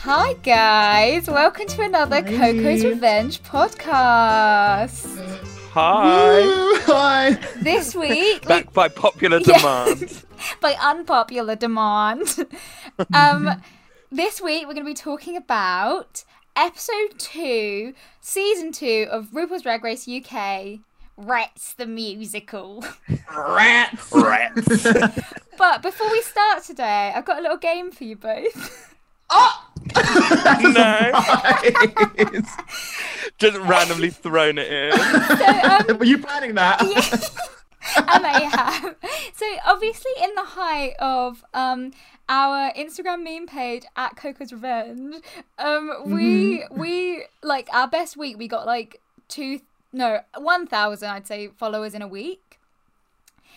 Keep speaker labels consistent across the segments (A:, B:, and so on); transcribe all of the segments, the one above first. A: Hi, guys. Welcome to another Coco's Revenge podcast.
B: Hi.
C: Hi.
A: This week,
B: Back by popular
A: Yeah.
B: demand.
A: by unpopular demand. um, this week we're going to be talking about episode two, season two of RuPaul's Drag Race UK, Rats the Musical.
B: Rats. Rats.
A: but before we start today, I've got a little game for you both.
B: no.
C: Nice.
B: Just randomly thrown it in.
C: Were you planning that?
A: I may have. So obviously, in the height of um, our Instagram meme page at Coco's Revenge, um, we
B: Mm-hmm.
A: we like our best week. We got like two, no, one thousand, I'd say, followers in a week.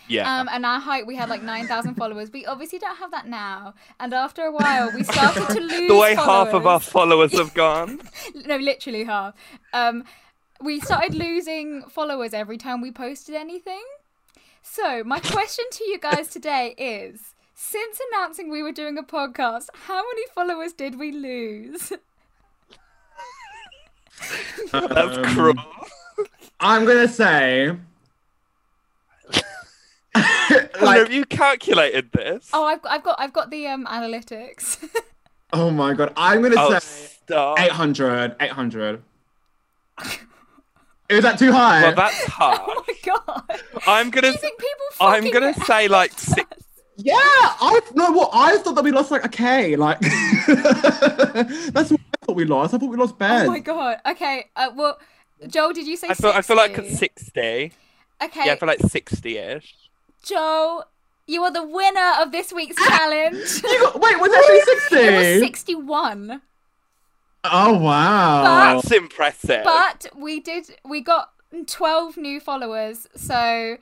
B: Yeah.
A: Um, and our height, we had like nine thousand followers. We obviously don't have that now. And after a while, we started to lose
B: the way
A: followers
B: half of our followers have gone.
A: no, literally half. Um, we started losing followers every time we posted anything. So my question to you guys today is: since announcing we were doing a podcast, how many followers did we lose?
B: That's
C: Um,
B: cruel.
C: I'm gonna say.
B: Hannah,
C: like,
B: have you calculated this?
A: Oh, I've got, I've got, I've got the um analytics.
C: oh my god, I'm gonna
B: Oh,
C: say
B: stop.
C: 800. 800. Is that too high?
B: Well, that's hard.
A: oh my god!
B: I'm
A: Do
B: gonna.
A: you think people?
B: I'm
A: fucking-
B: gonna say like six.
C: yeah, I no. What I thought that we lost like a K. Like that's what I thought we lost. I thought we lost bad.
A: Oh my god! Okay. Uh, well, Joel, did you say?
B: I feel. I feel like
A: 60?
B: sixty.
A: Okay,
B: Yeah, I feel like sixty-ish.
A: Joel, you are the winner of this week's challenge.
C: You got, wait, was that sixty?
A: Oh, It was 61.
C: Oh wow.
B: That's impressive.
A: But we did, we got 12 new followers. So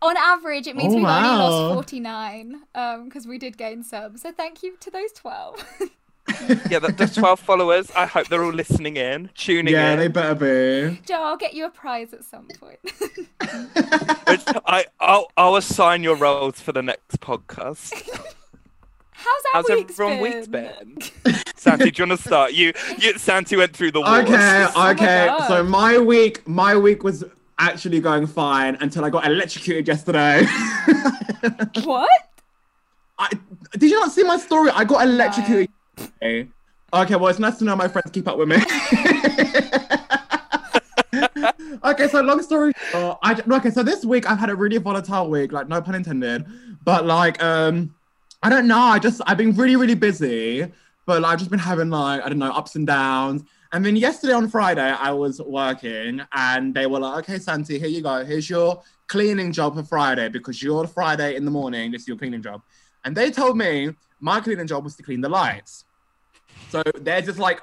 A: on average, it means
C: Oh,
A: we've only lost
C: wow.
A: 49 because we did gain some. So thank you to those 12.
B: yeah, that, that's twelve followers. I hope they're all listening in, tuning
C: yeah,
B: in.
C: they better be.
A: Joel, I'll get you a prize at some point.
B: Which I, I'll, I'll assign your roles for the next podcast.
A: How's our
B: How's
A: week's
B: everyone
A: been?
B: week's been? Santi, do you want to start? You, you, Santi went through the walls.
C: Okay,
A: my
C: okay.
A: God.
C: so my week, my week was actually going fine until I got electrocuted yesterday.
A: What?
C: I, did you not see my story? I got electrocuted. yesterday. Okay, well, it's nice to know my friends keep up with me. okay, so long story short, I, okay, so this week I've had a really volatile week, like no pun intended, but like um, I don't know, I just I've been really really busy, but like, I've just been having like I don't know ups and downs. And then yesterday on Friday I was working, and they were like, okay, Santi, here you go, here's your cleaning job for Friday because you're Friday in the morning, this is your cleaning job. And they told me my cleaning job was to clean the lights. So there's this like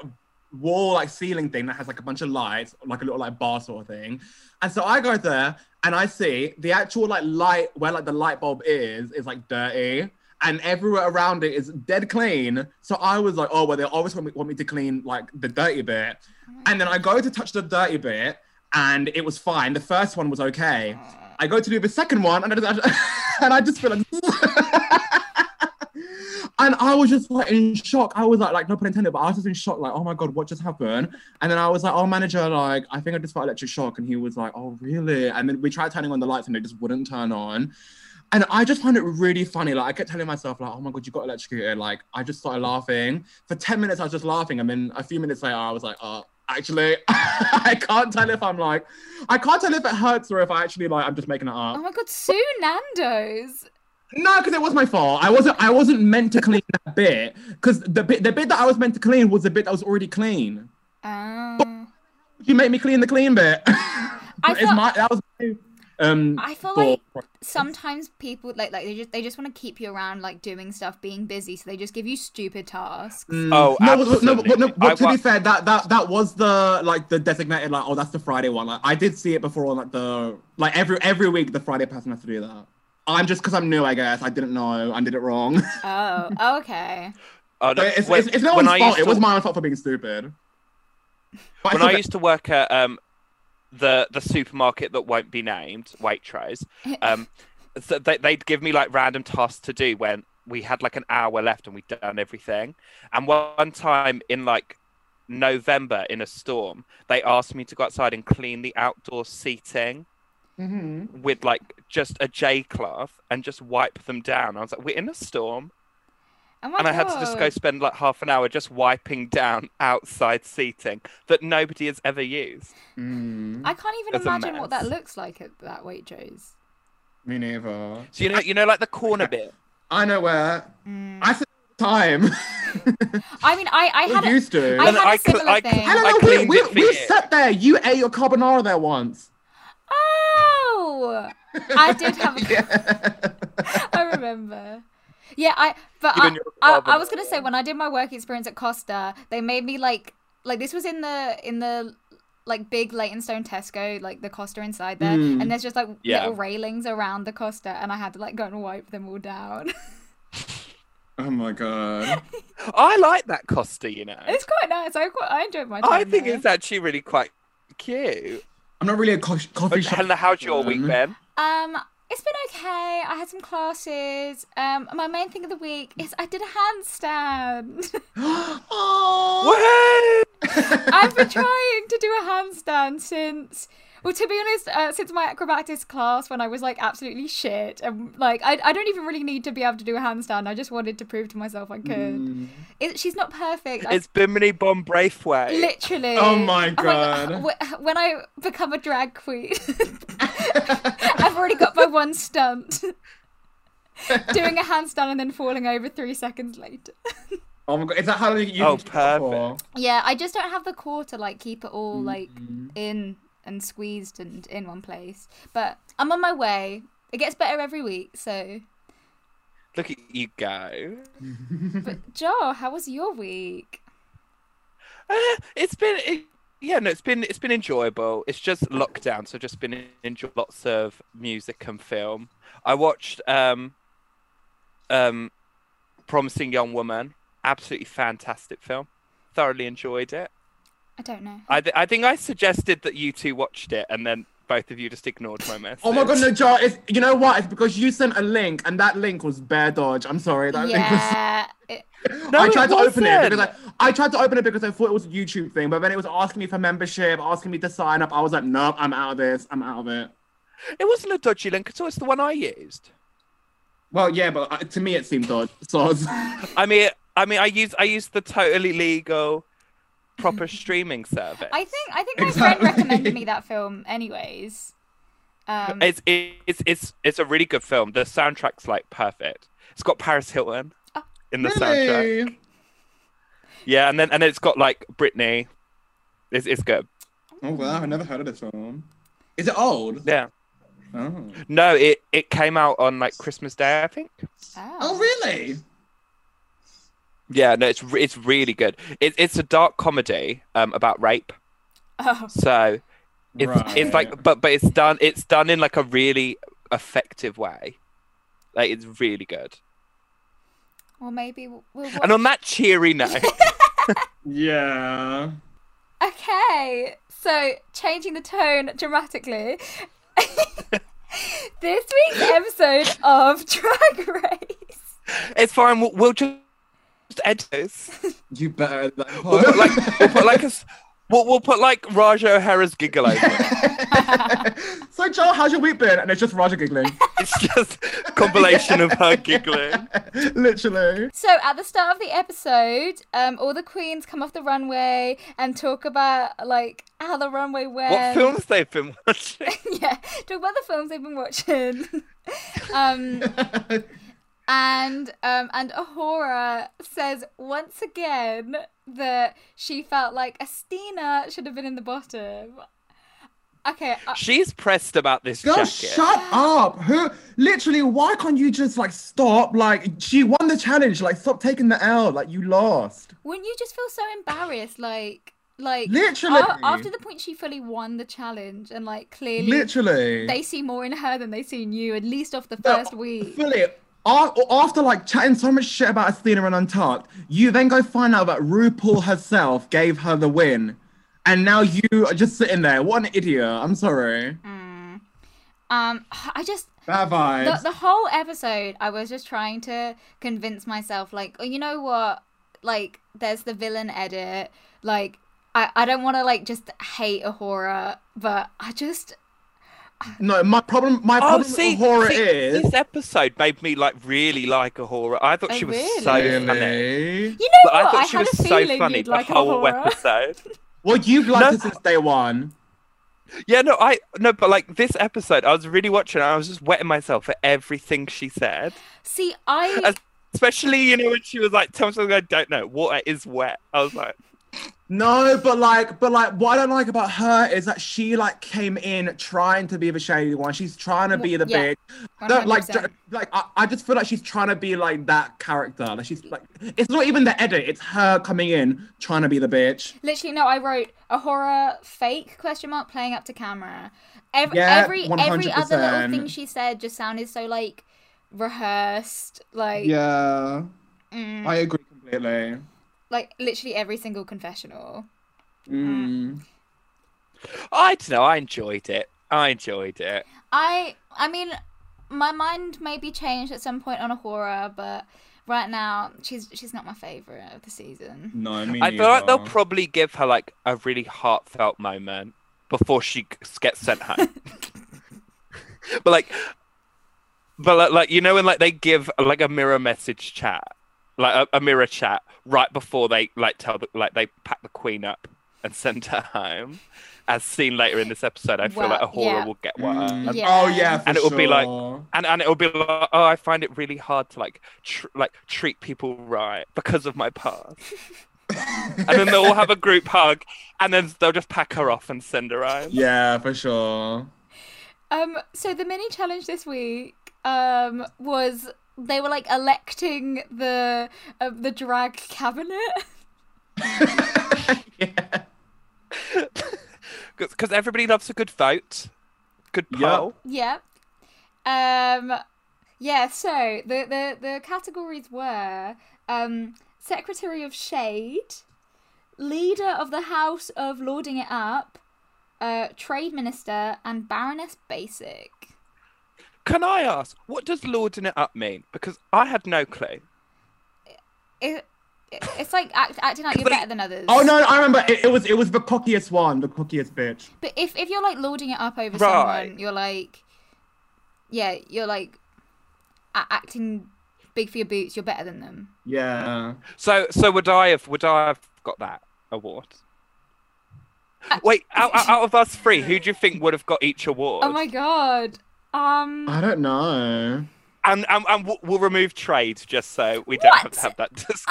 C: wall, like ceiling thing that has like a bunch of lights, like a little like bar sort of thing. And so I go there and I see the actual like light where like the light bulb is, is like dirty. And everywhere around it is dead clean. So I was like, oh, well, they always want me, want me to clean like the dirty bit. And then I go to touch the dirty bit and it was fine. The first one was okay. I go to do the second one and I just, and I just feel like And I was just like in shock. I was like, like no pun intended, but I was just in shock, like, oh my god, what just happened? And then I was like, oh manager, like I think I just felt electric shock. And he was like, oh really? And then we tried turning on the lights and they just wouldn't turn on. And I just found it really funny. Like I kept telling myself, like, oh my god, you got electrocuted. Like I just started laughing for ten minutes. I was just laughing, and then a few minutes later, I was like, oh. Actually, I can't tell if I'm like, I can't tell if it hurts or if I actually like I'm just making it up.
A: Oh my god, Sue Nando's.
C: No, because it was my fault. I wasn't. I wasn't meant to clean that bit. Because the bit, the bit that I was meant to clean was the bit that was already clean.
A: Oh.
C: You make me clean the clean bit. It's
A: thought-
C: my- that was my, um.
A: I feel like
C: fault.
A: sometimes people like like they just they just want to keep you around like doing stuff being busy so they just give you stupid tasks
C: Mm.
B: Oh,
C: no, but- no, but-
B: absolutely.
C: no,
B: I
C: but to
B: wa-
C: be fair, that that that was the like the designated like oh that's the Friday one. Like I did see it before on like the like every every week the Friday person has to do that. I'm just because I'm new, I guess. I didn't know. I did it wrong.
A: oh oh, okay
B: Oh, no,
C: But it's,
B: when-
C: it's, it's no
B: when
C: one's
B: I
C: fault.
B: used
C: It was
B: to-
C: my own fault for being stupid. But
B: When
C: still
B: I used to work at um, the the supermarket that won't be named, Waitrose, um, so they, they'd give me like random tasks to do when we had like an hour left and we'd done everything. And one time in like November in a storm, they asked me to go outside and clean the outdoor seating
C: Mm-hmm.
B: with like just a J cloth and just wipe them down. I was like, we're in a storm.
A: Oh my
B: and I had to just go
A: God.
B: spend like half an hour just wiping down outside seating that nobody has ever used.
C: Mm-hmm.
A: I can't even
B: It's a
A: imagine what that
B: mess.
A: looks like at that Waitrose.
C: Me neither.
B: So you know, you know, like the corner bit.
C: I know where.
A: Mm.
C: I said time.
A: I mean, I, I had
C: we
A: a-
C: used to.
A: I
B: No,
A: had
B: no,
A: a
B: I cl-
A: similar
B: I cl-
A: thing.
C: I don't
B: I
C: know. we
B: cleaned
C: we,
B: it for
C: we
B: you.
C: sat there. You ate your carbonara there once.
A: Oh, I did have. A,
C: yeah.
A: I remember. Yeah, I. But
B: You
A: I,
B: and your
A: I, I
B: carbonara.
A: was gonna say when I did my work experience at Costa, they made me like like this was in the in the like big Leytonstone Tesco, like the Costa inside there,
C: Mm.
A: and there's just like
B: Yeah.
A: little railings around the Costa, and I had to like go and wipe them all down.
C: Oh my god.
B: I like that Costa, you know.
A: it's quite nice. I quite I enjoyed my time.
B: I think
A: there.
B: it's actually really quite cute.
C: I'm not really a co- coffee
B: But
C: shop.
B: Helena, how's your week
C: person.
B: been?
A: Um, it's been okay. I had some classes. Um, my main thing of the week is I did a handstand.
C: oh.
B: Woohoo!
A: I've been trying to do a handstand since. Well, to be honest, uh, since my acrobatics class when I was like absolutely shit, and like I, I don't even really need to be able to do a handstand. I just wanted to prove to myself I could.
C: Mm.
A: It, she's not perfect. I-
B: It's Bimini Bomb Braithwaite.
A: literally.
C: Oh my
A: God. Wh- When I become a drag queen, I've already got my one stunt. Doing a handstand and then falling over three seconds later.
C: Oh my god. Is that how you? you
B: Oh,
C: do it before?
A: Yeah, I just don't have the core to like keep it all like
C: Mm.
A: in and squeezed and in one place. But I'm on my way. It gets better every week. So,
B: Look at you go.
A: but Joe, how was your week?
B: Uh, it's been, it, yeah, no, it's been, it's been enjoyable. It's just lockdown, so just been enjoying lots of music and film. I watched, um, um, Promising Young Woman. Absolutely fantastic film. Thoroughly enjoyed it.
A: I don't know.
B: I, th- I think I suggested that you two watched it, and then both of you just ignored my message.
C: Oh my god, no, Jar, it's you know what? It's because you sent a link and that link was bear dodge. I'm sorry. That link was
A: Yeah. it-
B: No,
C: I tried
B: it
C: to open it
B: wasn't.
C: because I, I tried to open it because I thought it was a YouTube thing, but then it was asking me for membership, asking me to sign up. I was like, nope, I'm out of this. I'm out of it.
B: It wasn't a dodgy link at all. It's the one I used.
C: Well, yeah, but uh, to me it seemed odd. So
B: I mean, I mean, I use I use the totally legal, proper streaming service.
A: I think I think my
C: Exactly.
A: friend recommended me that film anyways. Um,
B: It's it's it's it's a really good film. The soundtrack's like perfect. It's got Paris Hilton
A: Oh.
B: in the soundtrack. Yeah, and then and it's got like Britney. It's it's good.
C: Oh wow, I never heard of this one. Is it old?
B: Yeah.
C: Oh.
B: No, it it came out on like Christmas Day, I think.
A: oh.
C: really?
B: Yeah, no, it's re- it's really good. It, it's a dark comedy um about rape.
A: Oh.
B: So it's it's like but but it's done it's done in like a really effective way. Like it's really good.
A: Well, maybe we'll. we'll
B: And on that cheery note,
C: Yeah.
A: Okay, so changing the tone dramatically. this week's episode of Drag Race.
B: it's fine. We'll, we'll just edit this.
C: You better
B: We'll put like we'll put like a s- we'll, we'll put like Raja O'Hara's giggle over. it.
C: So Joel, how's your week been? And it's just Roger giggling.
B: It's just a compilation of her giggling.
C: Literally.
A: So at the start of the episode, um, all the queens come off the runway and talk about like how the runway went.
B: What films they've been watching?
A: yeah, talk about the films they've been watching. um, and um, and Ahura says once again that she felt like Astina should have been in the bottom. Okay, uh, I,
B: She's pressed about this
C: Girl,
B: jacket.
C: shut up. Who literally why can't you just like stop? Like she won the challenge. Like stop taking the L. Like you lost.
A: wouldn't you just feel so embarrassed, like? Like
C: Literally.
A: a- after the point she fully won the challenge and like clearly
C: Literally.
A: they see more in her than they see in you at least off the
C: No,
A: first week.
C: Fully. a- After like chatting so much shit about Athena and Untucked, you then go find out that RuPaul herself gave her the win. And now
B: Mm.
C: you are just sitting there. What an idiot. I'm sorry.
A: Mm. Um, I just
C: That vibe.
A: the, the whole episode i was just trying to convince myself like oh you know what like there's the villain edit like i, I don't want to like just hate a horror but i just
C: No, my problem. My
B: Oh,
C: problem
B: see,
C: with horror
B: see,
C: is
B: this episode made me like really like a horror. I thought
A: Oh,
B: she was
A: really?
B: so funny.
C: really.
A: you know
B: But I
A: what
B: thought
A: i,
B: she
A: had
B: was
A: a
B: so
A: feeling
B: funny
A: you'd
B: the
A: like a
B: whole
A: horror
B: episode.
C: Well, you've liked
B: No.
C: it since day one.
B: Yeah, no, I no, but like this episode, I was really watching. I was just wetting myself for everything she said,
A: see i
B: As- especially you know when she was like, "Tell me something I don't know." Water is wet. I was like,
C: No, but like, but like, what I don't like about her is that she like came in trying to be the shady one. She's trying to be the
A: Yeah,
C: big. Don't, like,
A: 100%.
C: ju- like I, I just feel like she's trying to be like that character. Like she's like, it's not even the edit. It's her coming in trying to be the bitch.
A: Literally, no. I wrote a horror fake question mark playing up to camera. Every
C: Yeah,
A: every every other little
C: 100%.
A: thing she said just sounded so like rehearsed. Like
C: Yeah,
A: mm,
C: I agree completely.
A: like literally every single confessional.
C: Mm.
B: I don't know. I enjoyed it. I enjoyed it.
A: I I mean, my mind may be changed at some point on a horror, but right now she's she's not my favorite of the season.
C: No, me
B: I feel like they'll
C: neither.
B: probably give her like a really heartfelt moment before she g- gets sent home. but like, but like, like, you know when like they give like a mirror message chat, like a, a mirror chat right before they like tell the, like they pack the queen up and send her home, as seen later in this episode. I feel like a
A: Well,
B: horror
A: yeah.
B: will get one.
C: Mm.
A: Yeah.
C: Oh yeah, for
B: And it would be like-
C: sure.
B: And, and it'll be like, oh, I find it really hard to like, tr- like treat people right because of my past. and then they'll all have a group hug, and then they'll just pack her off and send her home.
C: yeah, for sure.
A: Um. So the mini challenge this week um was they were like electing the uh, the drag cabinet.
C: yeah.
B: Because everybody loves a good vote, good
C: Yep.
B: poll.
A: Yep. Um yeah, so the the, the categories were um Secretary of Shade, Leader of the House of Lording It Up, uh, Trade Minister, and Baroness Basic.
B: Can I ask, what does Lording It Up mean? Because I had no clue.
A: It, it- it's like act, acting like you're
B: Complete-
A: better than others.
C: Oh no, I remember. It, it was it was the cockiest one, the cockiest bitch.
A: But if, if you're like lording it up over
B: Right.
A: someone, you're like, yeah, you're like a- acting big for your boots. You're better than them.
C: Yeah.
B: So, so would I have? Would I have got that award?
A: Uh,
B: Wait, out, out- out of us three, who do you think would have got each award?
A: Oh my god. Um.
C: I don't know.
B: And, and, and we'll- we'll remove trade just so we don't have to
A: What?
B: have that discussion.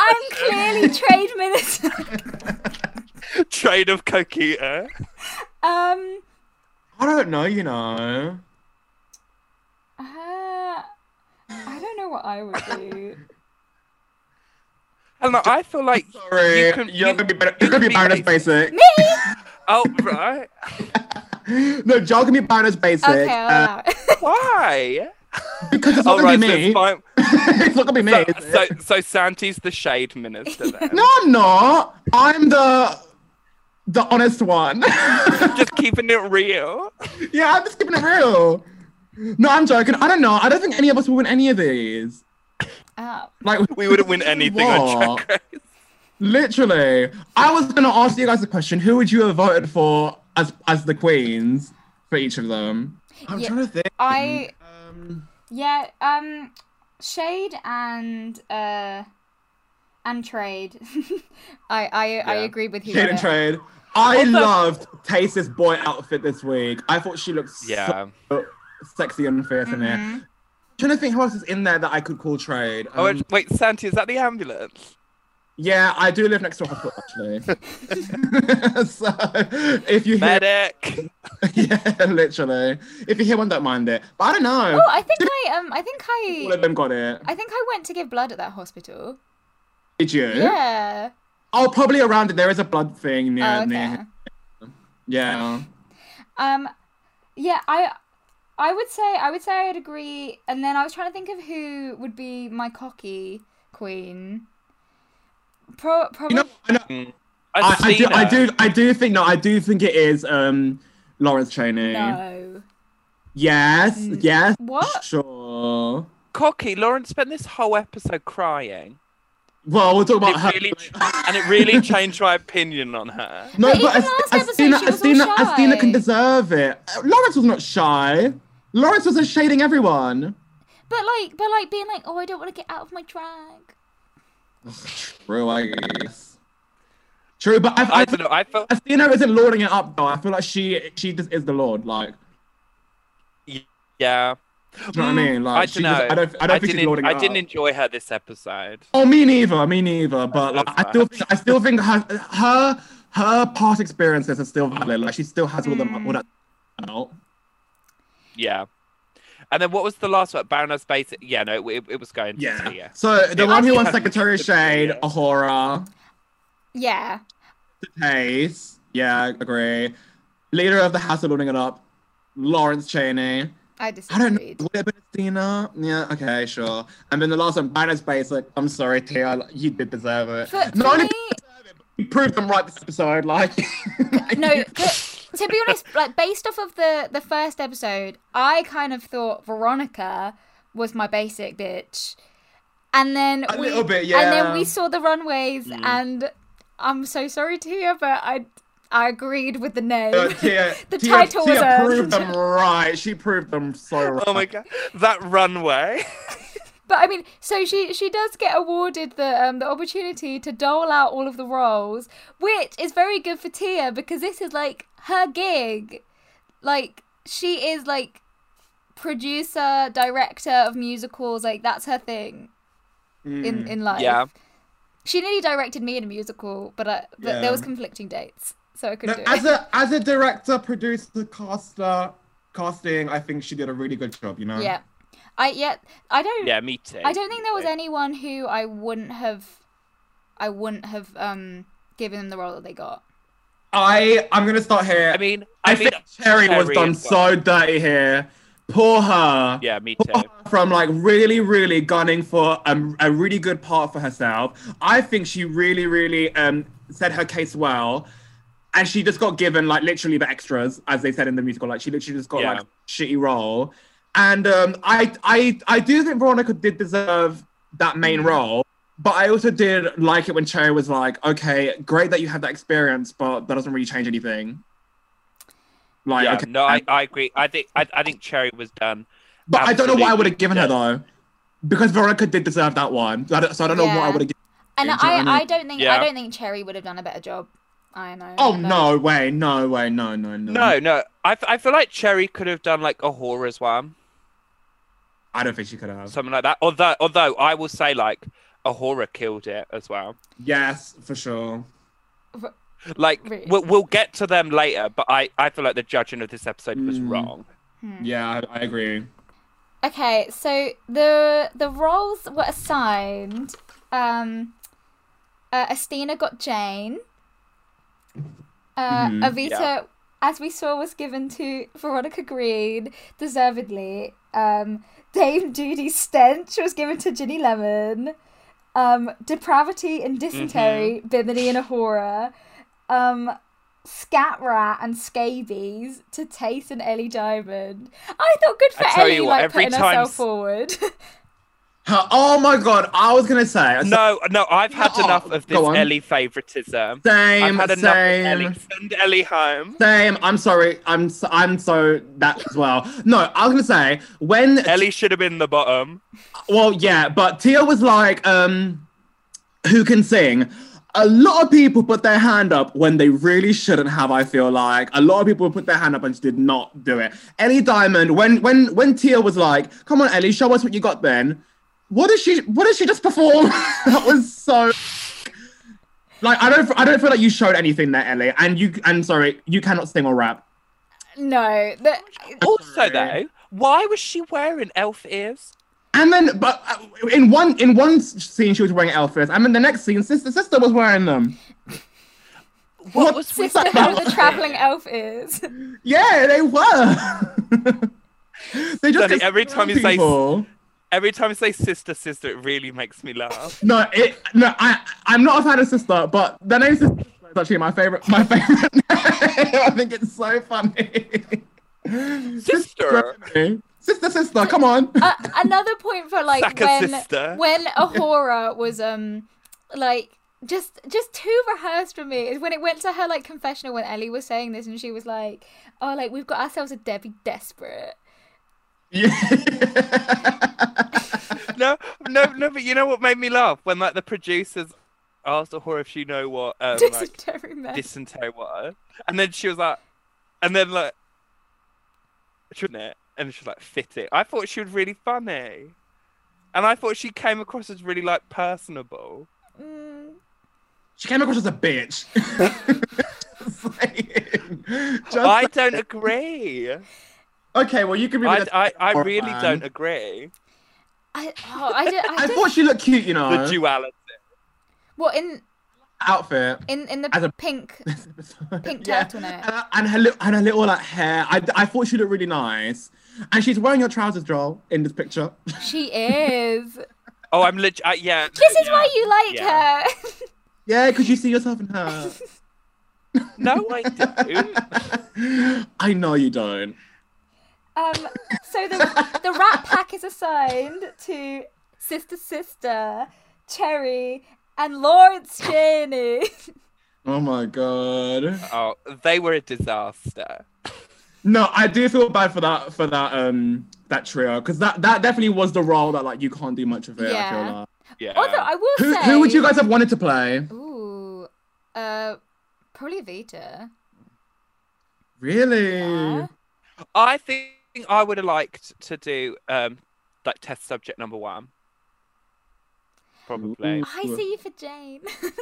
A: I'm clearly trade minister.
B: Trade of Coquita.
A: Um,
C: I don't know. You know.
A: uh, I don't know what I would do.
B: And like, I feel like
C: Sorry,
B: you
C: you
B: can,
C: are
B: you-
C: gonna be better.
B: you
C: You're gonna
B: can
C: be Baroness Basic.
A: Me?
B: Oh right.
C: No, Joel can be Baroness Basic.
A: Okay,
C: uh,
A: I'll allow it.
B: Why?
C: because it's not
B: Oh,
C: gonna
B: right,
C: be
B: so
C: me.
B: it's fine.
C: it's not gonna be me.
B: So,
C: is
B: so,
C: it?
B: so Santi's the shade minister then.
C: No, I'm not. I'm the the honest one.
B: Just keeping it real.
C: yeah, I'm just keeping it real. No, I'm joking. I don't know. I don't think any of us will win any of these.
A: Oh,
C: Like
B: We wouldn't win anything on
C: What?
B: Drag Race.
C: Literally, I was gonna ask you guys a question. Who would you have voted for as as the queens for each of them? I'm
A: Yeah.
C: trying to think.
A: I
C: Um,
A: yeah. Um, shade and uh, and trade. I I I
B: Yeah.
A: agree with you.
C: Shade
A: on
C: and
A: it.
C: trade. I
B: Also-
C: loved Tace's boy outfit this week. I thought she looked
B: Yeah.
C: so sexy and fierce in there.
A: Mhm.
C: trying to think who else is in there that I could call trade.
B: Oh
C: Um,
B: wait, wait, Santi, is that the ambulance?
C: yeah, I do live next to a hospital actually. so if you hear,
B: Medic.
C: yeah, literally, if you hear one, don't mind it. But I don't know.
A: Oh, I think I um I think
C: All of
A: I
C: them got it.
A: I think I went to give blood at that hospital.
C: Did you?
A: Yeah.
C: Oh, probably around it. There is a blood thing near,
A: oh, okay.
C: near. Yeah.
A: Um, yeah, I, I would say, I would say I'd agree. And then I was trying to think of who would be my cocky queen. Pro, probably.
C: You know, I, know
B: I've
C: I, I do,
B: seen
C: I
B: her.
C: do, I do think no, I do think it is um Lawrence Cheney.
A: no.
C: Yes,
A: Mm.
C: yes,
A: What?
C: sure.
B: Cocky, Lauren spent this whole episode crying.
C: Well, we'll talk about her.
B: It really, and it really changed my opinion on her.
C: No,
A: But
C: but,
A: even
C: As-
A: last episode,
C: Astina,
A: she was all
C: Astina,
A: shy.
C: Astina can deserve it. Uh, Lawrence was not shy. Lawrence wasn't shading everyone.
A: But like, but like being like, oh, I don't want to get out of my drag.
C: True, I guess. True, but I, I,
B: I don't know. I felt
C: Astina isn't lording it up though. I feel like she she just is the lord. Like,
B: yeah.
C: do you know what I mean? Like,
B: I
C: she
B: don't
C: just-
B: know.
C: I don't. I don't think she's
B: didn't.
C: lording
B: I
C: it
B: didn't
C: up.
B: enjoy her this episode.
C: Oh, me neither. Me neither. But like, I still, think, I still think her, her, her past experiences are still valid. Like, she still has all the all that. out.
B: Yeah. And then what was the last one? Baroness Basic. Yeah, no, it, it was going.
C: Yeah.
B: To, yeah.
C: So the
B: Yeah.
C: one who
B: I
C: won
B: think-
C: Secretary of Shade, a horror.
A: Yeah.
C: Pace. Yeah, agree. Leader of the House of Lording It Up, Lawrence Cheney.
A: I
C: I don't know.
A: disagreed.
C: Would it have been Athena? Yeah, okay, sure. And then the last one, Binance Basic. I'm sorry, Tia. like, You did deserve it.
A: For, for
C: Not only
A: me,
C: you proved them right this episode, like.
A: no. But to be honest, like based off of the the first episode, I kind of thought Veronica was my basic bitch, and then
C: A
A: we,
C: little bit,
A: and then
C: yeah. Mm.
A: we saw the runways, and I'm so sorry to hear, but I I agreed with the name.
C: Uh, Tia,
A: The
C: Tia,
A: title was uh,
C: Tia
A: earned.
C: proved them right. She proved them so right.
B: Oh my god, that runway.
A: But I mean, so she she does get awarded the um, the opportunity to dole out all of the roles, which is very good for Tia because this is like her gig, like she is like producer, director of musicals, like that's her thing
C: Hmm.
A: in in life.
B: Yeah.
A: she nearly directed me in a musical, but, I, but
C: Yeah.
A: there was conflicting dates, so I
C: No,
A: couldn't do it.
C: as a as a director, producer, caster, casting, I think she did a really good job. You know.
A: yeah, I yeah I don't
B: Yeah, me too.
A: I don't think there was
B: Me
A: anyone who I wouldn't have, I wouldn't have um given them the role that they got.
C: I I'm gonna start here.
B: too. I mean,
C: I,
B: I, mean,
C: think Cherry, was
B: Cherry
C: done
B: as well.
C: so dirty here. Poor her.
B: Yeah, me
C: Poor
B: too.
C: her From like really, really gunning for um, a really good part for herself. I think she really, really um, said her case well. And she just got given like literally the extras, as they said in the musical. Like she literally just got
B: Yeah.
C: like shitty role. And um, I, I, I do think Veronica did deserve that
B: Mm.
C: main role. But I also did like it when Cherry was like, okay, great that you have that experience, but that doesn't really change anything. Like,
B: yeah,
C: okay.
B: no, I, I agree. I think I, I think Cherry was done.
C: but I don't know what I would have given
B: absolutely
C: her though, because Veronica did deserve that one. So I don't, so I don't know what I
A: Yeah.
C: would have given.
A: And
C: Yeah, do you know what I mean?
A: I, I don't think I
B: Yeah.
A: don't think Cherry would have done a better job. I know.
C: Oh
A: but-
C: no way, no way, no, no, no.
B: No, no. I, f- I feel like Cherry could have done like a horror's one,
C: I don't think she could have.
B: something like that. Although, although I will say like a horror killed it as well.
C: Yes, for sure.
B: Like
A: Really?
B: we'll, we'll get to them later, but I, I feel like the judging of this episode was
C: Mm.
B: wrong.
C: Yeah, I, I agree.
A: Okay, so the the roles were assigned. Um, uh, Estina got Jane. Uh,
C: Mhm.
A: Avita,
B: Mm-hmm. Yeah.
A: as we saw, was given to Veronica Green, deservedly. Um, Dame Judy Stench was given to Ginny Lemon. Um, Depravity and Dysentery,
B: Mm-hmm.
A: Bimini and Ahura. Um, Scat Rat and Scabies to Tace and Ellie Diamond. I thought good for
B: I tell
A: Ellie,
B: you what,
A: like
B: every
A: putting
B: time
A: herself
B: s-
A: forward.
C: Her- oh my god, I was gonna say no.
B: No, no, I've had
C: Oh,
B: enough of this
C: go on.
B: Ellie favoritism. I've
C: same,
B: had enough of Ellie.
C: same,
B: Send Ellie home.
C: same. I'm sorry, I'm s I'm so that as well. No, I was gonna say when
B: Ellie should have been the bottom.
C: Well, yeah, but Tia was like, um, who can sing? A lot of people put their hand up when they really shouldn't have, I feel like. A lot of people put their hand up and just did not do it. Ellie Diamond, when when when Tia was like, come on, Ellie, show us what you got then. What did she what did she just perform? that was so like I don't I don't feel like you showed anything there, Ellie. And you and sorry, you cannot sing or rap.
A: no, the,
B: Also,
C: sorry.
B: though, why was she wearing elf ears?
C: And then but uh, in one in one scene she was wearing outfits, and then the next scene, sister sister was wearing them.
B: What,
C: What
B: was with
A: sister
B: that?
A: who the traveling elf is.
C: Yeah, they were. they just
B: Sonny,
C: kept screwing
B: every time you say-
C: people.
B: Every time I say sister, sister, it really makes me laugh.
C: no, it, no, I, I'm not a fan of sister, but the name sister is actually my favorite. My favorite. name. I think it's so funny.
B: Sister.
C: Sister, sister, come on.
A: uh, another point for like
B: Saka
A: when
B: sister.
A: when Ahura was um like just just too rehearsed for me is when it went to her like confessional when Ellie was saying this and she was like, "Oh, like we've got ourselves a Debbie desperate."
C: Yeah.
B: no, no, no. But you know what made me laugh when like the producers asked her if she know what um, like,
A: Dysentery mess.
B: dysentery was, and then she was like, and then like, shouldn't it? And she was like, fit it. I thought she was really funny, and I thought she came across as really like personable.
A: Mm.
C: she came across as a bitch. Just saying. Just-
B: I don't agree.
C: okay, well, you can be.
B: I,
C: with
B: I, I
C: Or
B: really
C: fan.
B: don't agree.
A: I oh, I did
C: that-
A: I,
C: I
A: did
C: thought she looked cute, you know.
B: The duality.
A: what in
C: outfit.
A: in in the
C: As a-
A: pink pink turtleneck.
C: And, Uh, and her little, and her little like hair. I, I thought she looked really nice. And she's wearing your trousers, Joel, in this picture.
A: she is.
B: Oh, I'm legit. Uh, yeah. no,
A: This is
B: yeah.
A: why you like
B: Yeah.
A: her.
C: yeah, because you see yourself in her.
B: No, I don't.
C: I know you don't.
A: Um, so the the Rat Pack is assigned to Sister Sister, Cherry, and Lawrence Cheney.
B: Um,
C: Oh my god.
B: Oh, they were a disaster.
C: No, I do feel bad for that for that um that trio because that that definitely was the role that like you can't do much of it. I feel
A: Yeah.
C: like.
B: Yeah.
A: Although I will
C: Who
A: say,
C: who would you guys have wanted to play?
A: Ooh, uh, probably Vita. Ah,
C: Really?
A: Yeah.
B: I think I would have liked to do um like test subject number one. Probably.
C: Ooh.
A: I see you for Jane.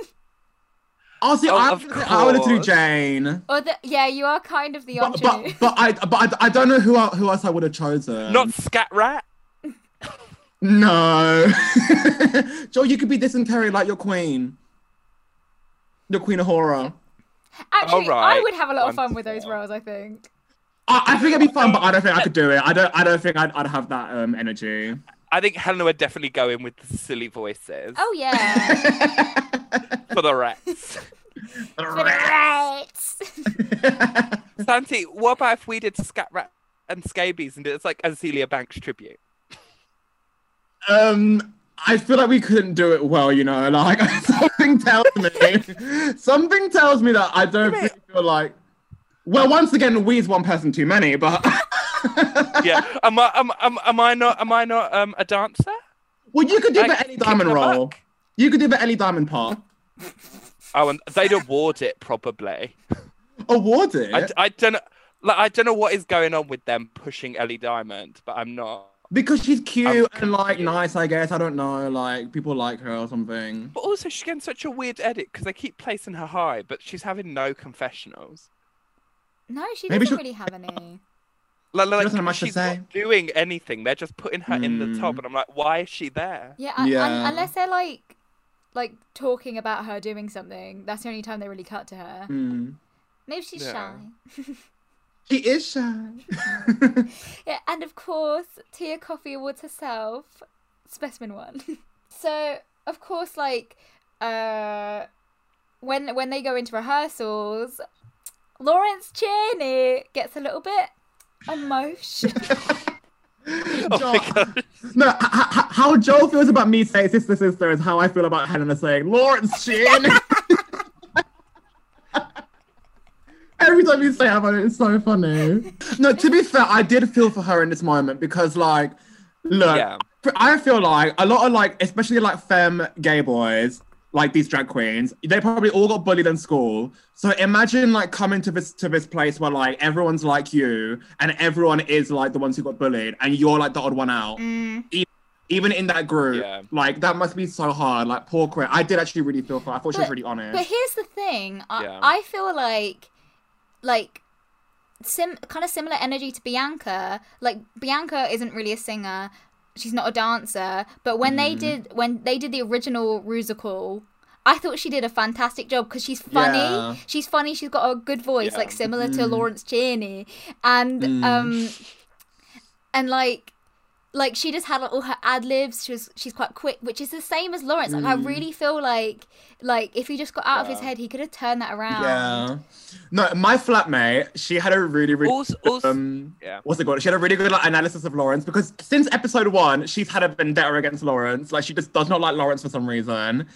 C: Oh, see,
B: Oh,
C: I,
B: of
C: I wanted to do
B: course.
C: Jane.
A: or the yeah, you are kind of the
C: But,
A: option.
C: but but I but I, I don't know who I, who else I would have chosen.
B: Not Scat Rat.
C: no. Joel, you could be dysentery like your queen, the queen of horror.
A: Actually, I
B: alright,
A: would have a lot of fun with those
B: wonderful.
A: roles. I think.
C: I, I think it'd be fun, but I don't think I could do it. I don't I don't think I'd, I'd have that um energy.
B: I think Helena would definitely go in with the silly voices
A: Oh yeah.
B: for the rats.
A: For the rats.
B: Santi, what about if we did Scat Rat and Scabies and it's like a Celia Banks tribute?
C: Um, I feel like we couldn't do it well, you know. Like something tells me, something tells me that I don't really feel like. Well, once again, we is one person too many, but
B: Yeah. am I am, am, am I not am I not um a dancer?
C: well, you could do
B: Like,
C: the Ellie
B: kick
C: Diamond
B: the
C: role.
B: buck.
C: You could do the Ellie Diamond part.
B: Oh, and they'd award it probably.
C: Award it.
B: I, I don't know. Like I don't know what is going on with them pushing Ellie Diamond, but I'm not.
C: because she's cute
B: I'm
C: and like
B: confused.
C: nice, I guess. I don't know, like people like her or something.
B: But also, she's getting such a weird edit because they keep placing her high, but she's having no confessionals.
A: No, she
C: Maybe
A: doesn't
C: she'll-
A: really have any.
B: Like, like
C: doesn't have much to
B: she's
C: say.
B: not doing anything. They're just putting her in the top,
C: Hmm.
B: and I'm like, why is she there?
A: Yeah, un- un-
C: Yeah.
A: unless they're like like talking about her doing something. That's the only time they really cut to her.
C: Hmm.
A: Maybe she's
B: Yeah.
A: shy.
C: She is shy.
A: Yeah, and of course, Tia Coffee awards herself specimen one. so, of course, like uh when when they go into rehearsals, Lawrence Cheney gets a little bit emotional.
B: Oh
C: Joel,
B: my god!
C: No, h- h- how Joel feels about me saying sister sister is how I feel about Helena saying Lawrence Chin. Every time you say it, I find it's so funny. No, to be fair, I did feel for her in this moment because, like, look,
B: Yeah.
C: I feel like a lot of like, especially like femme gay boys, like these drag queens, they probably all got bullied in school. So imagine like coming to this to this place where like everyone's like you, and everyone is like the ones who got bullied, and you're like the odd one out
A: Mm.
C: even in that group,
B: Yeah.
C: like that must be so hard. Like poor Claire, I did actually really feel for. Her. I thought she was
A: But-
C: really honest.
A: But here's the thing. I,
B: Yeah.
A: I feel like, like, sim kind of similar energy to Bianca. Like Bianca isn't really a singer. She's not a dancer. But when they
C: Mhm.
A: did when they did the original Rusical, I thought she did a fantastic job because she's funny.
C: Yeah.
A: She's funny. She's got a good voice,
B: Yeah.
A: like similar to
C: Mhm.
A: Lawrence Cheney, um, and
C: Mm.
A: um, and like like she just had all her ad libs. She was she's quite quick, which is the same as Lawrence. Like I
C: Mm.
A: really feel like like if he just got out of his
B: Yeah.
A: head, he could have turned that around.
C: Yeah. No, my flatmate, she had a really, really
B: Also, also
C: um
B: yeah.
C: what's it called? She had a really good like, analysis of Lawrence because since episode one, she's had a vendetta against Lawrence. Like she just does not like Lawrence for some reason.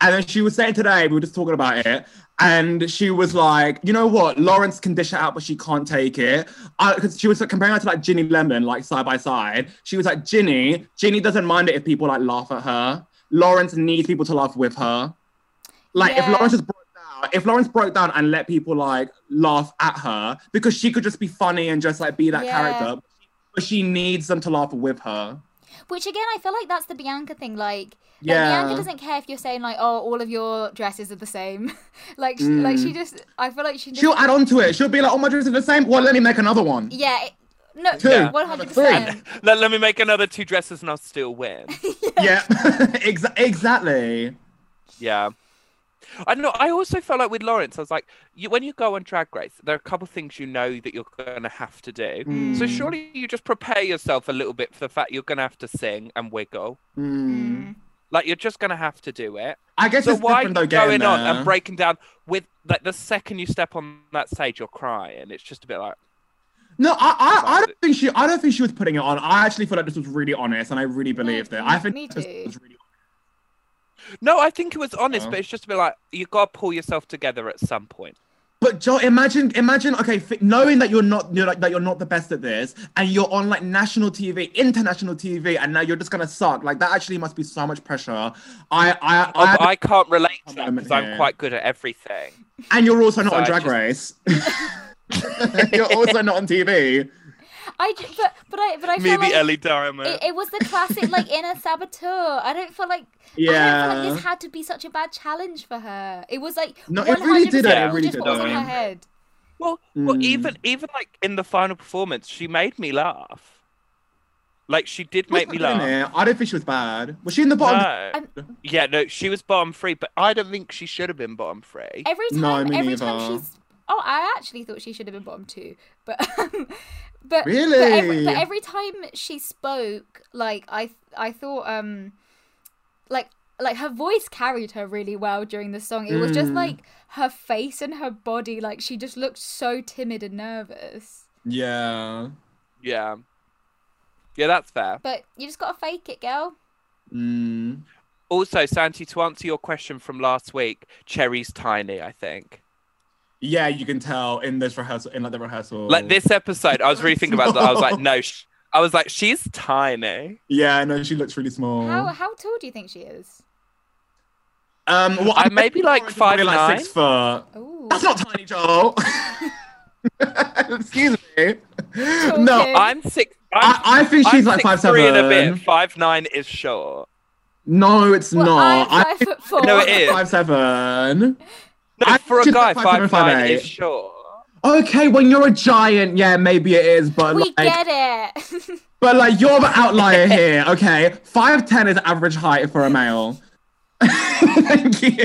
C: And then she was saying today, we were just talking about it, and she was like, you know what, Lawrence can dish it out, but she can't take it. Because she was like, comparing her to like Ginny Lemon, like side by side. She was like, Ginny, Ginny doesn't mind it if people like laugh at her. Lawrence needs people to laugh with her. Like if
A: Yeah.
C: Lawrence just broke down, if Lawrence broke down and let people like laugh at her, because she could just be funny and just like be that
A: Yeah.
C: character, but she needs them to laugh with her.
A: Which again, I feel like that's the Bianca thing. Like, like,
C: Yeah.
A: Bianca doesn't care if you're saying like, oh, all of your dresses are the same. like, she, like
C: Mm.
A: she just, I feel like she. Just,
C: She'll add on to it. She'll be like, "Oh, my dress is the same. Well, let me make another one."
A: yeah. It, no,
C: Two.
A: one hundred
C: Three.
A: percent.
B: Let, let me make another two dresses and I'll still win.
C: Yeah, Exa- exactly.
B: yeah. I know. I also felt like with Lawrence, I was like, you, when you go on Drag Race, there are a couple things you know that you're going to have to do. So
C: Mm.
B: surely you just prepare yourself a little bit for the fact you're going to have to sing and wiggle.
C: Mm.
B: Like you're just going to have to do it.
C: I guess
B: So
C: it's
B: why
C: different though. Getting
B: going on
C: there.
B: and breaking down with like the second you step on that stage, you're crying. It's just a bit like
C: No, I, I, I
B: Right.
C: don't think she. I don't think she was putting it on. I actually feel like this was really honest, and I really believed it. I think
A: me
C: this
A: too.
C: was really.
B: no. I think it was honest,
C: Yeah.
B: but it's just a bit like you got to pull yourself together at some point.
C: But Joel, imagine, imagine, okay, f- knowing that you're not, you're like, that you're not the best at this, and you're on like national TV, international TV, and now you're just gonna suck. Like that actually must be so much pressure. I, I,
B: Oh,
C: I,
B: but I can't relate to
C: I'm
B: that
C: over
B: because I'm
C: here.
B: quite good at everything.
C: and you're also not
B: So
C: on
B: I
C: Drag Race. you're also not on TV.
A: I j- but but I but I
B: Me,
A: feel
B: the
A: like
B: Ellie Diamond.
A: it, it was the classic like inner saboteur. I don't feel like I don't feel like
C: Yeah.
A: this had to be such a bad challenge for her. It was like
C: No, it really did,
A: 100%
B: it
A: all
B: really
A: just
C: did,
A: what was on
B: though.
A: her head.
B: Well, well,
C: Mm.
B: even even like in the final performance, she made me laugh. Like she did make me
C: Wasn't
B: laugh.
C: it? I don't think she was bad. Was she in the bottom?
B: No. Yeah, no, she was bottom free, but I don't think she should have been bottom free.
A: Every
C: No,
A: time,
C: me
A: every time
C: neither.
A: she's. Oh, I actually thought she should have been bottom two, but but But every,
C: Really?
A: but every time she spoke, like I, I thought, um, like like her voice carried her really well during the song. It was just
C: Mm.
A: like her face and her body, like she just looked so timid and nervous.
C: Yeah.
B: Yeah. Yeah, that's fair.
A: But you just gotta fake it, girl.
C: Mm.
B: Also, Santi, to answer your question from last week, Cherry's tiny, I think.
C: Yeah, you can tell in this rehearsal, in like the rehearsal.
B: Like this episode, I was really thinking about that. I was like, no, sh- I was like, she's tiny.
C: Yeah, no, she looks really small.
A: How how tall do you think she is?
C: Um, well,
B: I
C: think
B: maybe like
C: Lauren's probably, like six foot.
A: Oh,
C: That's not tiny, Joel. Excuse me.
A: Okay.
C: No,
B: I'm six.
C: I,
B: I'm,
C: I think Ah, she's
B: I'm
C: like five
B: six three and a bit.
C: seven.
B: Five nine is short.
C: No, it's
A: well,
C: not.
A: I'm
C: I
A: five
C: think
A: foot four.
B: No, it is.
C: five seven.
B: No,
C: I
B: for a
C: think
B: guy,
C: she's like five
B: five
C: seven,
B: nine
C: five
B: is
C: eight.
B: short.
C: Okay, when you're a giant, yeah, maybe it is, but
A: We
C: like,
A: get it.
C: but like you're the outlier here. Okay, five ten is average height for a male. Thank you.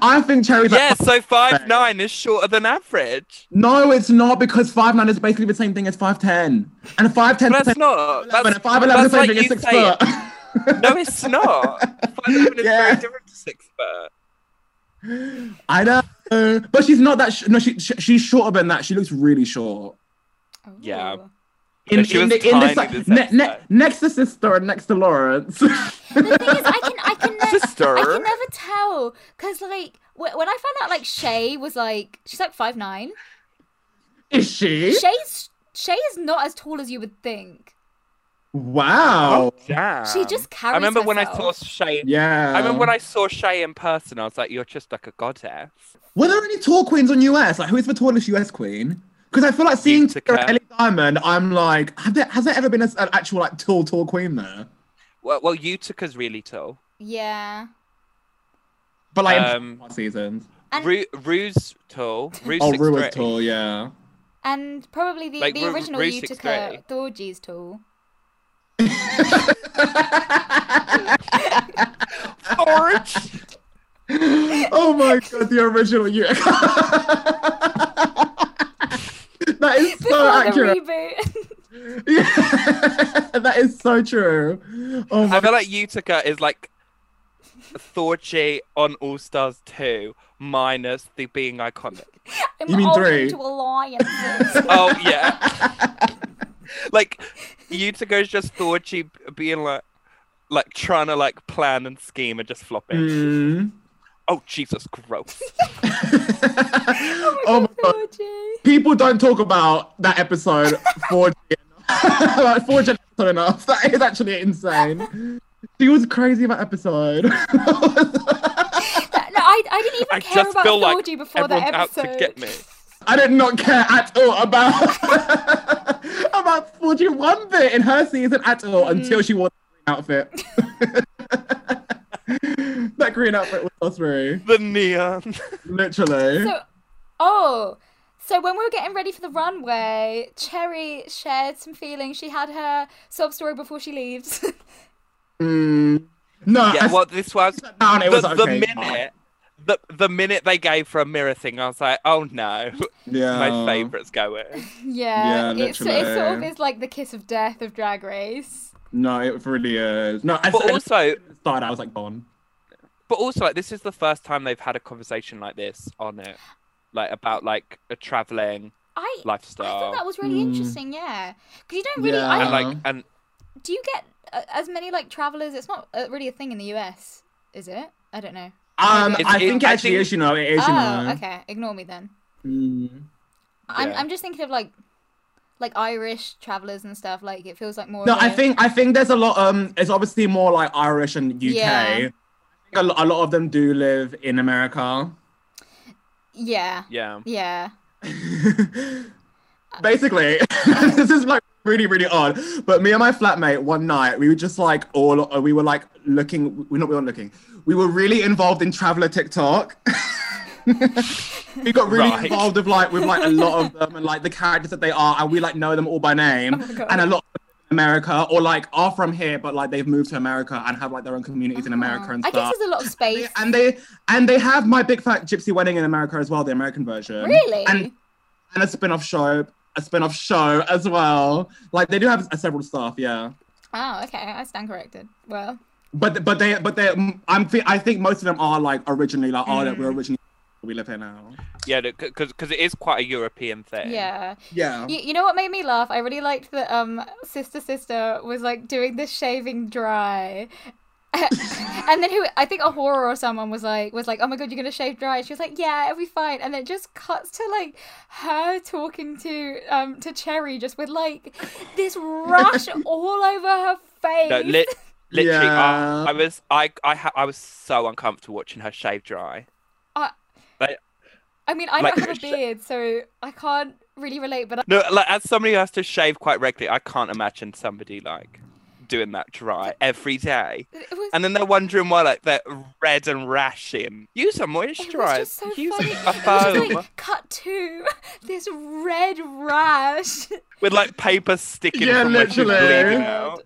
C: I think Cherry's like
B: Yeah, so five nine is shorter than average.
C: No, it's not because five nine is basically the same thing as five ten, and five ten.
B: But that's not. That's,
C: and five eleven is
B: that's
C: the same thing
B: like
C: as
B: you
C: six
B: saying.
C: foot.
B: No, it's not. Five eleven is
C: Yeah.
B: very different to six foot.
C: I know, but she's not that. Sh- no, she, she she's shorter than that. She looks really short.
B: Yeah.
A: Ooh.
B: Yeah, she was tiny this
C: ne- ne-
B: episode.
C: next to sister and next to Lawrence.
A: The thing is, I can I can never I
B: Sister.
A: can never tell because like wh- when I found out like Shay was like she's like five nine.
C: is she?
A: Shay's Shay is not as tall as you would think.
B: Oh.
C: Wow.
B: damn.
A: She just carries.
B: Um, I remember when I saw
A: herself.
B: Shay.
C: Yeah.
B: I remember when I saw Shay in person. I was like, "You're just like a goddess."
C: Were there any tall queens on US? Like, who's the tallest US queen? Because I feel like seeing
B: Utica.
C: Sarah Ellie Diamond, I'm like, have there, has there ever been a, an actual like tall, tall queen there?
B: Well, well, Utica's really tall.
A: Yeah.
C: But like,
B: Um,
C: in past seasons.
A: And-
B: Ru- Rue's tall. Rue's
C: Oh,
B: six
C: Rue
B: three.
C: is tall, yeah.
A: And probably the,
B: Like,
A: the
B: Ru-
A: original
B: Rue's six
A: Utica
B: three.
A: Thorgy's tall.
B: Orange.
C: oh my god, the original you. that is so
A: Before the
C: accurate.
A: reboot.
C: Yeah, that is so true. Oh my
B: I feel like Utica is like Thorgy on All Stars 2 minus the being iconic.
A: I'm
C: You mean
A: holding
C: three?
A: to alliances.
B: Oh, yeah. like, Utica is just Thorgy b- being like, like trying to like plan and scheme and just flopping.
C: Mm.
B: Oh, Jesus, gross.
C: oh my god.
A: Georgie.
C: People don't talk about that episode for like four gen episode enough. That is actually insane. She was crazy about episode.
A: That- no, I, I didn't even
B: I
A: care
B: just
A: about
B: feel like
A: Georgie before that
B: everyone's
A: episode.
B: out to get me.
C: I did not care at all about about Fortune one bit in her season at all
A: Mm-hmm.
C: until she wore the green outfit. that green outfit was so through,
B: The neon.
C: literally.
A: So, oh, so when we were getting ready for the runway, Cherry shared some feelings. She had her sob story before she leaves.
C: Mm. No, I
B: yeah, well, this was
C: sat down. It was
B: the,
C: okay.
B: the minute. The, the minute they gave for a mirror thing, I was like, oh no,
C: yeah,
B: my favourite's going.
A: yeah,
C: Yeah,
A: it's, so it sort of
C: literally.
A: is like the kiss of death of Drag Race.
C: No, it really is. No, I
B: But
C: said
B: also,
C: started. I was like gone.
B: but also like this is the first time they've had a conversation like this on it like about like a traveling
A: I I
B: lifestyle
A: thought that was really
C: Mm.
A: interesesting. Yeah, because you don't really.
C: Yeah.
A: I,
B: and like
C: Uh-huh.
B: and
A: do you get uh, as many like travelers? It's not uh, really a thing in the US, is it? I don't know.
C: Um,
B: It's-
C: I
B: it-
C: think it
B: I
C: actually
B: think-
C: is. You know, it is. You
A: oh,
C: know.
A: okay. Ignore me then.
C: Mm.
A: I'm
B: Yeah.
A: I'm just thinking of like like Irish travelers and stuff. Like it feels like more.
C: No,
A: of
C: I
A: a-
C: think I think there's a lot. Um, it's obviously more like Irish and UK.
A: Yeah.
C: I think a, lo- a lot of them do live in America.
A: Yeah.
B: yeah
A: Yeah.
C: Basically, this is like really really odd. But me and my flatmate one night we were just like all uh, we were like looking. We're not we weren't looking. We were really involved in traveler TikTok. we got really
B: Right.
C: involved with like with like a lot of them and like the characters that they are, and we like know them all by name,
A: my Oh, God.
C: and a lot. of them in America or like are from here but like they've moved to America and have like their own communities in America
A: Oh.
C: and
A: I
C: stuff.
A: guess there's a lot of space.
C: and they and they have my big fat gypsy wedding in America as well, the American version.
A: Really?
C: And and a spin-off show, a spin-off show as well. Like they do have uh, several stuff, yeah.
A: oh, okay. I stand corrected. Well,
C: But but they but they mm, I'm thi- I think most of them are like originally like oh that
A: Mm.
C: we're originally we live here now.
B: yeah because because it is quite a european thing
A: yeah.
B: Oh.
C: Yeah.
A: You, you know what made me laugh? I really liked that um sister sister was like doing the shaving dry. and then who I think a horror or someone was like was like, Oh my god, you're gonna shave dry and she was like, Yeah, it'll be fine and it just cuts to like her talking to um to Cherry just with like this rash all over her face.
B: no, lit literally
C: Yeah.
B: I, I was i i ha- i was so uncomfortable watching her shave dry
A: I mean I
B: like-
A: don't have a beard, so I can't really relate, but I-
B: no like as somebody who has to shave quite regularly i can't imagine somebody like doing that dry every day
A: it was
B: and then they're wondering why like they're red and rashing use a
A: It was
B: moisturizer
A: just so
B: use
A: funny.
B: a
A: It was just
B: foam
A: like cut to this red rash.
B: with like paper sticking
C: Yeah,
B: from literally.
C: literally.
B: bleeding out.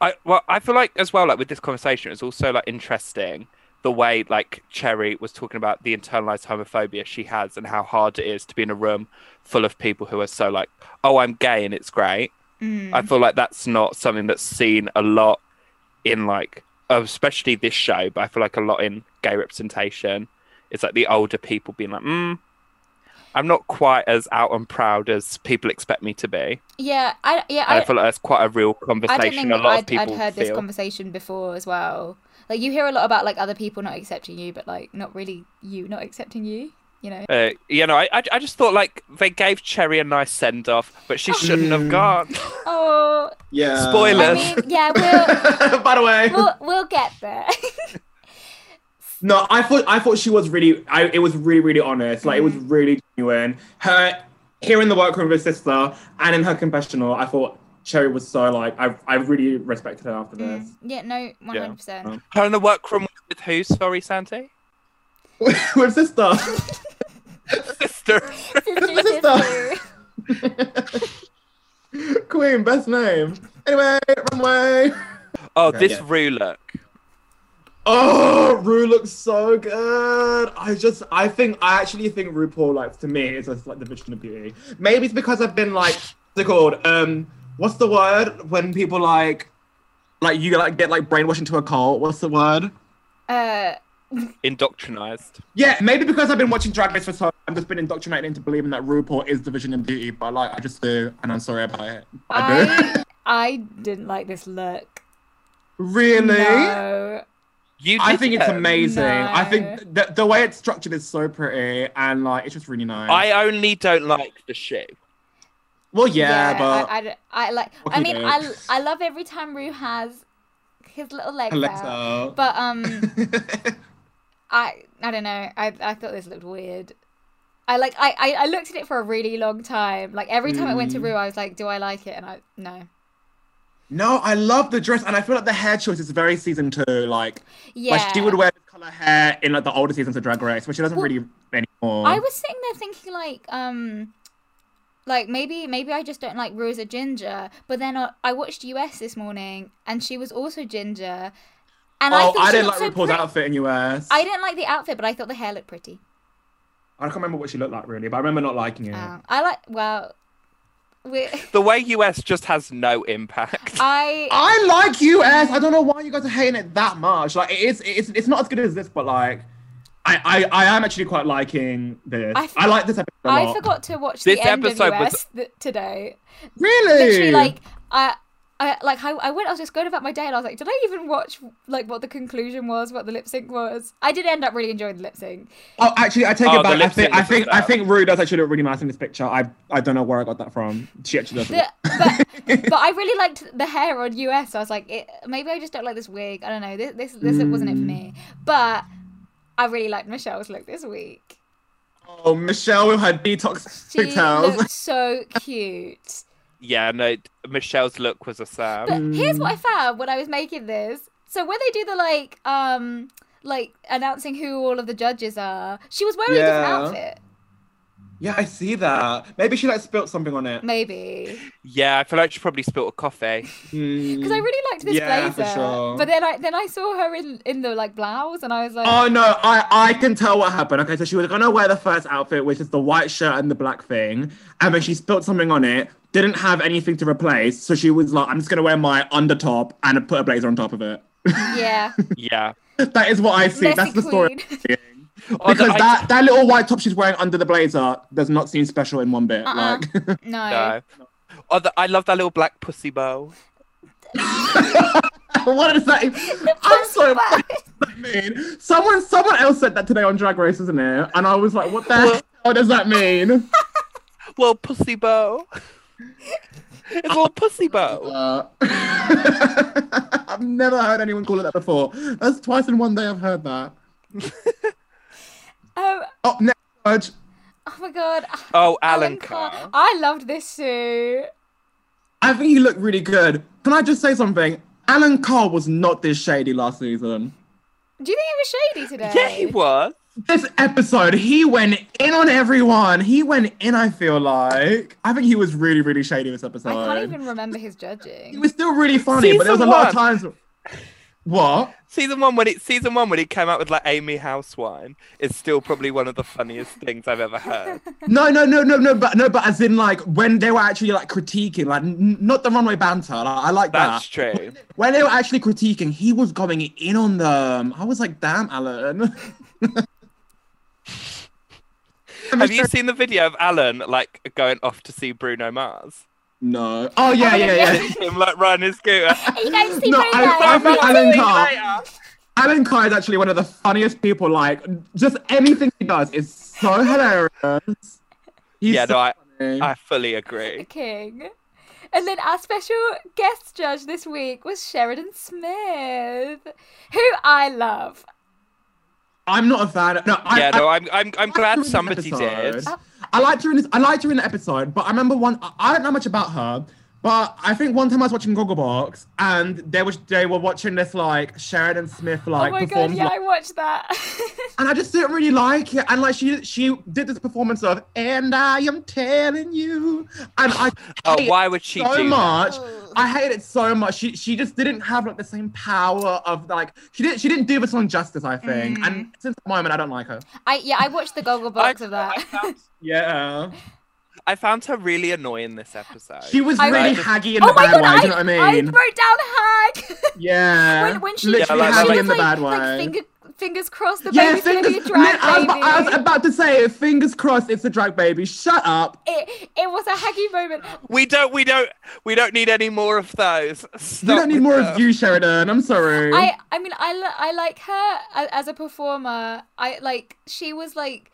B: I well, I feel like as well, like with this conversation, it's also like interesting the way like Cherry was talking about the internalized homophobia she has and how hard it is to be in a room full of people who are so like, oh, I'm gay and it's great. I feel like that's not something that's seen a lot in like, especially this show, but I feel like a lot in gay representation. It's like the older people being like, mm, I'm not quite as out and proud as people expect me to be.
A: Yeah, I yeah
B: I,
A: I,
B: feel like that's quite a real
A: I don't
B: conversation.
A: think
B: A lot of
A: I'd, I'd
B: people
A: heard this
B: feel.
A: conversation before as well. Like you hear a lot about like other people not accepting you, but like not really you not accepting you. You know.
B: uh, you know, I, I I just thought like they gave Cherry a nice send off, but she shouldn't
C: Hmm.
B: have gone.
A: Oh,
C: Yeah.
B: Spoiler.
A: I
B: Yes.
A: mean, yeah, we'll
C: By the way.
A: we'll, we'll get there.
C: No, I thought I thought she was really. I, it was really really honest. Like it
A: Mm.
C: was really genuine. Her here in the workroom with her sister and in her confessional, I thought Cherry was so like I I really respected her after this.
A: yeah, no, one hundred percent.
B: Her in the workroom with who? Sorry, Santi.
C: with sister.
B: Sister. Um,
A: Uh,
C: Sister. Queen, best name. Anyway, runway.
B: Oh,
C: Okay,
B: this
C: yeah.
B: Rue look.
C: Oh, Rue looks so good. I just, I think, I actually think RuPaul, like, to me, is just, like the vision of beauty. Maybe it's because I've been, like, what's it called? Um, what's the word when people like like you like get like brainwashed into a cult? What's the word?
A: Uh,
B: Indoctrinized.
C: Yeah, maybe because I've been watching Drag Race for so long, I've just been indoctrinated into believing that RuPaul is the vision of beauty, but like I just do, and I'm sorry about it. I, do.
A: I I didn't like this look.
C: really?
A: No.
B: You
C: I think it's
B: didn't.
C: amazing. I
A: No.
C: think the, the way it's structured is so pretty, and like it's just really nice.
B: I only don't like the shoe.
C: well, yeah, but
A: I, I d- I like.
C: What
A: I
C: can
A: mean,
C: you do?
A: I I love every time Rue has his little legs out.
C: Alexa.
A: But um, I I don't know. I I thought this looked weird. I like I, I I looked at it for a really long time. Like every time I went to
C: Mm.
A: Rue, I was like, do I like it? And I no.
C: no, I love the dress, and I feel like the hair choice is very season two. Like,
A: Yeah.
C: like she would wear this color hair in like the older seasons of Drag Race, which she doesn't
A: Well,
C: really anymore.
A: I was sitting there thinking like um like maybe maybe I just don't like Rue as a ginger, but then I, I watched US this morning and she was also ginger, and I
C: oh,
A: thought
C: I,
A: she
C: didn't like
A: looked so
C: RuPaul's
A: pretty.
C: outfit in US.
A: I didn't like the outfit, but I thought the hair looked pretty.
C: I can't remember what she looked like really, but I remember not liking it.
A: Um, I like well, we
B: The way US just has no impact.
A: Uh, I
C: I like US. I don't know why you guys are hating it that much. Like it is, it's it's not as good as this, but like, I I, I am actually quite liking this.
A: I
C: I,
A: f-
C: like this episode. a
A: I
C: lot.
A: forgot to watch
B: This
A: the end of
B: episode
A: US
B: was-
A: th- today.
C: Really?
A: Literally, like I. I, like I, I went, I was just going about my day, and I was like, did I even watch like what the conclusion was, what the lip sync was? I did end up really enjoying the lip sync.
C: Oh, actually, I take
B: Oh,
C: it
B: the
C: back. I
B: lip
C: think
B: sync
C: I
B: was
C: think I
B: bad.
C: think Rue does actually look really nice in this picture. I I don't know where I got that from. She actually does.
A: The, but but I really liked the hair on US. so I was like, it, maybe I just don't like this wig. I don't know. This this this wasn't it for
C: Mm.
A: me. But I really liked Michelle's look this week.
C: oh, Michelle with her detox
A: She
C: pigtails.
A: looked so cute.
B: yeah, no, Michelle's look was a sad.
A: But here's
C: Mm.
A: what I found when I was making this. So when they do the like um like announcing who all of the judges are, she was wearing
C: Yeah.
A: a different outfit.
C: Yeah, I see that. Maybe she like spilt something on it.
A: Maybe
B: Yeah, I feel like she probably spilled a coffee.
C: Hmm.
A: because I really liked this
C: Yeah, for
A: blazer,
C: sure.
A: but then I then I saw her in in the like blouse, and I was like,
C: Oh no, I, I can tell what happened. Okay, so she was gonna wear the first outfit, which is the white shirt and the black thing, and when she spilled something on it, didn't have anything to replace, so she was like, I'm just gonna wear my undertop and put a blazer on top of it.
A: yeah,
B: Yeah.
C: that is what I see.
A: messy
C: That's the
A: queen.
C: story.
B: Oh,
C: Because
B: I-
C: that, that little white top she's wearing under the blazer does not seem special in one bit.
A: Uh-uh.
C: Like
A: No,
B: No. Oh, the, I love that little black pussy bow.
C: what is that? I'm so what does that mean. Someone someone else said that today on Drag Race, isn't it? And I was like, what the hell does that mean?
B: Well, pussy bow. it's a little pussy bow.
C: Uh, I've never heard anyone call it that before. That's twice in one day I've heard that.
A: Um,
C: Oh, next judge.
A: oh my god,
B: Oh, Alan Carr.
A: I loved this suit.
C: I think he looked really good. Can I just say something? Alan Carr was not this shady last season.
A: Do you think he was shady today?
B: Yeah, he was.
C: This episode, he went in on everyone. He went in, I feel like. I think he was really, really shady this episode.
A: I can't even remember his
C: He
A: judging.
C: was still really funny, but there was a
B: Season
C: lot of
B: one.
C: times. What?
B: Season one when it season one when it came out with like Amy Housewine is still probably one of the funniest things I've ever heard.
C: No, no, no, no, no, but no, but as in like when they were actually like critiquing, like n- not the runway banter. Like, I like
B: That's
C: that.
B: true.
C: When they were actually critiquing, he was going in on them. I was like, damn, Alan.
B: Have you seen the video of Alan like going off to see Bruno Mars?
C: No. Oh yeah, yeah, yeah.
B: Him like riding his scooter.
A: you guys see
C: No,
A: Bruno?
C: I- I think
A: Bruno?
C: Alan
B: See you
C: Carr.
B: later.
C: Alan Carr is actually one of the funniest people. Like, just anything he does is so hilarious. He's
B: Yeah,
C: so
B: no, I,
C: funny.
B: I fully agree.
A: King. And then our special guest judge this week was Sheridan Smith, who I love.
C: I'm not a fan. No, I,
B: yeah,
C: I,
B: no, I'm I'm
C: I liked
B: I'm
C: her in
B: glad
C: this
B: somebody did.
C: episode. I liked her in this. I liked her in the episode, but I remember one. I, I don't know much about her, but I think one time I was watching Gogglebox and they was they were watching this like Sheridan Smith
A: Oh
C: like
A: my god,
C: perform,
A: yeah,
C: like-
A: I watched that.
C: and I just didn't really like it. And like she she did this performance of "And I am telling you," and I
B: Oh,
C: hate
B: why would she
C: it so
B: do that?
C: much.
A: Oh.
C: I hated it so much. She she just didn't have like the same power of like she didn't she didn't do this one justice. I think,
A: Mm.
C: and since that moment, I don't like her.
A: I yeah, I watched the goggle box of that.
B: I found,
C: Yeah.
B: I found her really annoying this episode.
C: She was
A: I-
C: really
B: I just-
C: haggy in
A: oh
C: the
A: my
C: bad
A: god,
C: way.
A: I,
C: do you know what I
A: I
C: mean?
A: wrote down hag.
C: yeah.
A: when, when she
C: literally
B: Yeah, like-
C: haggy
A: she
B: like-
C: in the
A: was
C: bad way.
A: like, finger- fingers crossed the
C: yeah,
A: baby's gonna
C: fingers.
A: be a drag
C: I, was,
A: baby.
C: I was about to say, fingers crossed, it's a drag baby. Shut up.
A: it, it was a haggy moment.
B: we don't, we don't, we don't need any more of those.
C: We don't need more of you, Sheridan. I'm sorry.
A: I I mean I li- I like her a- as a performer. I like she was like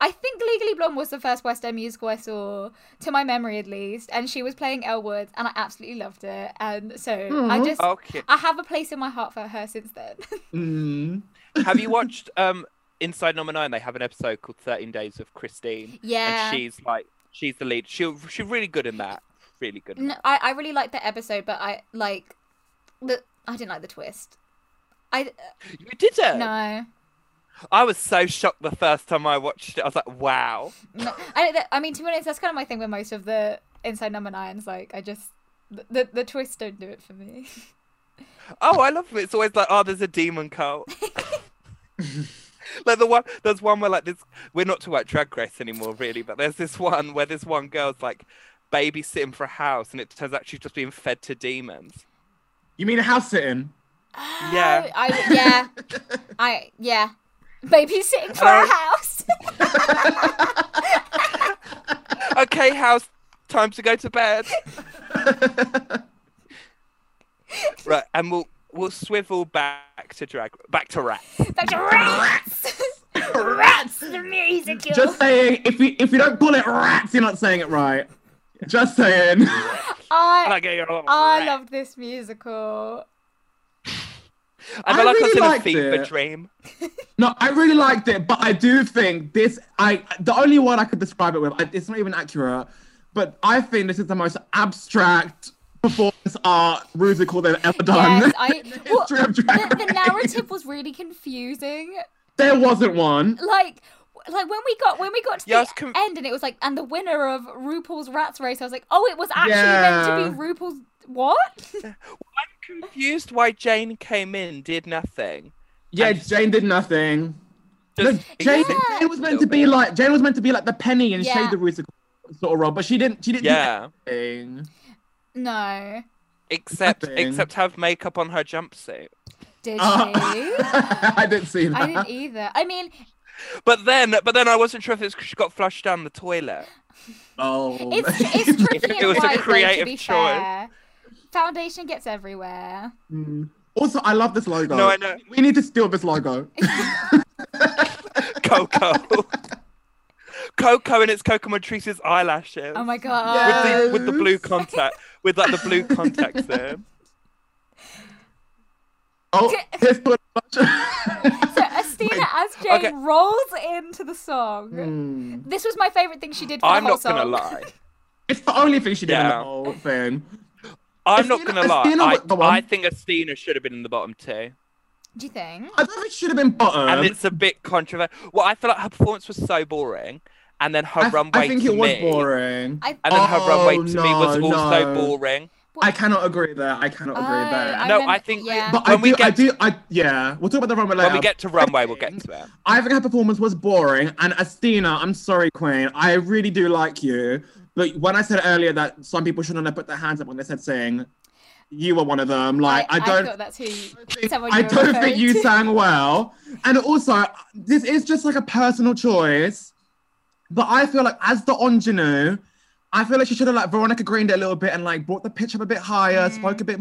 A: I think Legally Blonde was the first West End musical I saw to my memory at least and she was playing Elwood and I absolutely loved it and so I
C: Aw.
A: just
B: Okay.
A: I have a place in my heart for her since then.
C: Mm.
B: Have you watched um Inside Number Nine? They have an episode called Thirteen Days of Christine,
A: yeah.
B: and she's like, she's the lead. She she's really good in that. Really good. In
A: No, I, I really liked that episode but I like the I didn't like the twist. I
B: that. You did it.
A: no.
B: I was so shocked the first time I watched it. I was like, wow.
A: No, I, don't- that- I mean, to be honest, that's kind of my thing with most of the Inside Number Nines. Like, I just the the, the twists don't do it for me.
B: Oh, I love it. It's always like, oh, there's a demon cult. like the one, there's one where like this. We're not talking about Drag Race anymore, really, but there's this one where this one girl's like babysitting for a house, and it turns out she's just being fed to demons.
C: You mean a house sitting?
B: Yeah.
A: Oh, I yeah, I yeah, babysitting for a
B: Hello?
A: house.
B: Okay, house, time to go to bed. right, and we'll we'll swivel back to drag, back to rap.
A: Like rats, rats, the musical.
C: Just saying, if you if you don't call it rats, you're not saying it right. Just saying.
B: And I
A: I
B: go, "You're a
A: Oh, I
B: rat."
A: loved this musical.
B: I
C: I
B: feel like I was
C: really
B: in a
C: liked
B: fever
C: it.
B: dream.
C: No, I really liked it, but I do think this. I the only one I could describe it with. I, it's not even accurate, but I think this is the most abstract performance art musical they've ever done.
A: Yes, I.
C: in the
A: well,
C: history of Drag
A: the, the
C: Race.
A: narrative was really confusing.
C: There wasn't one.
A: like like when we got when we got to
B: Yeah, I was
A: the
B: con-
A: end and it was like and the winner of RuPaul's Rats Race I was like oh it was actually meant to be RuPaul's what
B: Confused why Jane came in, did nothing.
C: Yeah,
B: And-
C: Jane did nothing. No,
B: Just
C: Jane,
B: existed
A: Yeah.
C: Jane was meant to be like Jane was meant to be like the penny and
A: Yeah.
C: shade the musical sort of role, but she didn't. She didn't
B: Yeah,
C: do anything.
A: no
B: except
C: Nothing.
B: except have makeup on her jumpsuit.
A: did
C: Uh,
A: she
C: I didn't see that.
A: I didn't e- either I mean
B: But then, but then I wasn't sure if it's 'cause she got flushed down the toilet.
C: Oh,
A: it's it's tricky
B: It
A: and
B: was a
A: white, though, to
B: creative
A: be
B: choice.
A: fair foundation gets everywhere
C: Mm. Also, I love this logo.
B: No, I know.
C: We need to steal this logo.
B: Coco, Coco, and it's Coco Matrice's eyelashes
A: oh my god
B: with
C: Yeah.
B: the with the blue
C: Yes.
B: contact, with like the blue contacts there.
C: Oh, it's put
A: so Estina as Jane
B: okay.
A: rolls into the song
C: Hmm.
A: this was my favorite thing she did for
B: I'm
A: the whole
B: not
A: song
B: gonna lie.
C: It's the only thing she did in the
B: Yeah.
C: whole thing.
B: I'm
C: Estina-
B: not gonna lie.
C: Estina was the
B: I,
C: one.
B: I think Estina should have been in the bottom two,
A: do you think
C: I don't think she should have been bottom.
B: and it's a bit controversial. Well, I feel like her performance was so boring, and then her
C: I, th-
B: runway
C: I think
B: to
C: it was
B: me,
C: boring.
A: I
B: and then her runway
C: Oh,
B: to me was
C: no, no.
B: also boring.
C: I cannot agree there. I cannot agree
A: Oh,
C: there.
A: I
B: No,
A: remember-
B: I think-
A: yeah.
C: but I
B: When
C: do,
B: we
C: I
B: get-
C: do, I yeah. We'll talk about the runway later.
B: When we get to runway, we'll get
C: think-
B: to it.
C: I think her performance was boring, and Estina, I'm sorry, Queen. I really do like you, but when I said earlier that some people shouldn't have put their hands up when they said sing, you were one of them. Like I,
A: I
C: don't.
A: thought that's who.
C: think-
A: someone
C: I
A: you were
C: don't
A: referring
C: think you
A: to.
C: sang well. And also, this is just like a personal choice. But I feel like as the ingenue, I feel like she should have like Veronica Greened it a little bit and like brought the pitch up a bit higher,
A: Mm.
C: spoke a bit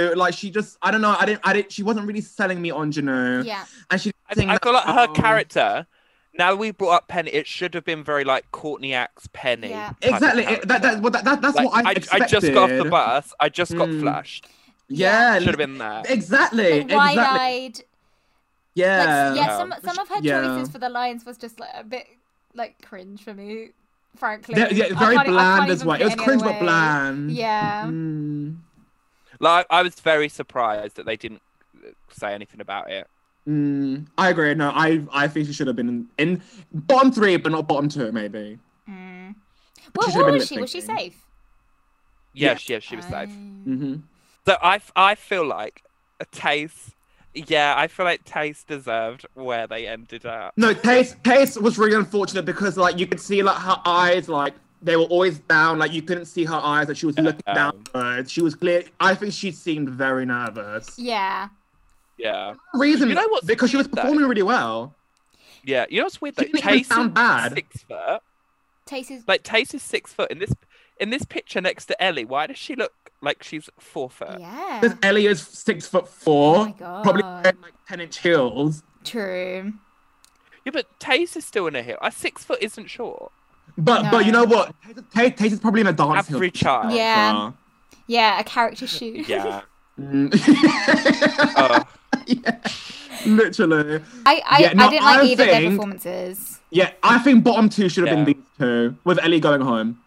C: more. Like she just, I don't know, I didn't, I didn't. She wasn't really selling me ingenue,
A: Yeah,
C: and she
B: I,
C: didn't sing
B: I feel like
C: that
B: her
C: well.
B: character. Now we brought up Penny. It should have been very like Courtney Acts Penny.
A: Yeah.
B: type of
C: Exactly. It- that, that,
B: character.
C: well, that, that, that's
B: Like,
C: what I,
B: I,
C: expected.
B: just got off the bus. I just got
C: Mm.
B: flushed.
C: Yeah,
B: Should have been there.
A: like
C: exactly. exactly.
A: wide-eyed.
C: Yeah.
A: Like, yeah, some
B: Um,
A: some of her
C: yeah.
A: choices for the lines was just like a bit like cringe for me, frankly.
C: Yeah, yeah,
A: I can't- e-, I
C: very
A: can't
C: bland as
A: even
C: well.
A: put
C: It was
A: any
C: cringe
A: other
C: but
A: way.
C: bland.
A: Yeah.
C: Mm.
B: Like I was very surprised that they didn't say anything about it.
C: Mm, I agree. No, I I think she should have been in, in bottom three, but not bottom two, maybe.
A: Mm. Well,
C: should've
A: what
C: been
A: was she? Was she
C: lip-syncing.
A: safe?
B: Yes, yeah, she was safe.
A: Um,
C: hmm
B: So I, I feel like a taste. Yeah, I feel like taste deserved where they ended up.
C: No, Pace Pace was really unfortunate because like you could see like her eyes like they were always down. Like you couldn't see her eyes. That she was looking
B: Um,
C: downwards. She was clear. I think she seemed very nervous.
A: Yeah.
B: Yeah.
C: Reason,
B: You know what's
C: because she was
B: weird, though?
C: performing really well.
B: Yeah. You know what's weird?
C: She
B: Like,
C: didn't even
B: Tace
C: sound
B: is
C: bad.
B: six foot.
A: Taste is
B: Like Tace is six foot. In this in this picture next to Ellie, why does she look like she's four foot?
A: yeah.
C: Because Ellie is six foot four,
A: Oh my god.
C: probably wearing like ten inch heels.
A: True.
B: Yeah, but Tace is still in a heel. A six foot isn't short.
C: But but you
A: No.
C: know what? Tate, Tate is probably in a dance.
B: Every child.
A: Yeah. Yeah, a character shoot.
B: Yeah.
C: Mm. Yeah.
B: Oh,
C: yeah. Literally.
A: I I,
C: Yeah, no,
A: I didn't like
C: I
A: either of their
C: think-
A: performances.
C: Yeah, I think bottom two should have
B: Yeah.
C: been these two, with Ellie going home.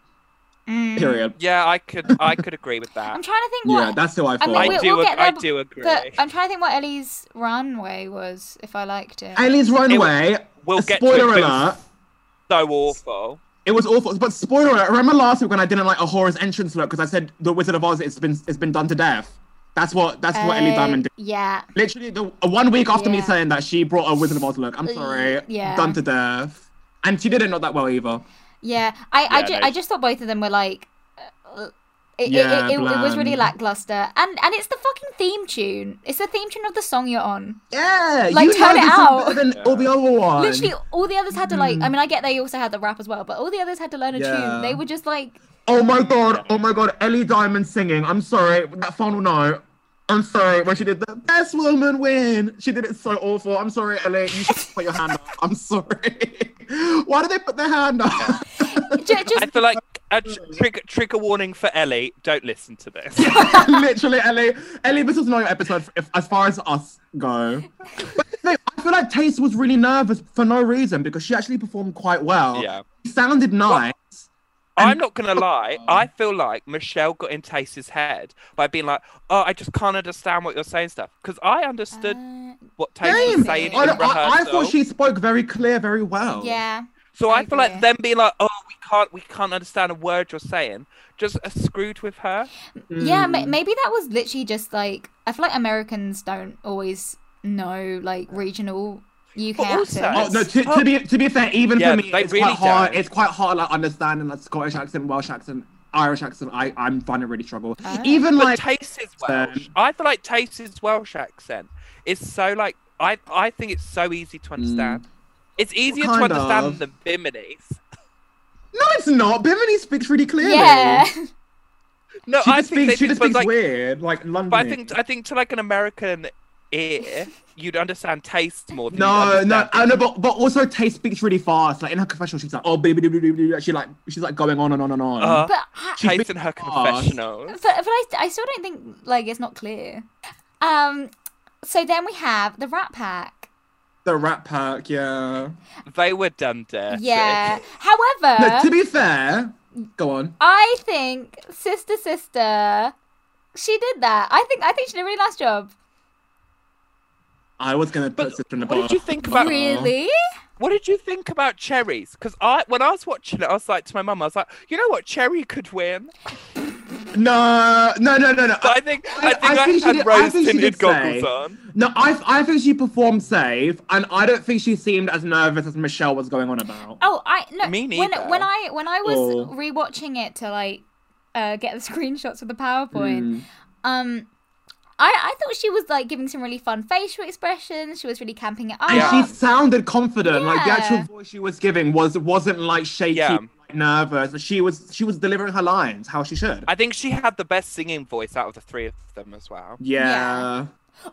A: Mm.
C: Period.
B: yeah, I could I could agree with that.
A: I'm trying to think
C: Yeah,
A: what
C: that's who I
A: I
C: thought.
A: mean,
B: I
A: we'll-
B: do
A: we'll
B: ag-
A: get um,
B: I
A: there,
B: do agree.
A: but I'm trying to think what Ellie's runway was if I liked it.
C: Ellie's runway.
B: We'll get to it,
C: spoiler
B: but it was
C: alert.
B: So awful.
C: It was awful, but spoiler alert. Remember last week when I didn't like a horror's entrance look because I said the Wizard of Oz. It's been it's been done to death. That's what that's what Ellie
A: Uh,
C: Diamond did.
A: Yeah.
C: Literally, the uh, one week after me
A: Yeah. Uh,
C: saying that, she brought a Wizard of Oz look. I'm sorry,
A: yeah.
C: done to death. And she did it not that well either.
A: Yeah, I I,
B: Yeah,
A: ju-
B: no.
A: I just thought both of them were like, uh, it,
C: Yeah,
A: it, it, it, it was really
C: bland.
A: lackluster, and and it's the fucking theme tune. It's the theme tune of the song you're on.
C: Yeah,
A: Like,
C: you
A: turn
C: know
A: it
C: this is
A: out.
C: better than all the other ones.
A: Literally, all the others had to like. I mean, I get they also had the rap as well, but all the others had to learn a
C: Mm. Yeah.
A: tune. They were just like,
C: Oh my god, oh my god, Ellie Diamond singing. I'm sorry, that final note. I'm sorry, when she did the best woman win, she did it so awful. I'm sorry, Ellie, you should put your hand up. I'm sorry. Why did they put their hand up?
A: ju- just
B: I feel like a tr- trigger trigger warning for Ellie. Don't listen to this.
C: Literally, Ellie. Ellie, this was not your episode if, as far as us go. But the thing, I feel like Taste was really nervous for no reason because she actually performed quite well.
B: yeah.
C: She sounded nice.
B: I'm
C: And-
B: not gonna lie. I feel like Michelle got in Tace's head by being like, "Oh, I just can't understand what you're saying, stuff." Because I understood
A: uh,
B: what Tace
C: Same.
B: was saying
C: I,
B: in
C: I,
B: rehearsal.
C: I thought she spoke very clear, very well.
A: yeah,
B: so
A: I
B: I, feel like
A: agree.
B: them being like, "Oh, we can't, we can't understand a word you're saying," just uh, screwed with her.
C: Mm.
A: yeah.
C: Hmm.
A: ma- Maybe that was literally just like I feel like Americans don't always know like regional UK
B: But also-
C: Oh
A: accents.
C: no! To, to be to be fair, even
B: Yeah,
C: for me,
B: they
C: it's
B: really
C: quite hard.
B: don't.
C: It's quite hard, like understanding like Scottish accent, Welsh accent, Irish accent. I I'm finding really struggle.
A: Ah.
C: Even
B: But
C: like
B: Tace's
C: um,
B: Welsh. I feel like Tace's Welsh accent is so like I I think it's so easy to understand. It's easier to
C: Mm. kind
B: understand
C: of.
B: than Bimini's.
C: no, it's not. Bimini speaks really clearly.
A: yeah,
B: No,
C: she
B: I
C: just
B: think
C: speaks.
B: they
C: She
B: did,
C: just
B: but
C: speaks
B: like,
C: weird, like London.
B: but I think I think to like an American ear, you'd understand taste more. Than you'd
C: No, no,
B: understand
C: I know, but, but also Tay speaks really fast. Like in her confessional, she's like, oh, baby, baby, baby, baby. she like she's like going on and on and on.
B: Uh,
A: but I-
C: she's
B: taste
C: been
B: in her
C: fast.
B: confessionals.
A: but, but I, I still don't think like it's not clear. Um, so then we have the Rat Pack.
C: the Rat Pack, yeah.
B: They were done dirty.
A: Yeah. However,
C: no, to be fair, go on.
A: I think Sister Sister, she did that. I think I think she did a really nice job.
C: I was gonna put
B: But
C: sister in the
B: what did
C: bottom.
B: you think about
A: Really?
B: what did you think about cherries? Because I when I was watching it, I was like to my mum, I was like, you know what, cherry could win.
C: No, no, no, no, no.
B: But I think I think I,
C: think she
B: had
C: did- I
B: rose
C: think she
B: tinted
C: did
B: goggles
C: say-
B: on.
C: No, I, I think she performed safe, and I don't think she seemed as nervous as Michelle was going on about.
A: Oh, I no.
B: Me
A: When
B: neither.
A: when I when I was
C: Oh.
A: rewatching it to like uh, get the screenshots of the PowerPoint,
C: Mm.
A: um. I, I thought she was like giving some really fun facial expressions. She was really camping it up.
C: And
B: Yeah.
C: she sounded confident. Like the
A: Yeah.
C: actual voice she was giving was wasn't like shaky,
B: Yeah.
C: like, nervous. She was she was delivering her lines how she should.
B: I think she had the best singing voice out of the three of them as well.
C: yeah.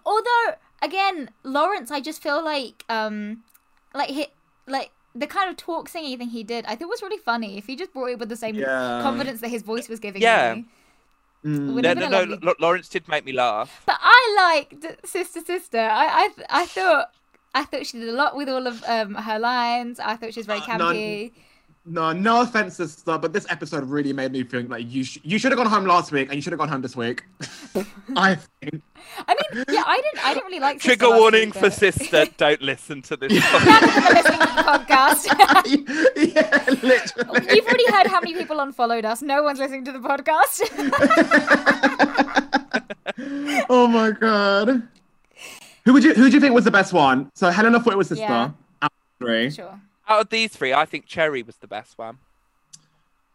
A: Although, again, Lawrence, I just feel like, um, like he, like the kind of talk singing thing he did, I think was really funny. If he just brought it with the same
C: Yeah.
A: confidence that his voice was giving,
B: Yeah.
A: you.
C: Mm.
A: Would
B: No,
A: have
B: no,
A: been
B: no.
A: a lovely-
B: Lo- Lawrence did make me laugh.
A: But I liked Sister Sister. I, I, th- I thought. I thought she did a lot with all of um, her lines. I thought she was very
B: Ah,
C: Uh, none.
A: campy.
C: No, no offense, sister, but this episode really made me think like you sh- you should have gone home last week and you should have gone home this week. I think.
A: I mean, yeah, I didn't. I didn't really like. Sister
B: Trigger
A: last
B: warning
A: week,
B: for
A: but-
B: sister. Don't listen to this.
A: None of them are listening to the podcast.
C: yeah, literally.
A: You've already heard how many people unfollowed us. No one's listening to the podcast.
C: oh my god. Who would you who do you think was the best one? So Helena thought it was sister.
A: Yeah.
C: Out of three.
A: sure.
B: Out of these three, I think Cherry was the best one.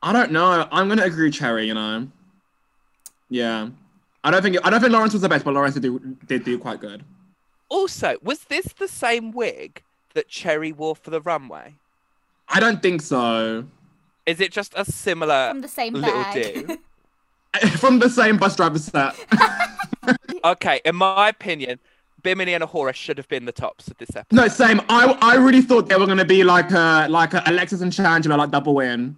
C: I don't know. I'm gonna agree, Cherry. You know. Yeah. I don't think I don't think Lawrence was the best, but Lawrence did do, did do quite good.
B: Also, was this the same wig that Cherry wore for the runway?
C: I don't think so.
B: Is it just a similar
A: from the same
B: little
A: bag.
B: do?
C: From the same bus driver set.
B: Okay, in my opinion, Bimini and Ahura should have been the tops of this episode.
C: no, same. I I really thought they were gonna be like uh like uh, Alexis and Shangela, like double win.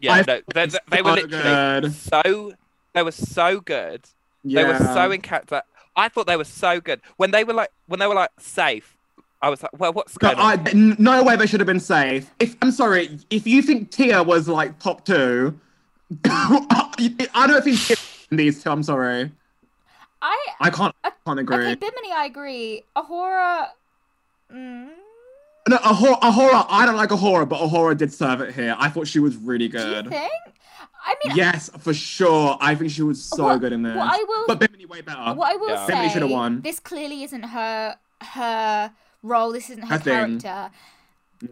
B: Yeah,
C: I-
B: no, they, they, they were
C: so
B: literally
C: good.
B: so they were so good.
C: Yeah.
B: They were so in character. I thought they were so good when they were like when they were like safe. I was like, well, what's
C: No,
B: going
C: I,
B: on?
C: n- no way they should have been safe. If I'm sorry, if you think Tia was like top two, I don't think Tia in these two. I'm sorry,
A: I
C: I can't. I can't agree.
A: okay, Bimini, I agree. Ahura, mm,
C: No, a horror, a horror. I don't like a horror, but a horror did serve it here. I thought she was really
A: do you
C: good.
A: think? I mean,
C: Yes, for sure. I think she was so
A: What-
C: good in there.
A: what I will
C: But Bimini way better.
A: What I will
B: Uh, Yeah.
A: say,
C: Bimini should've won.
A: this clearly isn't her her role. This isn't her,
C: Her thing.
A: character.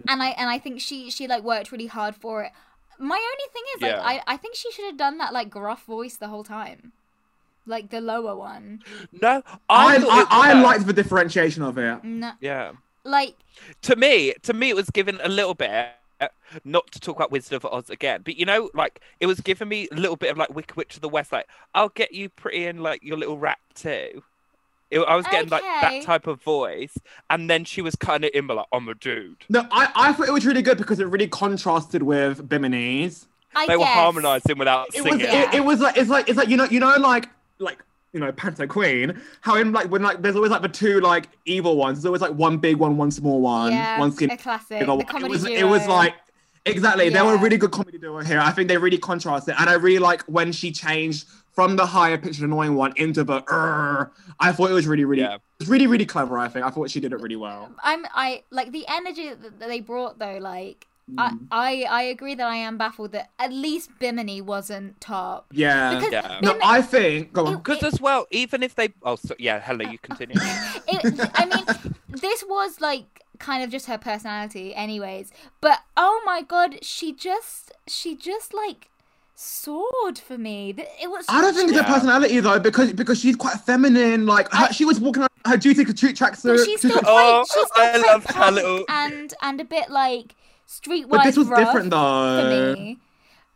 A: And I and I think she she like worked really hard for it. My only thing is like
B: Yeah.
A: I I think she should have done that like gruff voice the whole time, like the lower one.
B: No,
C: I
B: I
C: I,
B: thought
C: I
B: it was- uh,
C: liked the differentiation of it.
A: No,
B: Yeah,
A: like
B: to me, to me, it was given a little bit. uh, Not to talk about Wizard of Oz again, but you know, like it was giving me a little bit of like Wicked Witch of the West. Like, I'll get you pretty in like your little rat too. It- I was getting like
A: Okay.
B: that type of voice, and then she was kind of in like, I'm a dude.
C: No, I, I thought it was really good because it really contrasted with Bimini's.
A: I
B: they were
A: guess.
B: harmonizing without
C: It
B: singing.
C: was it, it was like it's like it's like you know you know like like you know Panto Queen. How in like when like there's always like the two like evil ones. There's always like one big one, one small one,
A: yeah,
C: one skinny
A: a classic.
C: It
A: The comedy
C: was,
A: duo.
C: it was like exactly. They were a
A: Yeah.
C: really good comedy duo here. I think they really contrasted, and I really like when she changed from the higher pitched annoying one into the. "Urgh." I thought it was really, really,
B: Yeah.
C: it was really, really clever. I think I thought she did it really well.
A: I'm I like the energy that that they brought though. Like
C: Mm.
A: I, I I agree that I am baffled that at least Bimini wasn't top.
C: yeah.
A: Because
B: Yeah.
C: no,
A: Bimini-
C: I think. Go on.
A: It-
B: Because as well, even if they, oh, so, yeah, Helen, you continue.
A: it, I mean, this was like kind of just her personality, anyways. But oh my god, she just she just like soared for me. Th- It was.
C: I don't think it's her
B: Yeah.
C: personality though, because because she's quite feminine. Like her, she was walking on her duty to treat
A: But
C: tracksuit.
A: she's still quite.
B: Oh,
A: she's still
B: I
A: quite
B: loved her
A: punk
B: little-
A: and and a bit like streetwise.
C: but this was
A: rough
C: different
A: for
C: though.
A: me.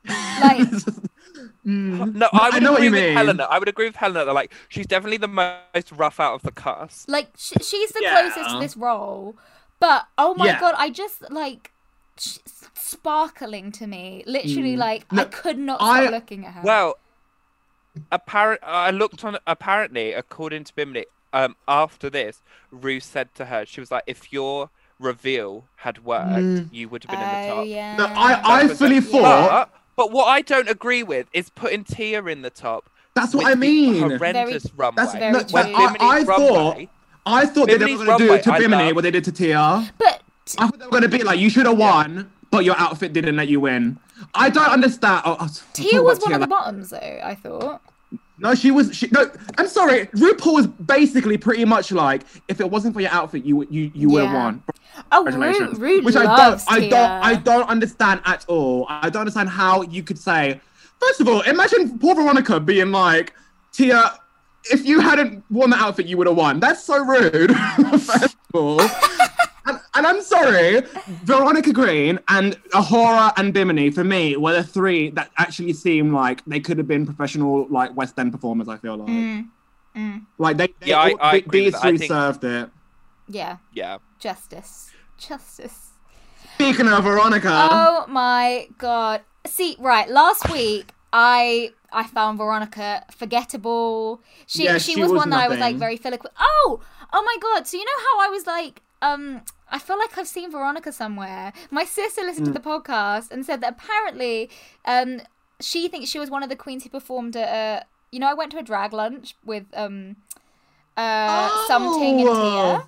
A: Like
C: Mm.
B: No, I
C: I
B: would
C: know what
B: agree
C: you
B: with
C: mean.
B: Helena. I would agree with Helena that like she's definitely the most rough out of the cast.
A: Like sh- she's the
C: Yeah.
A: closest to this role, but oh my
C: Yeah.
A: god, I just like sh- sparkling to me. Literally,
C: Mm.
A: like I
C: No,
A: could not
C: I-
A: stop looking at her.
B: Well, apparent I looked on apparently according to Bimini, um after this, Rue said to her, she was like, if your reveal had worked,
C: Mm.
B: you would have
A: oh
B: been in the top.
A: yeah.
C: No, I I
B: That was
C: fully
B: it.
C: thought.
B: But, but what I don't agree with is putting Tia in the top.
C: That's what
B: with
C: I
B: the
C: mean.
B: Horrendous runway.
C: That's
A: Very
C: no,
A: true.
C: but
B: When
C: I, I
B: Bimini's
C: thought
B: runway-
C: I thought that they
B: Bimini's
C: were going to do
B: runway,
C: to
B: I
C: Bimini
B: love.
C: what they did to Tia. I
A: but
C: thought they were going to be like, you should have won, but your outfit didn't let you win. I don't understand. Oh, oh,
A: Tia
C: talk
A: was one
C: about Tia,
A: of the
C: like-
A: bottoms, though. I thought.
C: No, she was. She, no, I'm sorry. RuPaul was basically pretty much like, if it wasn't for your outfit, you would- you you would
A: Yeah.
C: have won.
A: Oh, Rue,
C: Congratulations.
A: Rue
C: Which I don't.
A: loves
C: I
A: Tia.
C: don't. I don't understand at all. I don't understand how you could say. First of all, imagine poor Veronica being like, Tia. If you hadn't worn the outfit, you would have won. That's so rude. First of all. And, and I'm sorry, Veronica Green and Ahura and Bimini, for me, were the three that actually seem like they could have been professional, like West End performers, I feel like.
A: Mm, mm,
C: Like they, they
B: Yeah, I- I
C: they-
B: agree with
C: these
B: that. I
C: three
B: think-
C: served it.
A: yeah,
B: yeah.
A: justice, justice.
C: Speaking of Veronica,
A: Oh my god. See, right, last week I I found Veronica forgettable. She
C: Yeah,
A: she,
C: she
A: was,
C: was
A: one that I was like
C: nothing.
A: very filliquid. Oh, oh my god. So you know how I was like um I feel like I've seen Veronica somewhere. My sister listened to the podcast and said that apparently um she thinks she was one of the queens who performed at a you know I went to a drag lunch with um uh something and Tia.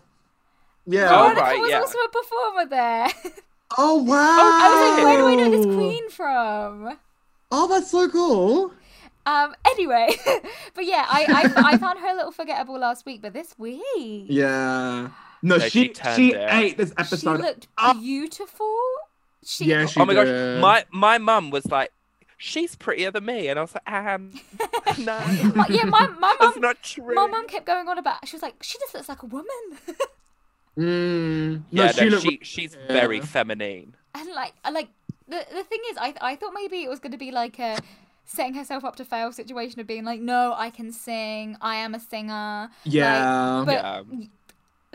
C: Yeah.
B: Oh,
A: Veronica
B: right,
A: was
B: yeah.
A: also a performer there.
C: Oh wow!
A: I was like, where do I know this queen from?
C: Oh, that's so cool.
A: Um, anyway, but yeah, I, I I found her a little forgettable last week, but this week
C: Yeah. No,
B: Yeah, she
C: she she,
B: turned it.
C: ate this
A: she
C: episode.
A: looked
C: up.
A: beautiful. She
C: Yeah, she-
B: oh my
C: did.
B: gosh, my my mum was like, "She's prettier than me," and I was like, "Anne, no,
A: My- yeah, my my
B: that's
A: mum
B: not true."
A: my mum kept going on about she was like, She just looks like a woman
C: Mm, no,
B: yeah, no,
C: she looked.
B: she, she's very
C: Yeah.
B: feminine.
A: and like I like the the thing is I I thought maybe it was gonna be like a setting herself up to fail situation of being like, No, I can sing, I am a singer.
C: yeah.
A: But
B: yeah,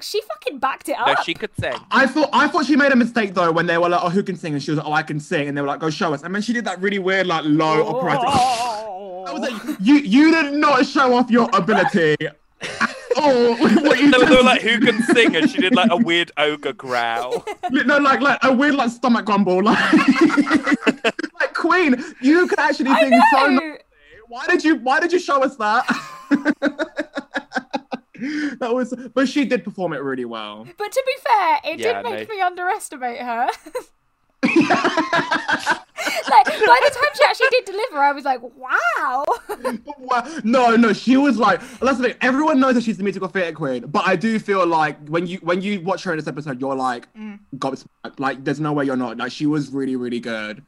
A: She fucking backed it
B: Um, no,
A: up.
B: she could sing.
C: I thought I thought she made a mistake though when they were like, "Oh, who can sing?" and she was like, "Oh, I can sing," and they were like, "Go show us." And then she did that really weird, like low
A: Oh.
C: operatic. I was like, "You you did not show off your ability at all." with what you
B: No, they were
C: just
B: like, "Who can sing?" and she did like a weird ogre growl.
C: did." No, like like a weird like stomach grumble, like like Queen. You could actually
A: I
C: sing so.
A: know.
C: nicely. Why did you Why did you show us that? that was, but she did perform it really well.
A: But to be fair, it
B: Yeah,
A: did make
B: no.
A: me underestimate her. like by the time she actually did deliver, I was like, wow.
C: Wow. No, no, she was like. That's the thing. Everyone knows that she's the musical theatre queen, but I do feel like when you when you watch her in this episode, you're like
A: Mm.
C: gobsmacked. Like, there's no way you're not. Like, she was really, really good.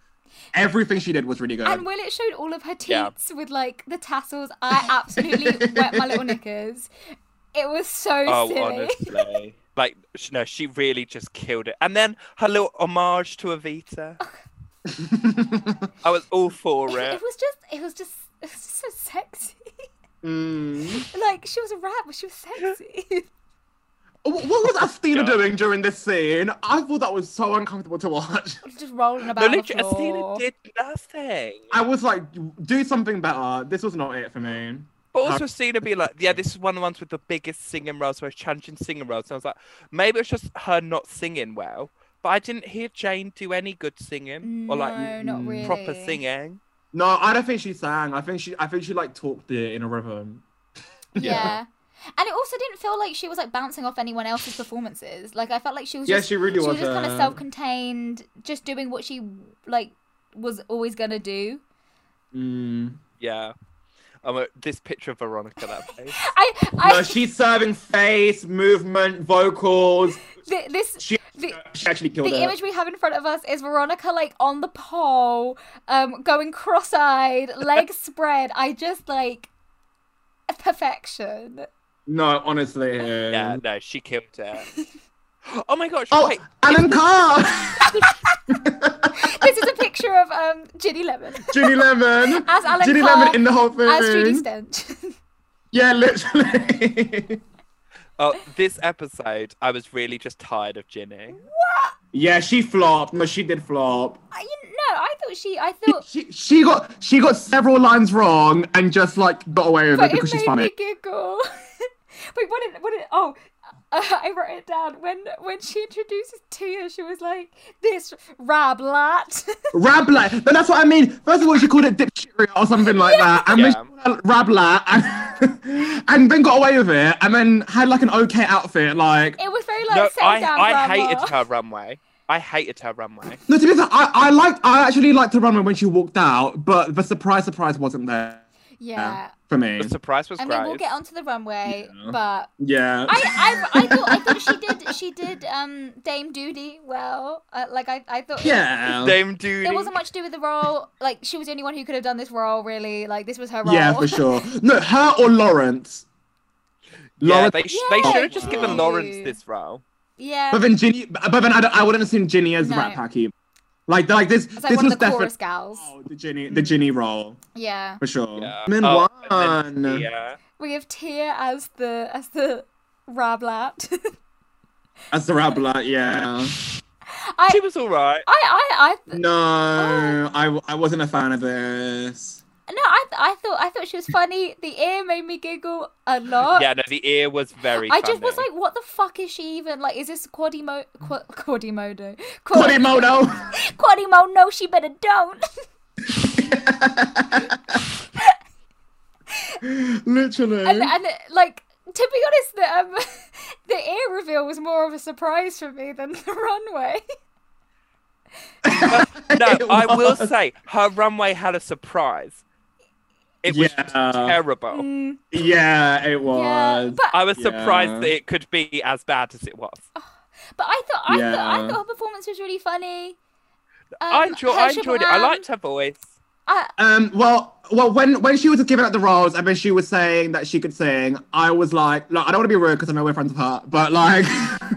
C: Everything she did was really good.
A: And Will it showed all of her teats
B: Yeah.
A: with like the tassels. I absolutely wet my little knickers. It was so
B: Oh,
A: silly.
B: honestly. Like sh- no, she really just killed it. And then her little homage to Evita, I was all for
A: It,
B: it.
A: it was just it was just it was just so sexy.
C: Mm.
A: Like she was a rat, but she was sexy.
C: Wh- What was Astina
B: Yeah.
C: doing during this scene? I thought that was so uncomfortable to watch.
A: just rolling
B: No,
A: about. on the
B: literally,
A: floor.
B: Athena did nothing.
C: I was like, do something better. This was not it for me.
B: But also seen her be like, yeah, this is one of the ones with the biggest singing roles, where chanting singing roles. And I was like, maybe it's just her not singing well. But I didn't hear Jane do any good singing or like
A: no, not really.
C: mm,
B: proper singing.
C: No, I don't think she sang. I think she, I think she like talked it in a rhythm.
A: Yeah. And it also didn't feel like she was like bouncing off anyone else's performances. Like I felt like she was
C: Yeah,
A: just
C: she really
A: she
C: was.
A: was just kind of
C: uh,
A: self-contained, just doing what she like was always gonna do.
C: mm.
B: Yeah. Um, uh, this picture of Veronica that day.
A: I, I
C: No, she's serving face, movement, vocals.
A: th- this
C: She,
A: the,
C: she actually killed
A: the
C: it.
A: image we have in front of us is Veronica like on the pole, um, going cross-eyed, legs spread. I just like perfection.
C: No, honestly. um,
B: Yeah, no, she killed it. oh my gosh!
C: Oh,
B: wait,
C: Alan Carr,
A: This is a picture of um Ginny Lemon
C: Judy Lemon,
A: as Alan
C: Judy
A: Carr,
C: Lemon in the whole thing.
A: as Judy Stench.
C: yeah, literally.
B: oh, this episode, I was really just tired of Ginny.
A: Mm,
C: yeah, she flopped. No, she did flop.
A: I, you know, I thought she. I thought
C: She she got she got several lines wrong and just like got away with it
A: but it
C: because
A: made
C: she's funny.
A: me giggle. Wait, what did what did? Oh, uh, I wrote it down when when she introduces Tia. She was like this rab lat.
C: Rabla, but that's what I mean. First of all, she called it dipshittery or something like that, and then
B: Yeah.
C: she called it Rabla, and, and then got away with it, and then had like an okay outfit. Like,
A: it was very like
B: no,
A: settle
B: I,
A: down,
B: I
A: grandma.
B: hated her runway. I hated her runway.
C: no, to be fair, I, I liked, I actually liked the runway when she walked out, but the surprise, surprise wasn't there
A: Yeah,
C: for me.
B: The surprise was
A: I
B: great.
A: mean we'll get onto the runway,
C: Yeah.
A: but
C: Yeah,
A: I, I I thought I thought she did she did um Dame Duty well. Uh, like I I thought
C: yeah,
B: Dame Doody.
A: There wasn't much to do with the role. Like she was the only one who could have done this role. Really, like this was her role.
C: yeah, for sure. No, her or Lawrence.
B: Yeah,
C: Lawrence.
B: they, sh- they
A: Yeah,
B: should have just given
A: thank
B: Lawrence
A: you.
B: this role.
A: Yeah.
C: But then Ginny, but then I, don't- I wouldn't assume Ginny as
A: No.
C: Rat Pack either. Like, like this,
A: it's like
C: this
A: one
C: was
A: of the
C: definitely
A: chorus gals.
C: oh, the Ginny, the Ginny role
A: Yeah.
C: for sure.
B: Yeah.
C: Min
B: Oh,
C: one.
B: and then- uh, yeah.
A: We have Tia as the as the Rablat.
C: As the Rabla, yeah.
B: She was all right.
A: I I I
C: No,
A: Oh.
C: I, I wasn't a fan of this.
A: no I I thought I thought she was funny. The ear made me giggle a lot.
B: Yeah, no, the ear was very.
A: I just was
B: funny.
A: like, what the fuck is she even like? Is this Quadimo Qua- Quadimodo?
C: Quasimodo!
A: Quadimo? No, she better don't.
C: Literally.
A: and and like to be honest, the um the ear reveal was more of a surprise for me than the runway.
B: no,
C: It
B: I will
C: was.
B: say her runway had a surprise. It was just
C: Yeah.
B: terrible.
A: Mm,
C: Yeah, it
A: yeah,
C: was.
A: but
B: I was
C: Yeah.
B: surprised that it could be as bad as it was.
A: Um, But I thought I thought I
C: Yeah.
A: thought her performance was really funny.
B: I,
A: Um,
B: enjoy, I
A: Hershel
B: enjoyed it. I
A: Baran.
B: liked her voice.
A: I,
C: Um, well, well, when when she was giving out the roles, I mean, she was saying that she could sing. I was like, like I don't want to be rude because I know we're friends of her, but like,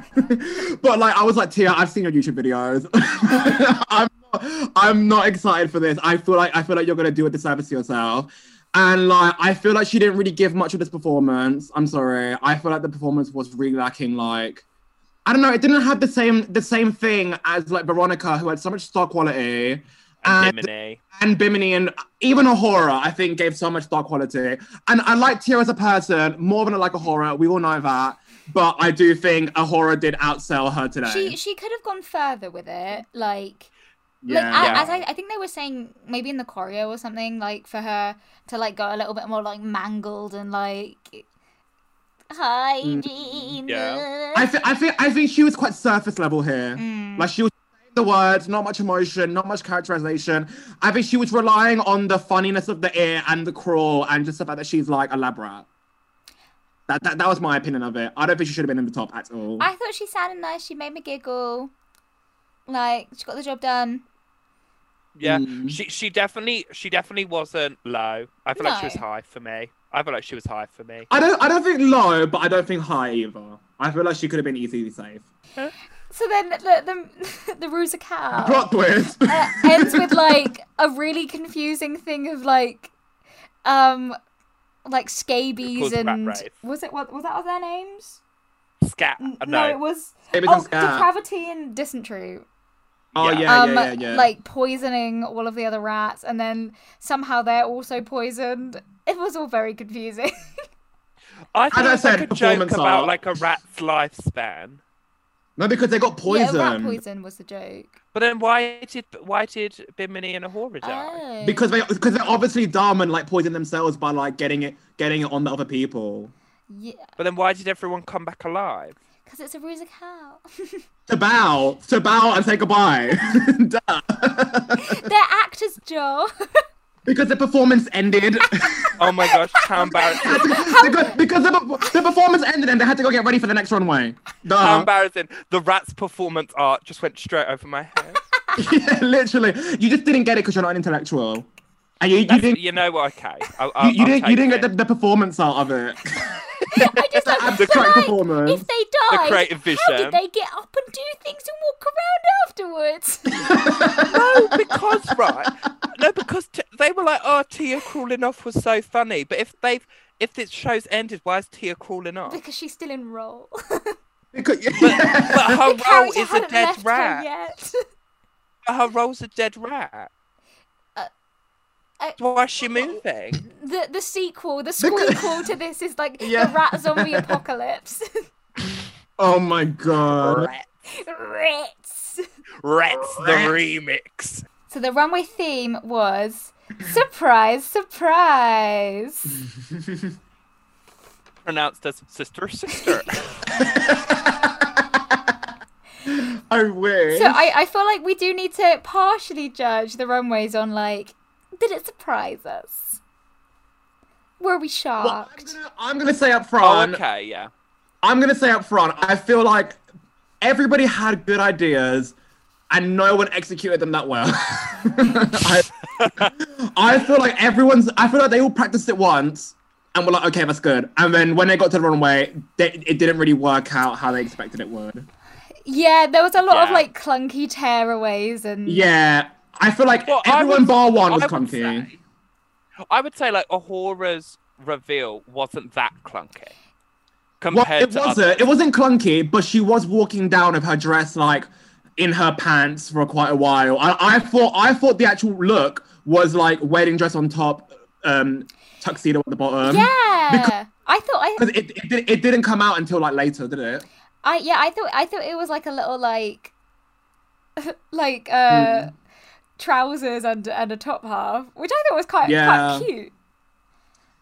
C: but like, I was like, Tia, I've seen your YouTube videos. I'm not, I'm not excited for this. I feel like I feel like you're gonna do a disservice to yourself. And like, I feel like she didn't really give much of this performance. I'm sorry. I feel like the performance was really lacking. Like, I don't know. It didn't have the same the same thing as like Veronica, who had so much star quality
B: And
C: And-
B: Bimini.
C: and Bimini and even a horror, I think, gave so much star quality. And I like Tia as a person more than I like a horror. We all know that. But I do think a horror did outsell her today.
A: she she could have gone further with it, like
C: yeah.
A: Like
B: Yeah.
A: a- as I, I think they were saying maybe in the choreo or something like for her to like go a little bit more like mangled and
B: Mm,
A: like hygiene.
B: Yeah.
C: I, th- I think I think she was quite surface level here.
A: Mm.
C: Like she was saying the words, not much emotion, not much characterization. I think she was relying on the funniness of the ear and the crawl and just the fact that she's like a lab rat. That, that, that was my opinion of it. I don't think she should have been in the top at all.
A: I thought she sounded nice. She made me giggle. Like she got the job done.
B: Yeah,
C: Mm.
B: she she definitely she definitely wasn't low. I feel like she was
A: No.
B: high for me. I feel like she was high for me.
C: I don't I don't think low, but I don't think high either. I feel like she could have been easily safe.
A: So then the the, the Rusa cow
C: Plot twist.
A: uh, ends with like a really confusing thing of like um like scabies
B: Called Rat
A: and
B: Rafe.
A: was it what was that their names?
B: Scat.
A: N-
B: Uh, No,
A: it was
C: It was
A: oh,
C: a scam.
A: depravity and dysentery.
C: oh
B: yeah.
C: yeah, yeah,
A: um,
C: yeah, yeah.
A: like poisoning all of the other rats, and then somehow they're also poisoned. It was all very confusing.
B: I think
C: I
B: it's like
C: said,
B: a joke
C: performance
B: about
C: art.
B: like a rat's lifespan.
C: no, because they got poisoned.
A: Yeah, rat poison was the joke.
B: But then why did why did Bimini and Ahura die?
A: Oh.
C: Because they because they're obviously dumb and like poison themselves by like getting it getting it on the other people.
A: yeah,
B: But then why did everyone come back alive?
A: because it's a ruse cow.
C: To bow, to bow and say goodbye. Duh.
A: they're actors, Joe.
C: because the performance ended.
B: Oh my gosh, how embarrassing!
C: because because the, perf- the performance ended and they had to go get ready for the next runway. Duh.
B: How embarrassing! The rat's performance art just went straight over my head.
C: yeah, literally. You just didn't get it because you're not an intellectual. And you, you
B: That's-
C: didn't
B: you know what? Okay, I'll,
C: you,
B: I'll,
C: you
B: I'll
C: didn't you
B: take
C: didn't get
B: it.
C: the, the performance out of it.
A: I just like, so,
C: the correct
A: like,
C: performance.
A: If they
B: The
A: died,
B: creative
A: how
B: vision.
A: did they get up and do things and walk around afterwards?
B: no, because right, no, because t- they were like, "Oh, Tia crawling off was so funny." But if they've if this show's ended, why is Tia crawling off?
A: because she's still in role.
C: Because,
B: But her role
A: Character
B: is a
A: hadn't
B: dead
A: left her
B: rat.
A: yet.
B: But Her role's a dead rat.
A: Uh, uh,
B: why is she moving?
A: the the sequel, the
C: Because-
A: squeakquel to this is like
C: Yeah.
A: the rat zombie apocalypse.
C: oh my god.
B: Rats,
A: Rats.
B: rats the
C: Rats.
B: remix.
A: So the runway theme was surprise, surprise.
B: Pronounced as sister, sister.
C: I wish.
A: So I, I feel like we do need to partially judge the runways on like, did it surprise us? Were we
C: Well, I'm,
A: shocked?
C: gonna, I'm gonna say up
B: oh,
C: front.
B: okay, yeah.
C: I'm gonna say up front. I feel like everybody had good ideas, and no one executed them that well. I, I feel like everyone's. I feel like they all practiced it once, and were like, "Okay, that's good." And then when they got to the runway, they, it didn't really work out how they expected it would.
A: Yeah, there was a lot of
B: Yeah.
A: like clunky tearaways and
C: Yeah, I feel like
B: Well, I
C: everyone
B: would-
C: bar one was
B: I would
C: clunky.
B: say- I would say like Ahura's reveal wasn't that clunky
C: Well,
B: compared
C: it
B: to
C: wasn't.
B: others.
C: It wasn't clunky, but she was walking down with her dress like in her pants for quite a while. I, I thought. I thought the actual look was like wedding dress on top, um, tuxedo at the bottom.
A: yeah. I thought I,
C: Because it, it, did- it didn't come out until like later, did it?
A: I yeah, I thought I thought it was like a little like like uh
C: Hmm.
A: trousers and and a top half, which I thought was quite
C: Yeah.
A: quite cute.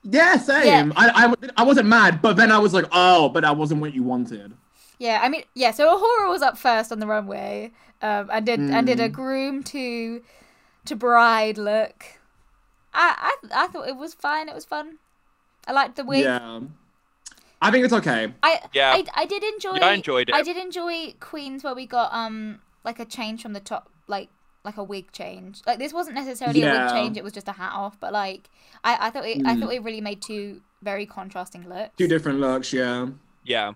C: Yeah, same.
A: Yeah.
C: I, I, I wasn't mad, but then I was like, oh, but that wasn't what you wanted.
A: Yeah, I mean yeah, so Ahura was up first on the runway, um and did and
C: Hmm.
A: did a groom to to bride look. I I I thought it was fine, it was fun. I liked the wig.
C: Yeah. I think it's okay.
A: I
B: Yeah.
A: I, I did enjoy
B: Yeah, I enjoyed it.
A: I did enjoy Queens where we got um like a change from the top like like a wig change. Like this wasn't necessarily a wig
C: Yeah.
A: change; it was just a hat off. But like, I, I thought it, I
C: Mm.
A: thought it really made two very contrasting looks.
C: Two different looks, yeah.
B: Yeah.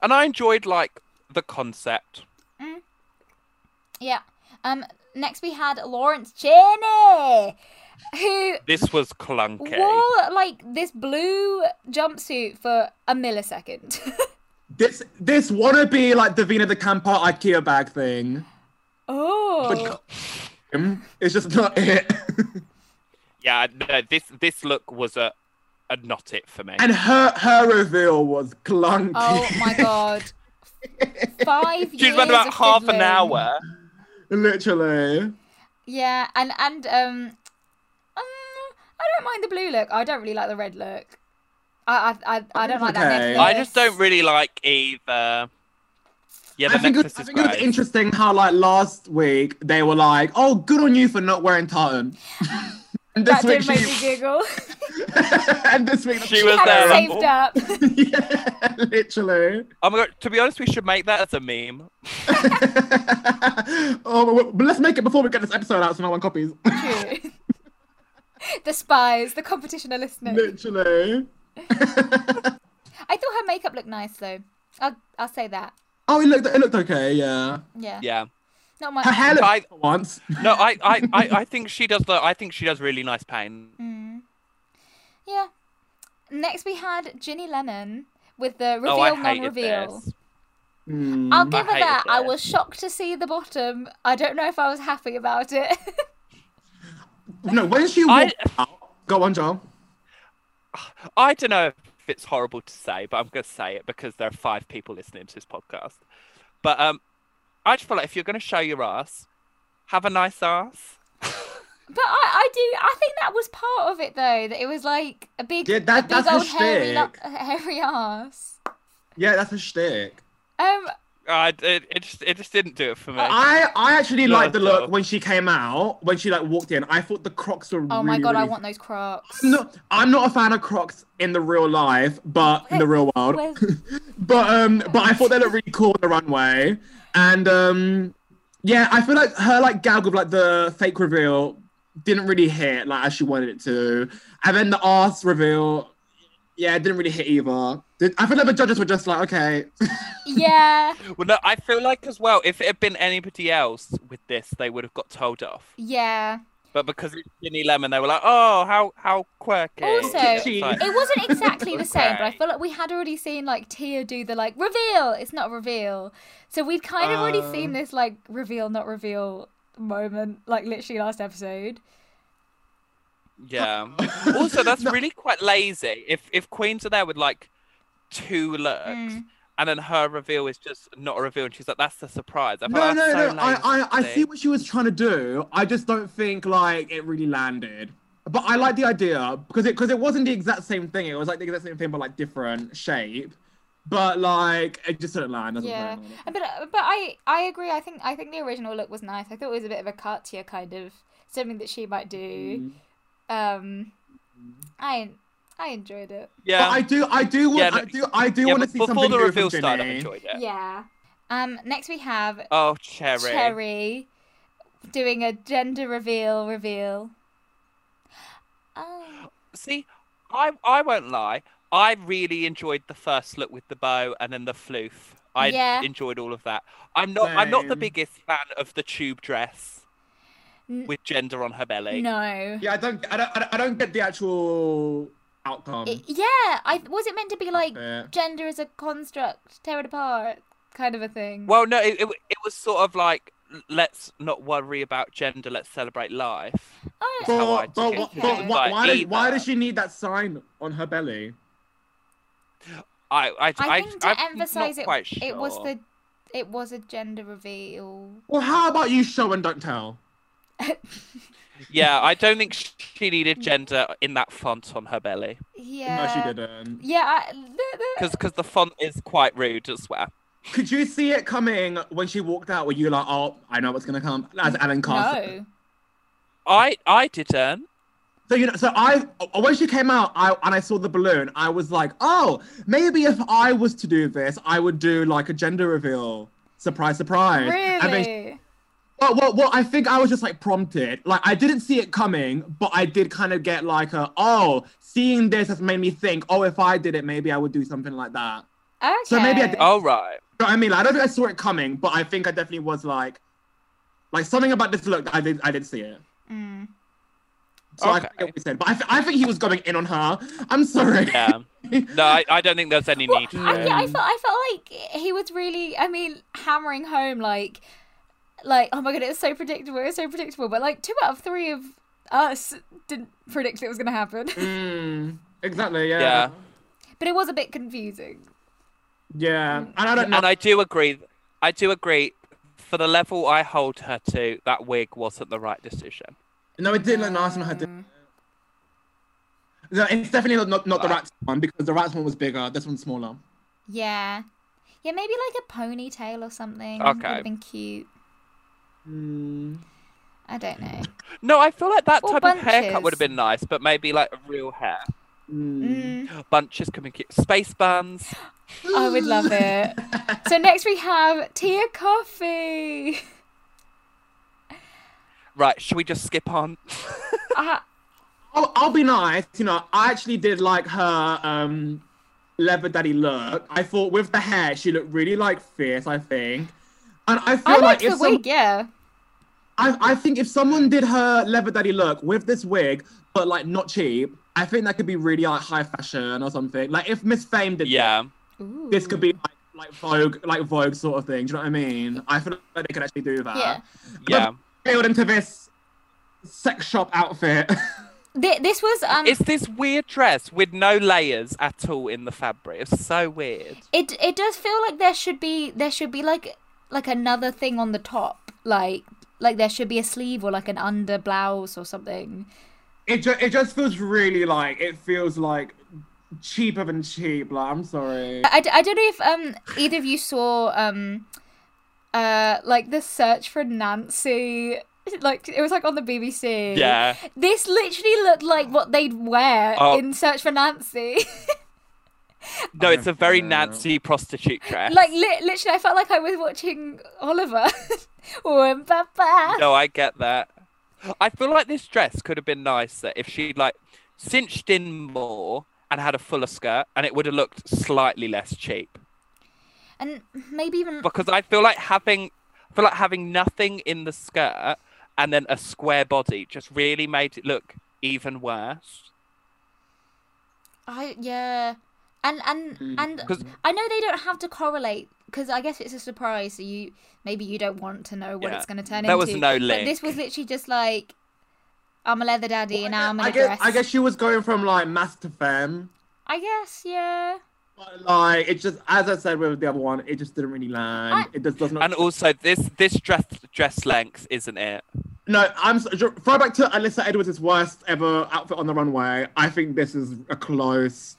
B: And I enjoyed like the concept.
A: yeah. Um. Next, we had Lawrence Cheney, who
B: This was clunky.
A: wore like this blue jumpsuit for a millisecond.
C: This this wannabe like Davina the Camper IKEA bag thing.
A: oh.
C: Mm, It's just not it.
B: Yeah, no, this this look was a, a not it for me.
C: and her her reveal was clunky.
A: Oh my god. Five years.
B: she spent about
A: of
B: half an
A: fiddling.
B: hour.
C: Literally.
A: Yeah, and and um, um, I don't mind the blue look. I don't really like the red look. I I I, I don't like that
C: Okay.
A: necklace.
B: I just don't really like either. Yeah, the
C: I think, it, was-
B: necklace
C: I
B: is
C: think it was
B: great.
C: interesting how like last week they were like, "Oh, good on you for not wearing tartan." and
A: That
C: this week
A: did make me
C: she,
A: giggle.
C: and this week
B: She was
A: Had
B: there.
A: it saved
B: Rumble.
A: up.
C: yeah, literally.
B: Oh my god! To be honest, we should make that as a meme.
C: oh, but- but let's make it before we get this episode out so no one copies.
A: True. the spies, the competition are listening.
C: Literally.
A: I thought her makeup looked nice though. I'll I'll say that.
C: oh, it looked it looked okay. Yeah,
A: Yeah.
B: Yeah.
A: Not my.
C: her hair looked
B: I-
C: for once.
B: No, I, I, I, I think she does. The, I think she does really nice pain.
A: Mm. Yeah. Next we had Ginny Lennon with the reveal
B: oh, I hated
A: non-reveal.
B: this. Mm,
C: Hmm.
A: I'll give her
B: hated
A: that. I
B: this.
A: was shocked to see the bottom. I don't know if I was happy about it.
C: No, when she
B: I-
C: walked out, go on, Joel.
B: I don't know if it's horrible to say, but I'm going to say it because there are five people listening to this podcast. But um, I just feel like if you're going to show your ass, have a nice ass.
A: but I, I do. I think that was part of it though. That it was like a big,
C: Yeah, that-
A: a big
C: that's her
A: old hairy, lo-
C: shtick.
A: hairy ass.
C: Yeah, that's a shtick.
A: Um.
B: I, it, it just it just didn't do it for me.
C: I I actually
B: No,
C: liked the
B: so-
C: look when she came out when she like walked in. I thought the Crocs were.
A: Oh my
C: really,
A: god, I
C: really-
A: want those Crocs.
C: No, I'm not a fan of Crocs in the real life, but in the real world.
A: Where's-
C: But um, but I thought they looked really cool on the runway, and um, yeah, I feel like her like gag with like the fake reveal didn't really hit like as she wanted it to, and then the ass reveal, yeah, it didn't really hit either. Did- I feel like the judges were just like, okay,
A: yeah.
B: Well, no, I feel like as well, if it had been anybody else with this, they would have got told off.
A: Yeah.
B: But because it's Ginny Lemon, they were like, "Oh, how how quirky."
A: Also,
B: It's
C: She-
B: like,
A: It wasn't exactly the same, but I
B: Okay.
A: feel like we had already seen like Tia do the like reveal. It's not a reveal, so we'd kind of already
C: Uh.
B: Um.
A: seen this like reveal, not reveal moment, like literally last episode.
B: yeah. also, that's
C: No.
B: really quite lazy. If if queens are there with like two looks,
A: Mm.
B: and then her reveal is just not a reveal, and she's like, "That's the surprise." I feel
C: no,
B: like
C: no,
B: that's
C: no.
B: so
C: I, I, I
B: lazy.
C: see what she was trying to do. I just don't think like it really landed. But I like the idea because it because it wasn't the exact same thing. It was like the exact same thing, but like different shape. But like it just didn't land. Doesn't
A: Yeah.
C: land.
A: But uh, but I I agree. I think I think the original look was nice. I thought it was a bit of a Katya kind of something that she might do.
C: Mm.
A: Um, I I enjoyed it.
B: Yeah.
C: But I do, I do want,
B: Yeah, no-
C: I do, I do
B: yeah,
C: want to
B: but
C: see
B: before
C: something
B: the
C: new
B: reveal
C: from
B: started, I
C: Ginny.
B: enjoyed it.
A: Yeah. Um. Next we have
B: Oh, cherry.
A: Cherry doing a gender reveal reveal. Oh.
B: See, I I won't lie. I really enjoyed the first look with the bow and then the floof. I
A: Yeah.
B: enjoyed all of that. I'm not I'm not the
C: Same.
B: biggest fan of the tube dress
A: N-
B: with gender on her belly.
A: No.
C: Yeah, I don't, I don't, I don't, I don't get the actual
B: um,
C: outcome.
A: I- yeah, I was it meant to be like
C: Yeah.
A: gender as a construct, tear it apart kind of a thing.
B: Well, no, it, it w- it was sort of like l- let's not worry about gender, let's celebrate life.
A: Oh,
B: That's how I
C: But, but,
B: took
A: it.
C: but, but why,
B: But
C: why, does- why
B: either.
C: does she need that sign on her belly?
B: I I
A: I think to
B: I'm not
A: emphasize it,
B: quite
A: it was
B: sure.
A: the it was a gender reveal.
C: Well, how about you show and don't tell?
B: Yeah, I don't think sh- she needed gender in that font on her belly
A: Yeah.
C: No, she didn't.
A: Yeah, I, the, the,
B: because the font is quite rude as well.
C: Could you see it coming when she walked out? Were you like, oh, I know what's gonna come? As Alan Carson.
A: no.
B: I I didn't.
C: So you know, so I when she came out, I and I saw the balloon. I was like, oh, maybe if I was to do this, I would do like a gender reveal. Surprise, surprise. And then,
A: Really?
C: Well, well, well, I think I was just like prompted. Like I didn't see it coming, but I did kind of get like a oh, seeing this has made me think. Oh, if I did it, maybe I would do something like that.
A: Okay.
C: So maybe I did-
B: All right.
C: You know what I mean, like, I don't think I saw it coming, but I think I definitely was like, like something about this look. I did, I did see it.
B: Oh.
A: Mm.
C: So I
B: Okay.
C: forget what he said, but I, th- I think he was going in on her. I'm sorry.
B: Yeah. No, I, I don't think there's any
A: Well,
B: need for
A: I,
B: it.
A: yeah, I felt I felt like he was really, I mean, hammering home like, like oh my god, it was so predictable, it was so predictable. But like two out of three of us didn't predict it was gonna happen.
C: Mm, exactly. Yeah.
B: Yeah.
A: but it was a bit confusing.
C: Yeah. And I don't know.
B: And I do agree. I do agree. For the level I hold her to, that wig wasn't the right decision.
C: no, it didn't look nice on her. did it? No, it's definitely not, not, not the
B: Wow.
C: rat's one because the rat's one was bigger. This one's smaller.
A: Yeah, yeah, maybe like a ponytail or something. would
B: Okay.
A: have been cute.
C: Mm.
A: I don't know.
B: No, I feel like that
A: Or
B: type of haircut would
A: bunches.
B: have been nice, but maybe like real hair.
C: Mm.
A: Mm,
B: Bunches can be cute. Space buns.
A: I would love it. so next we have Tia Coffee.
B: Right, should we just skip on?
A: Uh,
C: I'll, I'll be nice. You know, I actually did like her um leather daddy look. I thought with the hair, she looked really like fierce. I think, and I feel
A: I
C: like
A: liked
C: if
A: the
C: some-
A: wig. Yeah.
C: I, I think if someone did her leather daddy look with this wig, but like not cheap, I think that could be really like high fashion or something. Like if Miss Fame did
B: yeah.
A: Ooh.
C: this, this could be like, like Vogue, like Vogue sort of thing. Do you know what I mean? I feel like they could actually do that.
A: Yeah.
B: Yeah.
C: Build into this sex shop outfit.
A: Th- this was um.
B: It's this weird dress with no layers at all in the fabric. It's so weird.
A: It it does feel like there should be there should be like like another thing on the top, like like there should be a sleeve or like an under blouse or something.
C: it ju- it just feels really like it feels like cheaper than cheap. Like I'm sorry.
A: I, d- I don't know if um either of you saw um uh like the search for Nancy. Like it was like on the BBC.
B: Yeah.
A: This literally looked like what they'd wear
B: Oh.
A: in Search for Nancy.
B: No, it's a very
C: Yeah.
B: Nancy prostitute dress.
A: like li- literally, I felt like I was watching Oliver. When Papa.
B: No, I get that. I feel like this dress could have been nicer if she'd like cinched in more and had a fuller skirt and it would have looked slightly less cheap.
A: and maybe even
B: Because I feel like having I feel like having nothing in the skirt and then a square body just really made it look even worse.
A: I yeah, and and
C: Mm.
A: and
B: 'Cause-
A: I know they don't have to correlate because I guess it's a surprise. So you maybe you don't want to know what
B: Yeah,
A: it's going to turn
B: there
A: into.
B: was no
A: But this
B: link.
A: was literally just like I'm a leather daddy and now I'm in
C: I
A: a
C: guess
A: dress.
C: I guess she was going from like mass to femme.
A: I guess, yeah.
C: But, Like it just, as I said with the other one, it just didn't really land. it just does not.
B: And also this this dress dress length isn't it.
C: no, I'm s- ju- throwback to Alyssa Edwards' worst ever outfit on the runway. I think this is a close,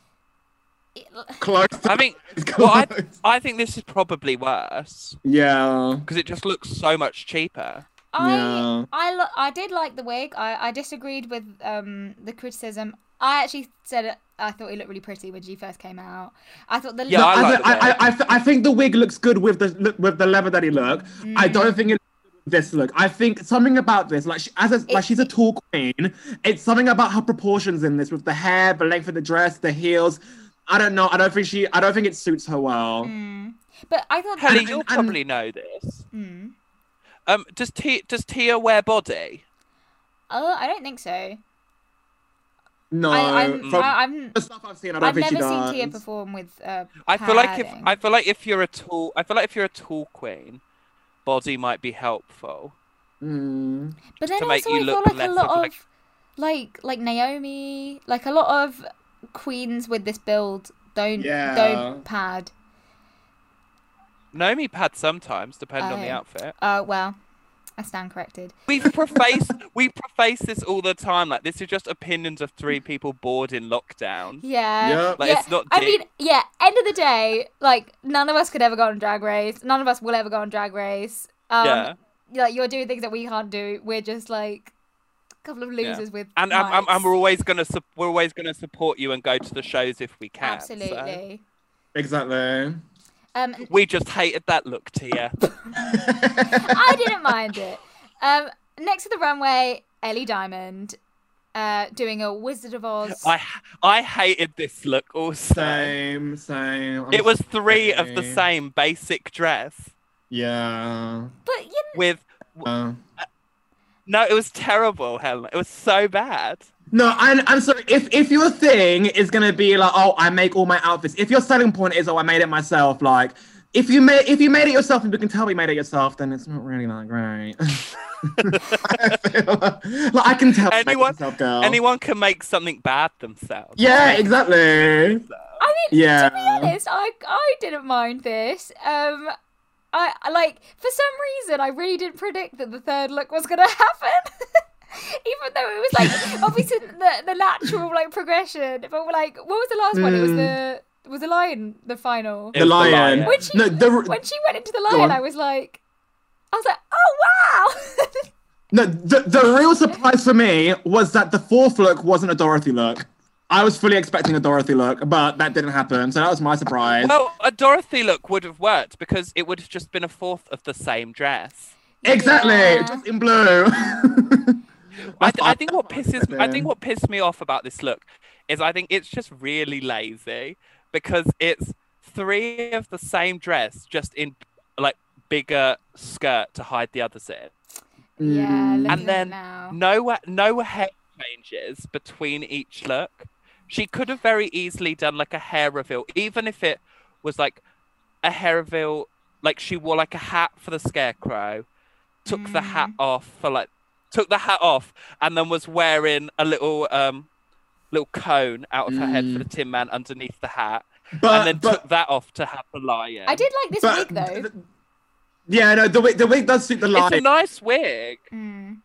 A: It-
C: close.
B: I mean
C: it's
B: well, I,
C: close.
B: I think this is probably worse
C: yeah,
B: because it just looks so much cheaper.
A: I
C: Yeah.
A: I lo- I did like the wig. I I disagreed with um the criticism. I actually said it, I thought he looked really pretty when she first came out. I thought the look-
B: Yeah, I
C: As
B: like the
C: I, I,
B: wig.
C: I, th- I think the wig looks good with the look with the leather daddy look. I
A: Mm.
C: don't think it looks good with this look. I think something about this, like she, as a, like
A: It's-
C: she's a tall queen. It's something about her proportions in this, with the hair, the length of the dress, the heels. I don't know. I don't think she. I don't think it suits her well.
A: Mm. But I thought
B: Helly,
C: and-
B: you'll
C: and-
B: probably know this.
A: Mm.
B: Um, does Tia does Tia wear body?
A: Oh, I don't think so.
C: No,
A: I, I'm,
C: from
A: I, I'm
C: the stuff I've seen, I don't
A: I've
C: think
A: never
C: she does.
A: seen Tia perform with. Uh,
B: I feel like if
A: padding.
B: I feel like if you're a tall, I feel like if you're a tall queen, body might be helpful.
C: Mm.
A: but then
B: to
A: also,
B: make you
A: I feel
B: look
A: like
B: less
A: a
B: of,
A: lot
B: like-
A: of, like like Naomi, like a lot of queens with this build don't
C: Yeah.
A: don't pad.
B: Naomi pad sometimes, depending on the
A: Oh.
B: outfit.
A: Uh, well, I stand corrected.
B: We preface we preface this all the time. Like this is just opinions of three people bored in lockdown.
A: Yeah.
C: Yep.
B: Like
A: yeah.
B: it's not.
A: I
B: deep.
A: mean, yeah. End of the day, like none of us could ever go on Drag Race. None of us will ever go on Drag Race. Um,
B: yeah.
A: Like you're doing things that we can't do. We're just like a couple of
B: Yeah.
A: losers with.
B: And I'm, I'm,
A: mics.
B: and we're always gonna sup- we're always gonna support you and go to the shows if we can. so.
A: absolutely.
C: Exactly.
A: Um,
B: We just hated that look, Tia.
A: I didn't mind it. Um, next to the runway, Ellie Diamond, uh, doing a Wizard of Oz.
B: I I hated this look also.
C: Same, same. I'm
B: It was three of the
C: sorry.
B: same basic dress
C: Yeah.
A: But you
B: with
C: Uh,
B: no, it was terrible, Helen. It was so bad.
C: no, I'm, I'm sorry. If if your thing is gonna be like, oh, I make all my outfits. If your selling point is, oh, I made it myself. Like, if you made if you made it yourself and you can tell you made it yourself, then it's not really that great. I feel- like I can tell. you made it
B: Anyone-
C: yourself, girl.
B: Anyone can make something bad themselves.
C: Oh. Yeah, exactly.
A: I mean,
C: Yeah.
A: to be honest, I I didn't mind this. Um, I I- like for some reason I really didn't predict that the third look was gonna happen. Even though it was like obviously the the natural like progression, but like what was the last one? It was
C: Mm.
A: the was the lion the final.
B: It
C: the
B: was
C: lion.
A: When she
C: No, the
A: when she went into the
C: Go
A: lion,
C: on.
A: I was like, I was like, oh wow.
C: No, the, the real surprise for me was that the fourth look wasn't a Dorothy look. I was fully expecting a Dorothy look, but that didn't happen. So that was my surprise.
B: Well, a Dorothy look would have worked because it would have just been a fourth of the same dress.
C: exactly,
A: Yeah.
C: just in blue.
B: I,
C: That's
B: th- I think what pisses I
C: then.
B: think what pissed me off about this look is I think it's just really lazy because it's three of the same dress just in like bigger skirt to hide the others in.
A: yeah,
C: Mm.
A: looking at it
B: then-
A: now.
B: No ha- no hair changes between each look. She could have very easily done like a hair reveal, even if it was like a hair reveal, like she wore like a hat for the scarecrow, took the hat
A: Mm.
B: off for like took the hat off, and then was wearing a little um little cone out of her head for
C: Mm.
B: the Tin Man underneath the hat,
C: But,
B: and then
C: but,
B: took that off to have the lion.
A: I did like this
C: but
A: wig though.
C: yeah, no, the wig, the wig does suit the
B: It's a
C: line.
B: nice wig,
A: Mm.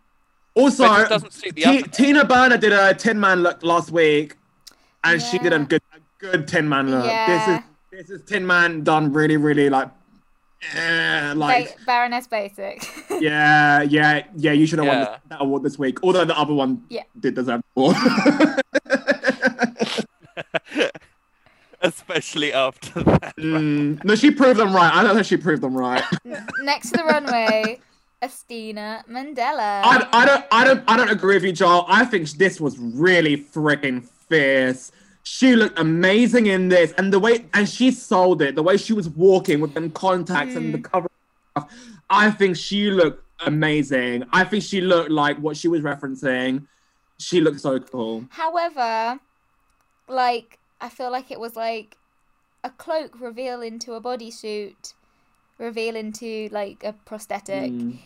C: Also,
B: but it just doesn't suit the
C: Ti-
B: other.
C: Tina Burner did a Tin Man look last week, and she did a
A: Yeah.
C: good, a good Tin Man look.
A: Yeah.
C: This is this is Tin Man done really, really like, eh, like.
A: Ba- Baroness Basic.
C: Yeah, yeah, yeah. You should have won
B: Yeah.
C: th- that award this week. Although the other one
A: Yeah.
C: did deserve the award.
B: Especially after that.
C: Mm, No, she proved them right. I know that she proved them right.
A: N- next to the runway, Estina Mandela.
C: I, I don't, I don't, I don't agree with you, Joel. I think this was really freaking fierce. She looked amazing in this, and the way and she sold it. The way she was walking with them contacts and the cover. stuff, I think she looked amazing. I think she looked like what she was referencing. She looked so cool.
A: However, like I feel like it was like a cloak reveal into a bodysuit, reveal into like a prosthetic.
C: Mm.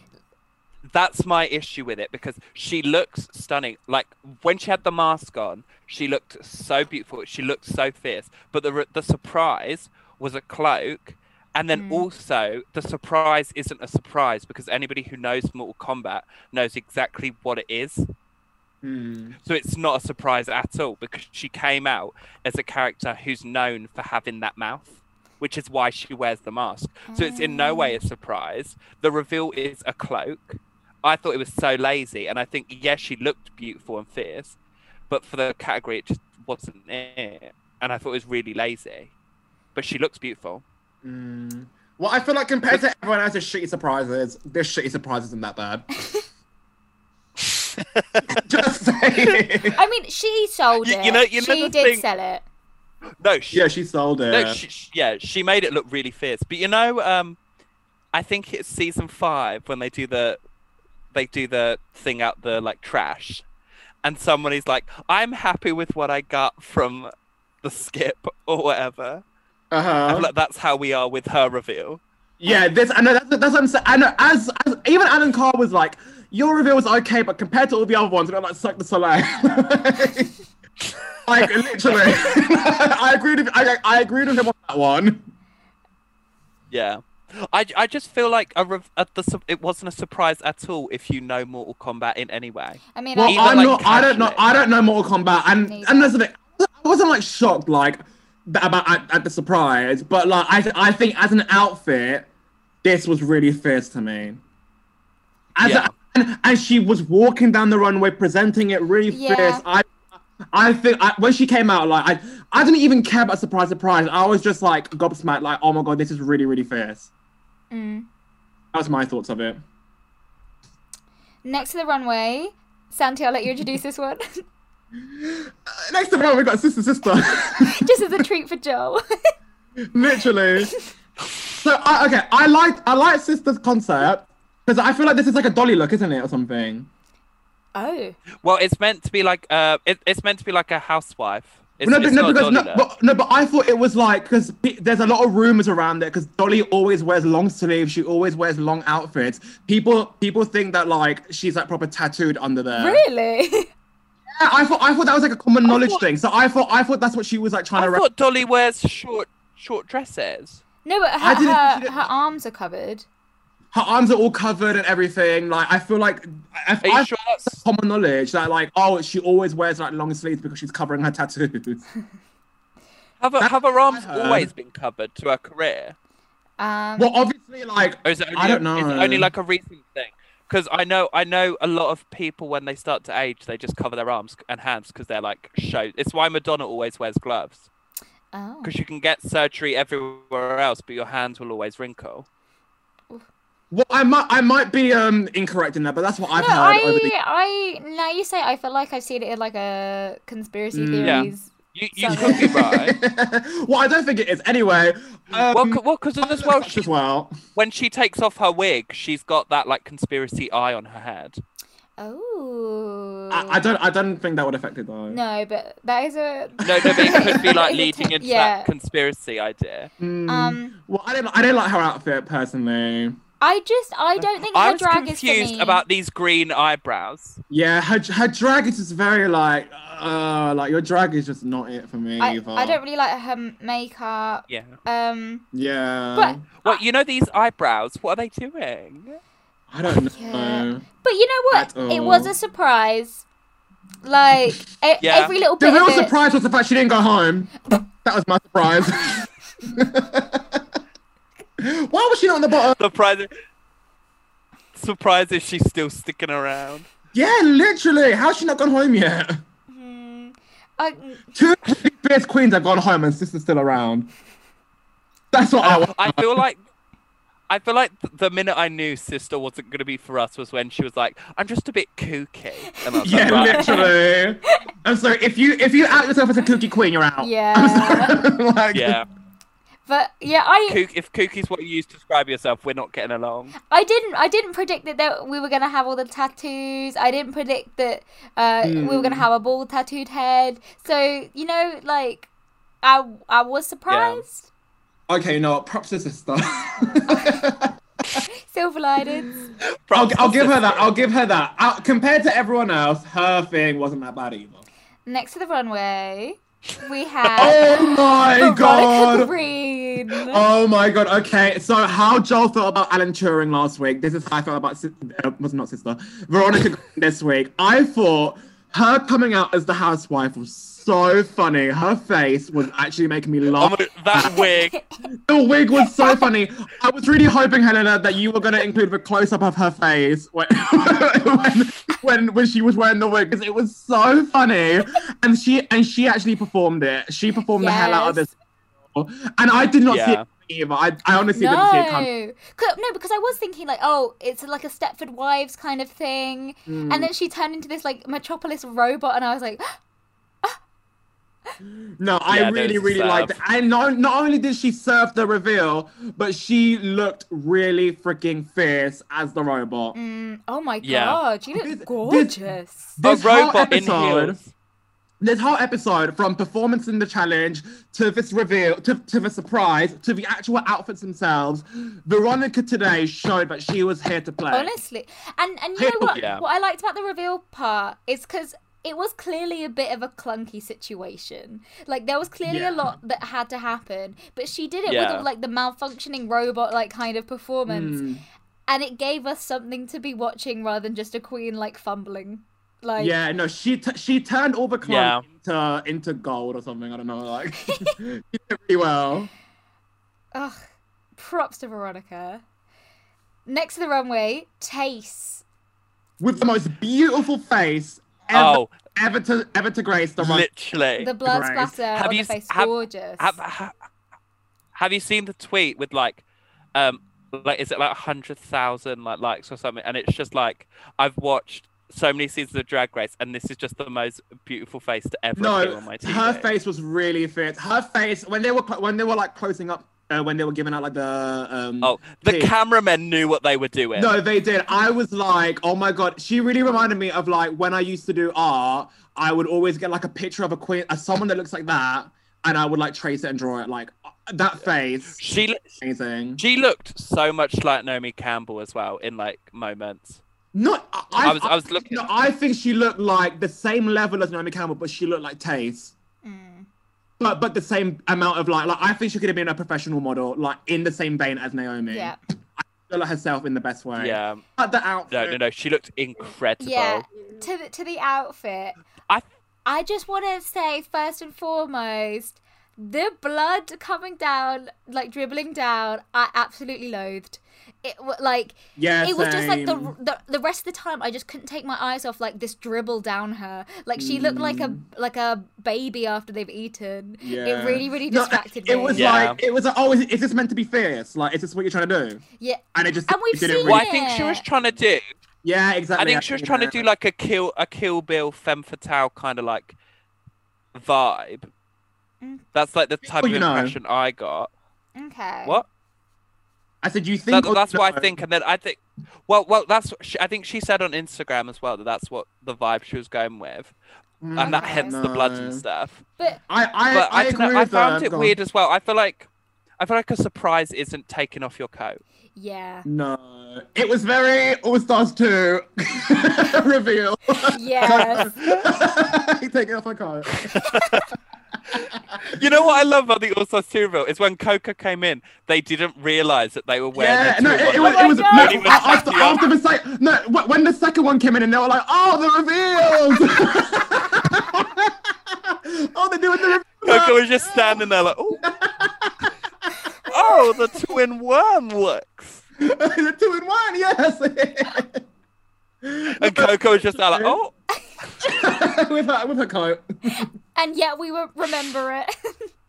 B: that's my issue with it because she looks stunning. Like when she had the mask on, she looked so beautiful. She looked so fierce. But the the surprise was a cloak, and then
A: Mm.
B: also the surprise isn't a surprise because anybody who knows Mortal Kombat knows exactly what it is.
C: Mm.
B: So it's not a surprise at all because she came out as a character who's known for having that mouth, which is why she wears the mask. So it's in no way a surprise. The reveal is a cloak. I thought it was so lazy, and I think yes, she looked beautiful and fierce, but for the category, it just wasn't it. And I thought it was really lazy, but she looks beautiful.
C: Mm. Well, I feel like compared to everyone else's shitty surprises, this shitty surprise isn't that bad. Just saying.
A: I mean, she sold
B: You-
A: it.
B: you know- you know
A: she
B: the
A: did
B: thing-
A: sell it.
B: No, she,
C: yeah, she sold it.
B: No, she, she- yeah, she made it look really fierce. But you know, um, I think it's season five when they do the they do the thing out the like trash, and someone is like, "I'm happy with what I got from the skip or whatever."
C: uh-huh.
B: And, like, that's how we are with her reveal.
C: yeah, this I know. That's, that's what I'm saying. I know. As, as even Alan Carr was like, your reveal was okay, but compared to all the other ones, we're like suck the soleil. like literally, I agreed. With, I, I agreed with him on that one.
B: Yeah. I, I just feel like a, rev- a the, sur- it wasn't a surprise at all if you know Mortal Kombat in any way.
A: I mean,
C: Well,
A: I,
B: Even,
C: I'm
B: like,
C: not. I don't know.
B: casually.
C: I don't know Mortal Kombat, and
A: Neither.
C: and that's the thing. I wasn't like shocked like th- about at, at the surprise, but like I I think as an outfit, this was really fierce to me. As
B: Yeah.
C: and, and she was walking down the runway, presenting it really
A: Yeah.
C: fierce. I I think I, when she came out, like I I didn't even care about surprise surprise. I was just like gobsmacked, like oh my god, this is really really fierce.
A: mm.
C: That was my thoughts of it.
A: Next to the runway, Santi, I'll let you introduce this one.
C: Uh, Next to one, we got sister sister.
A: Just as a treat for Joel.
C: Literally. So I, okay, I like I like sister's concept because I feel like this is like a dolly look, isn't it, or something?
A: oh.
B: Well, it's meant to be like uh, it, it's meant to be like a housewife. It's,
C: no, but,
B: it's
C: no,
B: not a
C: because no,
B: dolly look.
C: but, no, but I thought it was like because there's a lot of rumors around it because Dolly always wears long sleeves. She always wears long outfits. People people think that like she's like proper tattooed under there.
A: Really?
C: Yeah, I thought I thought that was like a common knowledge
B: thought-
C: thing. So I thought I thought that's what she was like trying
B: I
C: to. rep-
B: thought Dolly wears short short dresses.
A: No, but
C: I didn't- she
A: her, her,
C: didn't-
A: her arms are covered.
C: Her arms are all covered and everything. Like I feel like I, I,
B: Are you
C: I
B: sure
C: that's
B: that's
C: common knowledge that like oh she always wears like long sleeves because she's covering her tattoos.
B: have her, have her arms
C: heard.
B: always been covered to her career?
A: Um,
C: well, obviously like
B: Or Oh, is it only
C: I don't
B: a- is it
C: know.
B: only like a recent thing? Because I know, I know a lot of people when they start to age, they just cover their arms and hands because they're like show. It's why Madonna always wears gloves
A: oh.
B: because you can get surgery everywhere else, but your hands will always wrinkle.
C: well I might I might be um incorrect in that, but that's what I've
A: no,
C: heard over the.
A: I, I, now you say, it, I feel like I've seen it in like a conspiracy
C: Mm.
B: Yeah.
A: theories.
B: You, you
A: Sorry.
B: could be right.
C: well, I don't think it is. Anyway, um,
B: well, because well, 'cause as well, she,
C: as well.
B: when she takes off her wig, she's got that like conspiracy eye on her head.
A: Oh.
C: I, I don't. I don't think that would affect it though.
A: No, but that is a.
B: No, no, but it could be
A: that
B: like
A: is a
B: leading
A: te-
B: into
A: yeah.
B: that conspiracy idea.
C: Mm.
A: Um,
C: well, I don't. I don't like her outfit personally.
A: I just, I don't think
B: I
A: her
B: was
A: drag is
B: confused
A: for me.
B: about these green eyebrows.
C: Yeah, her her drag is just very like, uh, like your drag is just not it for me
A: I,
C: either.
A: I don't really like her m- makeup.
B: Yeah.
A: Um,
C: Yeah.
A: But-
B: What you know these eyebrows? What are they doing?
C: I don't know.
A: Yeah. but you know
C: At
A: what? It was
C: all.
A: a surprise. Like e-
B: Yeah.
A: every little
C: The
A: bit
C: real
A: of it.
C: surprise was the fact she didn't go home. That was my surprise. Why was she not on the bottom?
B: Surprise! Surprise! Is she still sticking around?
C: Yeah, literally. How's she not gone home yet?
A: Hmm. I,
C: Two fierce queens have gone home and sister's still around. That's what I
B: Uh,
C: want.
B: I feel like. I feel like th- the minute I knew Sister wasn't going to be for us was when she was like, "I'm just a bit kooky," and I was
C: Yeah,
B: like, right.
C: literally. I'm sorry. If you if you out yourself as a kooky queen, you're out. I'm
A: yeah,
C: sorry. like,
B: "Yeah,
A: but yeah, I
B: kook- if kooky's what you use to describe yourself, we're not getting along."
A: I didn't I didn't predict that there, we were gonna have all the tattoos. I didn't predict that uh, we were gonna
C: Mm.
A: have a bald tattooed head. So you know, like I I was surprised.
C: Okay, no. Props to sister.
A: Silver linings.
C: I'll, I'll
B: Props to
C: give her
B: Sister.
C: that. I'll give her that. Out compared to everyone else, her thing wasn't that bad either.
A: Next to the runway, we have
C: Oh my
A: Veronica
C: god.
A: Green.
C: Oh my god. Okay, so how Joel felt about Alan Turing last week? This is how I felt about sis- uh, was not sister Veronica Green this week. I thought her coming out as the housewife was so funny. Her face was actually making me
B: Oh
C: laugh.
B: my- that wig.
C: The wig was so funny. I was really hoping, Helena, that you were going to include the close up of her face when, when, when when she was wearing the wig because it was so funny. And she and she actually performed it. She performed the hell out of
A: Yes.
C: this. And I did not see
B: Yeah.
C: it either. I, I honestly didn't see it coming.
A: no, 'Cause- no, because I was thinking like, oh, it's like a Stepford Wives kind of thing,
C: Hmm.
A: and then she turned into this like Metropolis robot, and I was like,
C: No,
B: Yeah,
C: I
B: there's
C: really,
B: the
C: really
B: serve.
C: liked it. And not, not only did she serve the reveal, but she looked really freaking fierce as the robot.
A: mm, oh my
B: Yeah.
A: god, you look
C: Did- did-
A: gorgeous.
B: A
C: This whole
B: robot in
C: episode-
B: heels.
C: this whole episode from performance in the challenge to this reveal to, to the surprise to the actual outfits themselves veronica today showed that she was here to play
A: Honestly, and and you know what?
B: Yeah.
A: What I liked about the reveal part is because it was clearly a bit of a clunky situation. Like there was clearly
C: Yeah.
A: a lot that had to happen, but she did it
B: Yeah.
A: with like the malfunctioning robot like kind of performance,
C: Mm.
A: and it gave us something to be watching rather than just a queen like fumbling. Like
C: yeah no she t- she turned all the
B: Yeah.
C: clump into into gold or something i don't know like she did really well
A: Ugh, props to Veronica. Next to the runway, Tace.
C: with the most beautiful face ever
B: Oh,
C: ever to ever to grace the run-
B: literally.
A: The blood
C: Christ.
A: splatter
B: Have
A: on
B: you
A: the
B: s-
A: face,
B: have-
A: gorgeous.
B: Have, ha- have you seen the tweet with like, um, like is it like hundred thousand like likes or something? And it's just like I've watched so many seasons of Drag Race, and this is just the most beautiful face to ever appear
C: No,
B: on my TV.
C: her face was really fit. Her face when they were clo- when they were like closing up uh, when they were giving out like the um.
B: Oh, the
C: Hey.
B: cameramen knew what they were doing.
C: No, they did. I was like, oh my god, she really reminded me of like when I used to do art. I would always get like a picture of a queen, uh, someone that looks like that, and I would like trace it and draw it. Like uh, that face,
B: She l-
C: amazing.
B: she looked so much like Naomi Campbell as well in like moments.
C: Not, I, I,
B: I was- I was looking-
C: No, I think she looked like the same level as Naomi Campbell, but she looked like Taste.
A: Mm.
C: But but the same amount of like like I think she could have been a professional model like in the same vein as Naomi.
A: Yeah.
C: Feel like herself in the best way.
B: Yeah,
C: But the outfit.
B: no, no, no. She looked incredible.
A: Yeah. To the, to the outfit.
B: I-
A: I just want to say first and foremost, the blood coming down, like dribbling down, I absolutely loathed. It wa- like
C: Yeah,
A: it was just like the,
C: same.
A: the the rest of the time I just couldn't take my eyes off like this dribble down her. Like she looked like a like a baby after they've eaten.
C: Mm. Yeah.
A: It really really
C: No,
A: distracted
C: it
A: me.
C: was
B: Yeah.
C: like it was like, oh, is, is this meant to be fierce? Like, is this what you're trying to do?
A: yeah.
C: And it just
A: And we've
C: didn't
A: seen
C: really-
B: Well, I think she was trying to do.
C: Yeah, exactly.
B: I think she was trying to do like a kill, a Kill Bill, femme fatale kind of like vibe.
A: Mm.
B: That's like the type
C: Oh,
B: of
C: you know.
B: impression I got.
A: Okay.
B: What?
C: I said, you think
B: That,
C: or
B: that's what I
C: no?"
B: think, and then I think, well, well, that's. what She, I think she said on Instagram as well that that's what the vibe she was going with,
C: Mm,
B: and that
A: Okay.
B: hence the blood and
C: No.
B: stuff.
A: But
C: I I,
B: But
C: I,
B: I, don't
C: agree
B: know, I
C: with
B: found
C: her.
B: it
C: Go on.
B: weird as well. I feel like, I feel like a surprise isn't taking off your coat.
A: yeah.
C: No, it was very All Stars two reveal.
A: Yes.
C: Take it off my car.
B: You know what I love about the All Stars 2 reveal is when Coca came in, they didn't realise that they were wearing
C: Yeah, no,
B: their two
C: it, it
B: on
C: was,
A: Oh
C: it
A: my
C: was no,
A: God.
B: Really
C: after,
B: messed you up.
C: after the second, no, wh- when the second one came in and they were like, oh, the reveals! oh, they're doing the reveals!
B: Coco was just standing there like, oh, oh, the twin worm looks.
C: the two in one, yes!
B: And Coco was just there like, oh,
C: with, her, with her coat.
A: and yet we will remember it.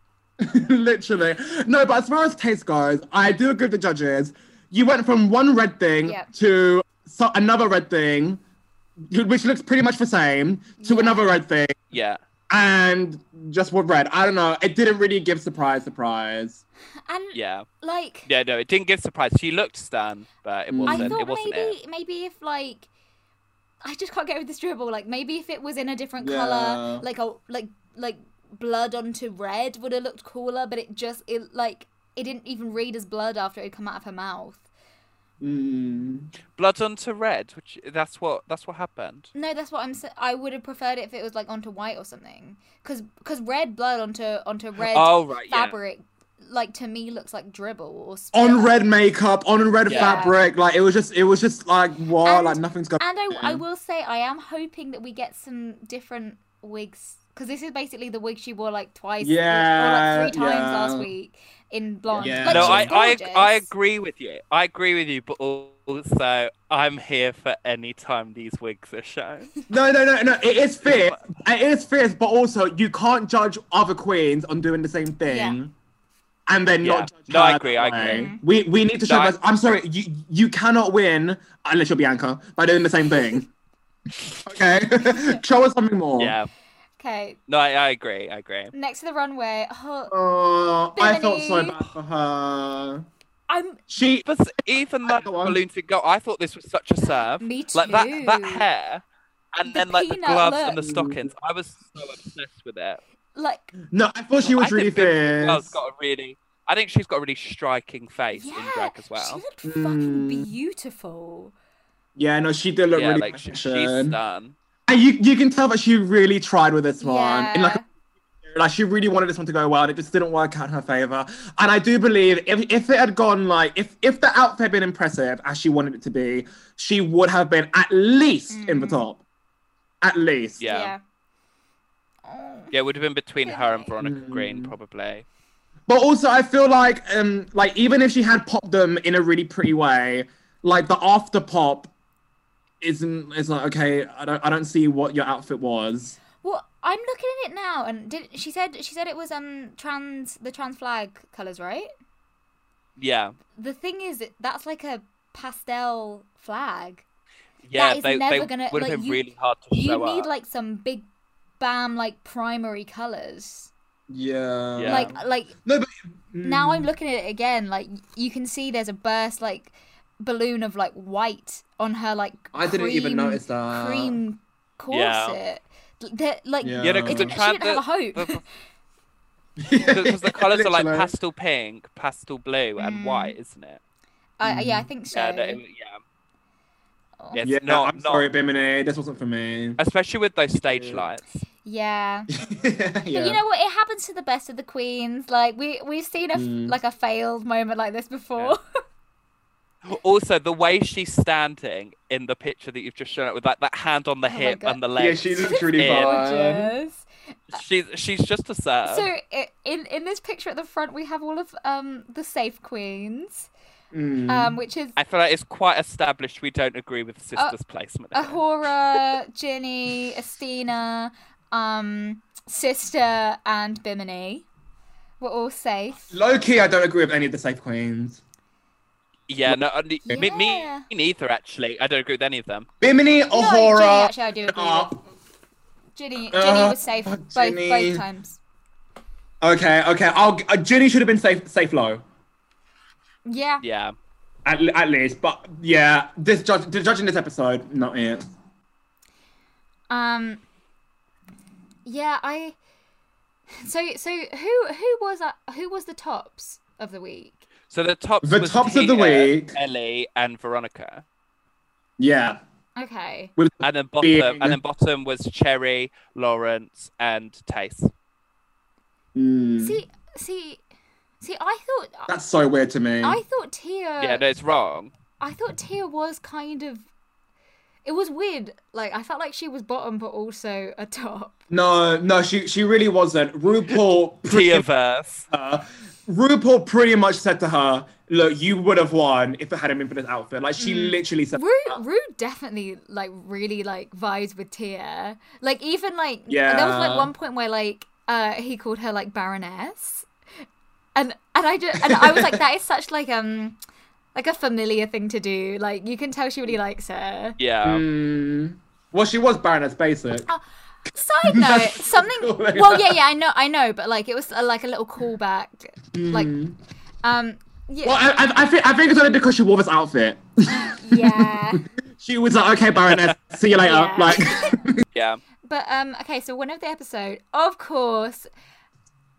C: Literally. No, but as far as taste goes, I do agree with the judges. You went from one red thing
A: Yep.
C: to so- another red thing, which looks pretty much the same, to
A: Yeah.
C: another red thing.
B: yeah.
C: and just what red. I don't know. It didn't really give surprise, surprise.
A: and
B: Yeah,
A: like
B: yeah, no, it didn't give surprise. She looked stun, but it
C: Mm. I
A: I
B: wasn't.
A: thought
B: it wasn't
A: maybe
B: it.
A: maybe if like I just can't get over this dribble. Like maybe if it was in a different
C: Yeah.
A: color, like a like like blood onto red would have looked cooler. But it just it like it didn't even read as blood after it had come out of her mouth.
C: Mm.
B: Blood onto red, which that's what that's what happened.
A: No, that's what I'm. sa- I would have preferred it if it was like onto white or something. Because because red blood onto onto red
B: oh right, yeah.
A: fabric, like to me looks like dribble or spit.
C: On red makeup, on red
B: Yeah.
C: fabric. Like it was just, it was just like wow,
A: And-
C: like nothing's got.
A: And I, I
C: Mm.
A: will say, I am hoping that we get some different wigs because this is basically the wig she wore like twice, or,
C: Yeah,
A: or like three times
C: yeah.
A: last week in blonde.
C: Yeah.
A: Like,
B: no,
A: she's
B: I, I
A: gorgeous.
B: I agree with you. I agree with you, but also I'm here for any time these wigs are shown.
C: No, no, no, no. It is fierce. It is fierce, but also you can't judge other queens on doing the same thing.
A: Yeah.
C: And then
B: Yeah.
C: not judge
B: No, I
C: her
B: agree,
C: that
B: I agree.
C: way. We we need to show.
B: No, I-
C: us- I'm sorry. You you cannot win unless you're Bianca by doing the same thing. okay, show us something more.
B: yeah,
A: Okay,
B: no, I, I agree. I agree.
A: next to the runway. Oh,
C: Oh, I felt so
A: Bimini.
C: bad for her.
A: I'm
C: She
B: But even
C: I-
B: though
C: go on.
B: balloons did go, I thought this was such a serve.
A: me too.
B: Like that, that hair, and
A: The
B: then like the
A: peanut
B: gloves and the
A: look.
B: stockings. I was so obsessed with it.
A: Like
C: no, I thought she was
B: I
C: really
B: think Bimini
C: fierce.
B: Girl's got a really. I think she's got a really striking face in
A: yeah,
B: drag as
A: she
B: well.
A: looked
C: Mm.
A: fucking beautiful.
C: Yeah, no, she did look
B: yeah,
C: really
B: like she, she's
C: fashion.
B: done.
C: And you you can tell that she really tried with this one. And like
A: Yeah.
C: like she really wanted this one to go well, and it just didn't work out in her favor. And I do believe if if it had gone like if if the outfit had been impressive as she wanted it to be, she would have been at least in the
A: Mm.
C: top. At least.
B: Yeah.
A: Oh.
B: Yeah, it would have been between her and Veronica Green
C: Mm.
B: probably.
C: But also, I feel like um, like even if she had popped them in a really pretty way, like the after pop isn't. It's like okay, I don't I don't see what your outfit was.
A: Well, I'm looking at it now, and did she said she said it was um trans the trans flag colors, right?
B: yeah,
A: The thing is, that- that's like a pastel flag.
B: yeah.
A: is
B: they
A: never
B: they
A: gonna-
B: would have
A: like,
B: been
A: you-
B: really hard to
A: You
B: show
A: need
B: up.
A: like some big, bam, like primary colors.
C: Yeah.
B: Yeah.
A: Like, like
C: Mm.
A: now I'm looking at it again. Like you can see, there's a burst like balloon of like white on her like.
D: I didn't even
A: cream-
D: notice that.
A: Cream
B: Yeah.
A: corset. L- they're- like
C: Yeah.
B: yeah,
C: Um,
A: it,
B: because
A: she
B: the,
A: didn't
B: tra-
A: have a
B: the,
A: hope.
B: the, because the colours are like
C: Literally.
B: pastel pink, pastel blue, and
A: Mm.
B: white, isn't it?
A: I- yeah, I think so.
B: Yeah, no, it- yeah.
A: Oh.
B: Yeah. It's
C: Yeah,
B: not-
C: I'm
B: not-
C: sorry, Bimini. This wasn't for me.
B: Especially with those stage
C: Yeah.
B: lights.
A: Yeah.
C: yeah.
A: But you know what? It happens to the best of the queens. Like we we've seen a f-
C: Mm.
A: like a failed moment like this before.
B: Also, the way she's standing in the picture that you've just shown up with, like that hand on the
A: Oh my
B: hip
A: God.
B: and the
C: yeah,
B: legs.
C: she literally
B: Yeah.
C: fine.
A: Gorgeous.
B: she's she's just a serve.
A: Uh, So
C: Um,
A: i in in this picture at the front, we have all of um the safe queens,
C: Mm.
A: um which is
B: I feel like it's quite established we don't agree with
A: Uh,
B: sister's placement.
C: uh,
B: here.
A: Ahura, Ginny, Estina, um sister, and Bimini. We're all safe.
C: Low key, I don't agree with any of the safe queens.
B: yeah, no, uh, me, me-
A: Yeah.
B: me neither. Actually, I don't agree with any of them.
C: Bimini,
A: No,
C: Ahura.
A: Ginny, actually, I do agree.
C: Ah,
A: with. Ginny, Ginny
C: Uh,
A: was safe
C: fuck
A: both
C: Ginny.
A: both times.
C: okay, okay. I'll, g- uh, Ginny should have been safe, safe low.
A: Yeah.
B: Yeah,
C: At, l- at least, but yeah, this judge, the judge in this episode, not it.
A: Um. Yeah, I. So so who who was uh, who was the tops of the week?
B: so the tops.
C: The
B: was
C: tops of the
B: Peter,
C: week.
B: Ellie and Veronica,
C: Yeah,
A: Okay.
C: with
B: and then
C: Being-
B: bottom, and then bottom was Cherry, Lawrence, and Tace.
C: mm,
A: See see see I thought
C: that's so weird to me.
A: I thought Tia
B: yeah, no, it's wrong.
A: I thought Tia was kind of it was weird. Like I felt like she was bottom but also a top.
C: No, no, she she really wasn't. RuPaul pretty
B: Tia verse.
C: her. RuPaul pretty much said to her, "Look, you would have won if it hadn't been for this outfit." Like she
A: Mm.
C: literally said,
A: Rue Rue definitely like really like vibes with Tia. Like even like there was
C: Yeah.
A: like one point where like uh he called her like Baroness. And and I just and I was like that is such like um like a familiar thing to do. Like you can tell she really likes her.
B: Yeah.
C: Mm. "Well, she was Baroness Basic."
A: Oh. Side note,
C: That's
A: something
C: cool, like
A: Well
C: that.
A: yeah, yeah, I know I know, but like it was uh, like a little callback. Like
C: Hmm.
A: um yeah,
C: Well, I, I, I think I think it's only because she wore this outfit.
A: yeah.
C: she was like, "Okay, Baroness, see you later."
A: Yeah.
C: Like,
B: Yeah.
A: But um, okay, so winner of the episode, of course,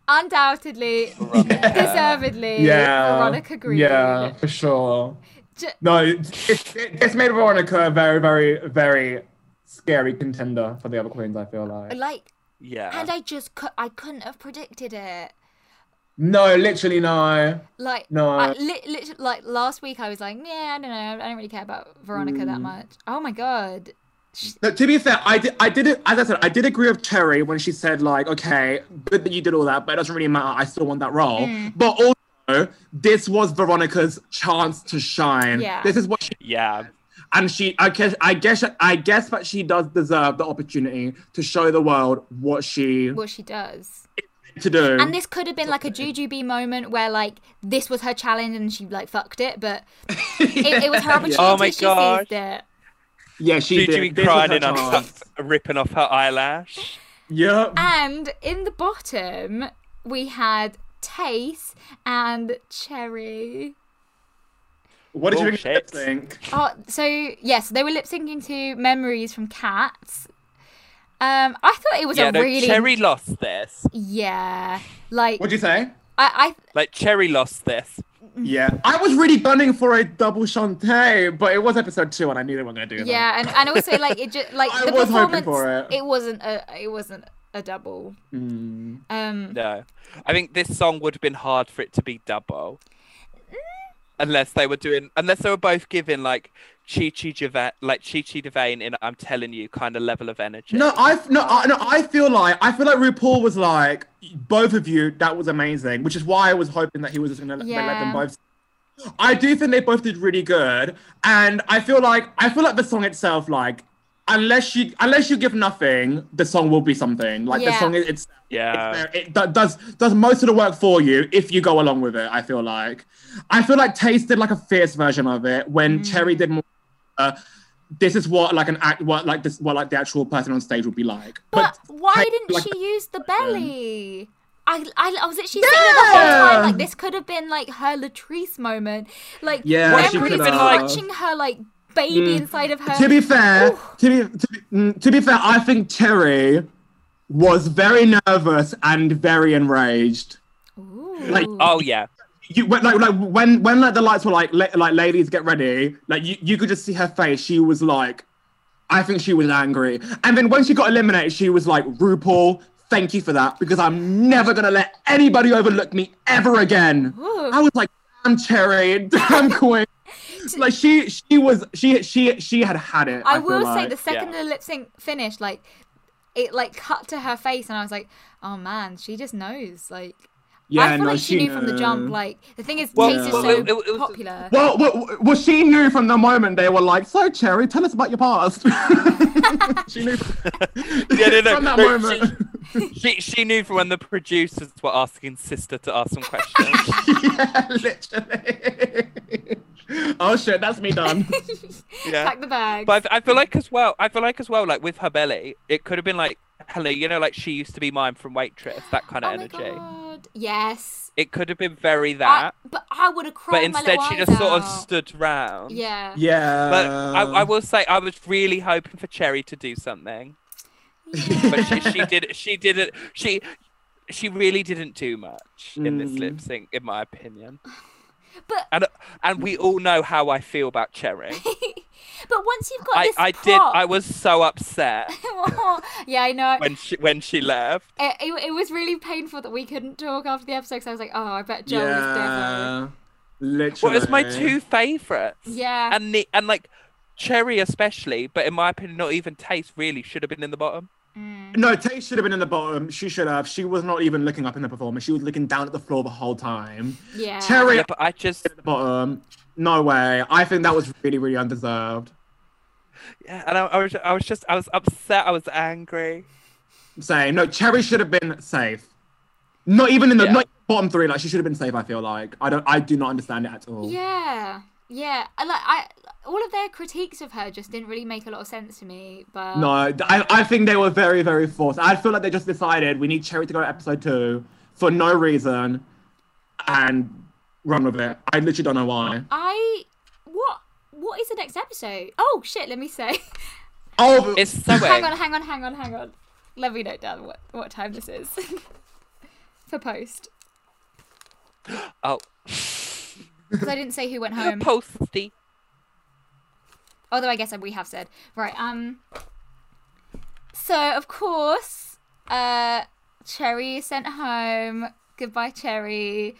A: undoubtedly,
B: Veronica.
A: deservedly, Veronica Green.
C: yeah, for sure.
A: J-
C: No, it's, it's, it's made Veronica a very, very, very scary contender for the other queens. I feel like.
A: Like,
B: Yeah.
A: and I just cou- I couldn't have predicted it.
C: No, literally no.
A: Like,
C: No.
A: I, li- lit- like last week, I was like, yeah, I don't know, I don't really care about Veronica
C: Mm.
A: that much. Oh my god,
C: No, to be fair, I did, I did it, as I said, I did agree with Cherry when she said, like, okay, good that you did all that, but it doesn't really matter. I still want that role.
A: Mm.
C: But also, this was Veronica's chance to shine.
A: Yeah.
C: This is what she,
B: yeah.
C: and she, I guess, I guess, I guess that she does deserve the opportunity to show the world what she
A: what she does.
C: to do.
A: And this could have been like a Jujubee moment where like this was her challenge and she like fucked it, but it, it was her opportunity.
B: Oh my
A: she
B: gosh.
A: seized it.
C: yeah, she
B: Did
C: did.
B: you
C: This was
B: crying
C: her
B: in her,
C: chance.
B: ripping off her eyelash?
C: Yep.
A: Ah. And in the bottom, we had Taste and Cherry.
C: What did you
B: Bullshit.
C: think?
A: Oh, so yes, they were lip syncing to Memories from Cats. Um, I thought it was
B: Yeah,
A: a
B: no,
A: really
B: Cherry lost this.
A: yeah, like
C: What'd you say?
A: I,
B: Like, Cherry lost this.
C: Yeah, I was really gunning for a double Shantae, but it was episode two, and I knew they weren't gonna do
A: I
C: that.
A: yeah, and, and also like it just like
C: I
A: the
C: was hoping
A: performance.
C: for it.
A: wasn't a it wasn't a double.
C: Mm.
A: Um,
B: No. I think this song would have been hard for it to be double. Unless they were doing, unless they were both giving like Chi Chi Devane, like Chi Chi Devane in I'm telling you kind of level of energy.
C: No, I f- no, I, no, I feel like I feel like RuPaul was like both of you. That was amazing, which is why I was hoping that he was just gonna let- let
A: Yeah.
C: them both. I do think they both did really good, and I feel like I feel like the song itself, like unless you unless you give nothing, the song will be something. Like the
A: Yeah.
C: song, it, it's
A: Um,
C: it's
B: Yeah.
C: very- it do- does does most of the work for you if you go along with it. I feel like, I feel like Taste did like a fierce version of it when
A: Mm.
C: Cherry did more. Uh, this is what like an act, what like this, what like the actual person on stage would be like.
A: But why
C: take,
A: didn't
C: like,
A: she use the belly? I, I, I was literally singing the whole time
C: Yeah.
A: like this could have been like her Latrice moment, like
C: Yeah,
A: when
B: she
A: everybody's
B: could've. Like-
A: watching her like baby
C: Mm.
A: inside of her.
C: to be fair,
A: Oof.
C: to be, to be mm, to be fair, I think Cherry was very nervous and very enraged.
A: Ooh.
C: like-
B: Oh yeah.
C: you when, like like when when like the lights were like la- like ladies get ready like you, you could just see her face she was like i think she was angry and then when she got eliminated she was like rupaul thank you for that because i'm never gonna let anybody overlook me ever again
A: Ooh.
C: i was like damn cherry damn queen like she she was she she she had had it
A: I,
C: i,
A: will
C: feel
A: say
C: like.
A: the second
B: Yeah.
A: the lip sync finished, like it like cut to her face, and I was like, oh man, she just knows. Like I feel
C: no,
A: like she, knew from the jump.
C: knew.
A: Like the thing is,
B: Well,
A: Taste is
C: well,
A: so
B: it- it- it was-
A: popular.
C: well, well, well, she knew from the moment they were like, "So, Cherry, tell us about your past." she knew
B: Yeah, no, no,
C: from that
B: no,
C: moment.
B: She she knew from when the producers were asking sister to ask some questions.
C: yeah, literally. oh shit, that's me done.
B: yeah.
A: Pack the bags.
B: But I, I feel like as well, I feel like as well, like with her belly, it could have been like, hello, you know, like she used to be mine from Waitress, that kind of
A: oh
B: energy.
A: my god! Yes.
B: It could have been very
A: I-
B: that,
A: but I would have cried.
B: but instead
A: my
B: she
A: little
B: just
A: eyes
B: sort of
A: out.
B: stood round.
A: Yeah.
C: yeah.
B: But I,
C: Um,
B: I will say, I was really hoping for Cherry to do something, but she, she did, she didn't, she, she really didn't do much in this
C: Mm.
B: lip sync, in my opinion.
A: But-
B: and and we all know how I feel about Cherry.
A: but once you've got
B: I,
A: this
B: I
A: prop,
B: did, I was so upset
A: yeah, I know.
B: when she when she left.
A: It, it, it was really painful that we couldn't talk after the episode. Cause I was like, oh, I bet Joel is different.
C: yeah. Literally.
B: Well, it's my two favourites.
A: Yeah.
B: And the and like cherry especially, but in my opinion, not even taste really should have been in the bottom.
A: Mm.
C: No, Tay should have been in the bottom. She should have. She was not even looking up in the performance. She was looking down at the floor the whole time.
A: Yeah.
C: Cherry
B: Yeah,
C: at
B: but I just
C: the bottom. No way. I think that was really, really undeserved.
B: yeah, and I, I was I was just I was upset. I was angry.
C: Same. No, Cherry should have been safe. Not even in the
B: Yeah.
C: not even bottom three. Like she should have been safe. I feel like I don't. I do not understand it at all.
A: Yeah. Yeah. I Like I, all of their critiques of her just didn't really make a lot of sense to me. But
C: No, th- I, I think they were very, very forced. I feel like they just decided we need Cherry to go to episode two for no reason and run with it. I literally don't know why.
A: I what what is the next episode? Oh shit! Let me say.
C: Oh,
B: It's sewing.
A: Hang on, hang on, hang on, hang on. Let me note down what, what time this is for post.
B: Oh,
A: Because I didn't say who went home.
B: posty.
A: Although I guess we have said. Right, um. So, of course, uh, Cherry is sent home. Goodbye, Cherry.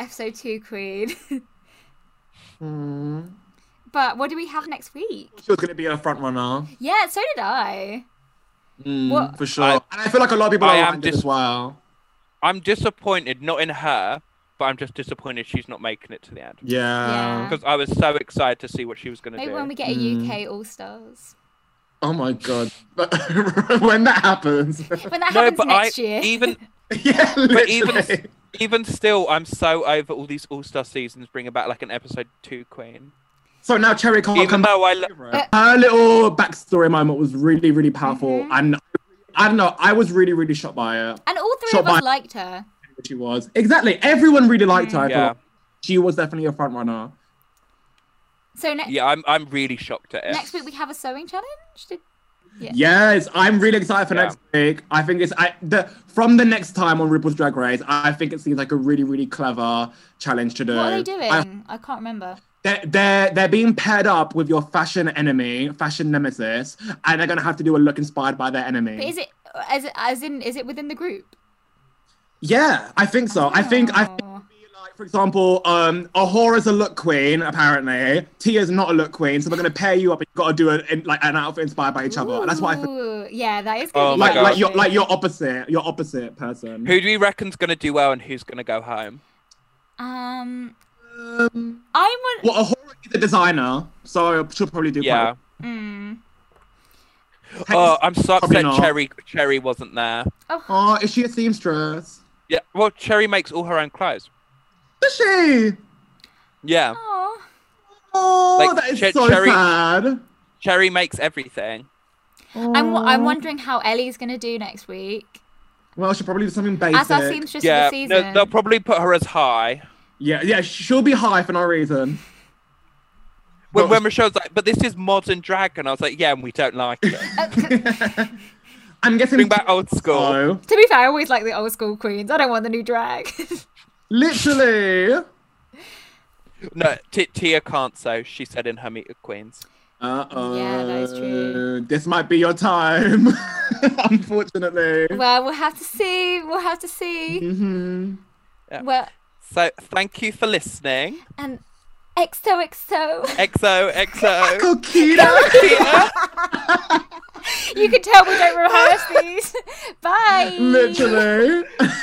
A: Episode 2 Queen.
C: Hmm.
A: but what do we have next week?
C: she was going to be a front runner.
A: Yeah, so did I.
C: Mm,
A: What-
C: For sure.
B: Hmm, I-
C: and I feel like a lot of people are
B: I am
C: minded
B: dis-
C: as well.
B: I'm disappointed, not in her, but I'm just disappointed she's not making it to the end.
C: Yeah.
A: Yeah.
B: Because I was so excited to see what she was going to
A: Maybe
B: do.
A: when we get a
C: Mm.
A: UK All Stars.
C: Oh my God. But when that happens.
A: When that
B: no,
A: happens
B: but
A: next
B: I
A: year.
B: even
C: yeah,
B: but
C: literally.
B: even s- even still, I'm so over all these All Star seasons bring about like an episode two queen.
C: so now Cherry can't
B: Even
C: come
B: though I lo-
A: Uh,
C: Her little backstory moment was really, really powerful.
A: Mhm.
C: And I don't know. I was really, really shocked by it.
A: and all three
C: Shot
A: of us
C: by-
A: liked her.
C: She was exactly. Everyone really liked her. I
B: Mm. yeah,
C: thought she was definitely a front runner.
A: So next
B: yeah, I'm I'm really shocked at it.
A: next week we have a sewing challenge. Did...
C: Yes, I'm really excited for
B: Yeah.
C: next week. I think it's I the from the next time on RuPaul's Drag Race. I think it seems like a really, really clever challenge to do.
A: What are they doing?
C: I-
A: I can't remember.
C: they're, they're they're being paired up with your fashion enemy, fashion nemesis, and they're gonna have to do a look inspired by their enemy.
A: But is it as as in is it within the group?
C: yeah, I think so. I think I think
A: Oh.
C: Like, for example, um, Ahora's a look queen, apparently. Tia's not a look queen, so they're gonna pair you up and you've got to do an, like an outfit inspired by each other. That's what I think.
A: Ooh, yeah, that is. Gonna
B: Oh
A: be
B: my
C: Like,
B: God.
C: like your like your opposite, your opposite person.
B: Who do you reckon's gonna do well and who's gonna go home?
A: Um,
C: Um,
A: I would.
C: well, Ahora is a designer, so she'll probably do.
B: yeah,
C: Quite
A: Mm.
B: Oh, I'm so
C: Probably
B: upset
C: not.
B: Cherry Cherry wasn't there.
A: Oh,
B: Uh,
C: Oh, is she a seamstress?
B: Yeah, well, Cherry makes all her own clothes.
C: Is she?
B: Yeah,
A: oh.
C: Oh,
B: Like,
C: that is
B: Che-
C: so
B: Cherry-
C: sad.
B: Cherry makes everything.
A: I'm, wa- I'm
C: Oh.
A: wondering how Ellie's going to do next week.
C: Well, she'll probably do something basic.
A: As our seamstress
B: yeah,
A: of the
B: no,
A: season.
B: they'll probably put her as high.
C: yeah, yeah, she'll be high for no reason.
B: When,
C: But-
B: when Michelle's like, but this is modern drag, and I was like, yeah, and we don't like it.
A: Uh,
C: I'm guessing.
B: Bring back old school.
C: Oh,
A: to be fair, I always like the old school queens. I don't want the new drag.
C: literally.
B: No, T- Tia can't sew. She said in her meet of queens.
C: Uh oh.
A: Yeah, that is true.
C: This might be your time, unfortunately.
A: well, we'll have to see. We'll have to see.
C: hmm
B: Yeah.
A: Well,
B: So thank you for listening.
A: and XOXO.
B: XO XO.
C: Coquita.
B: Tia.
A: you can tell we don't rehearse these. Bye.
C: literally.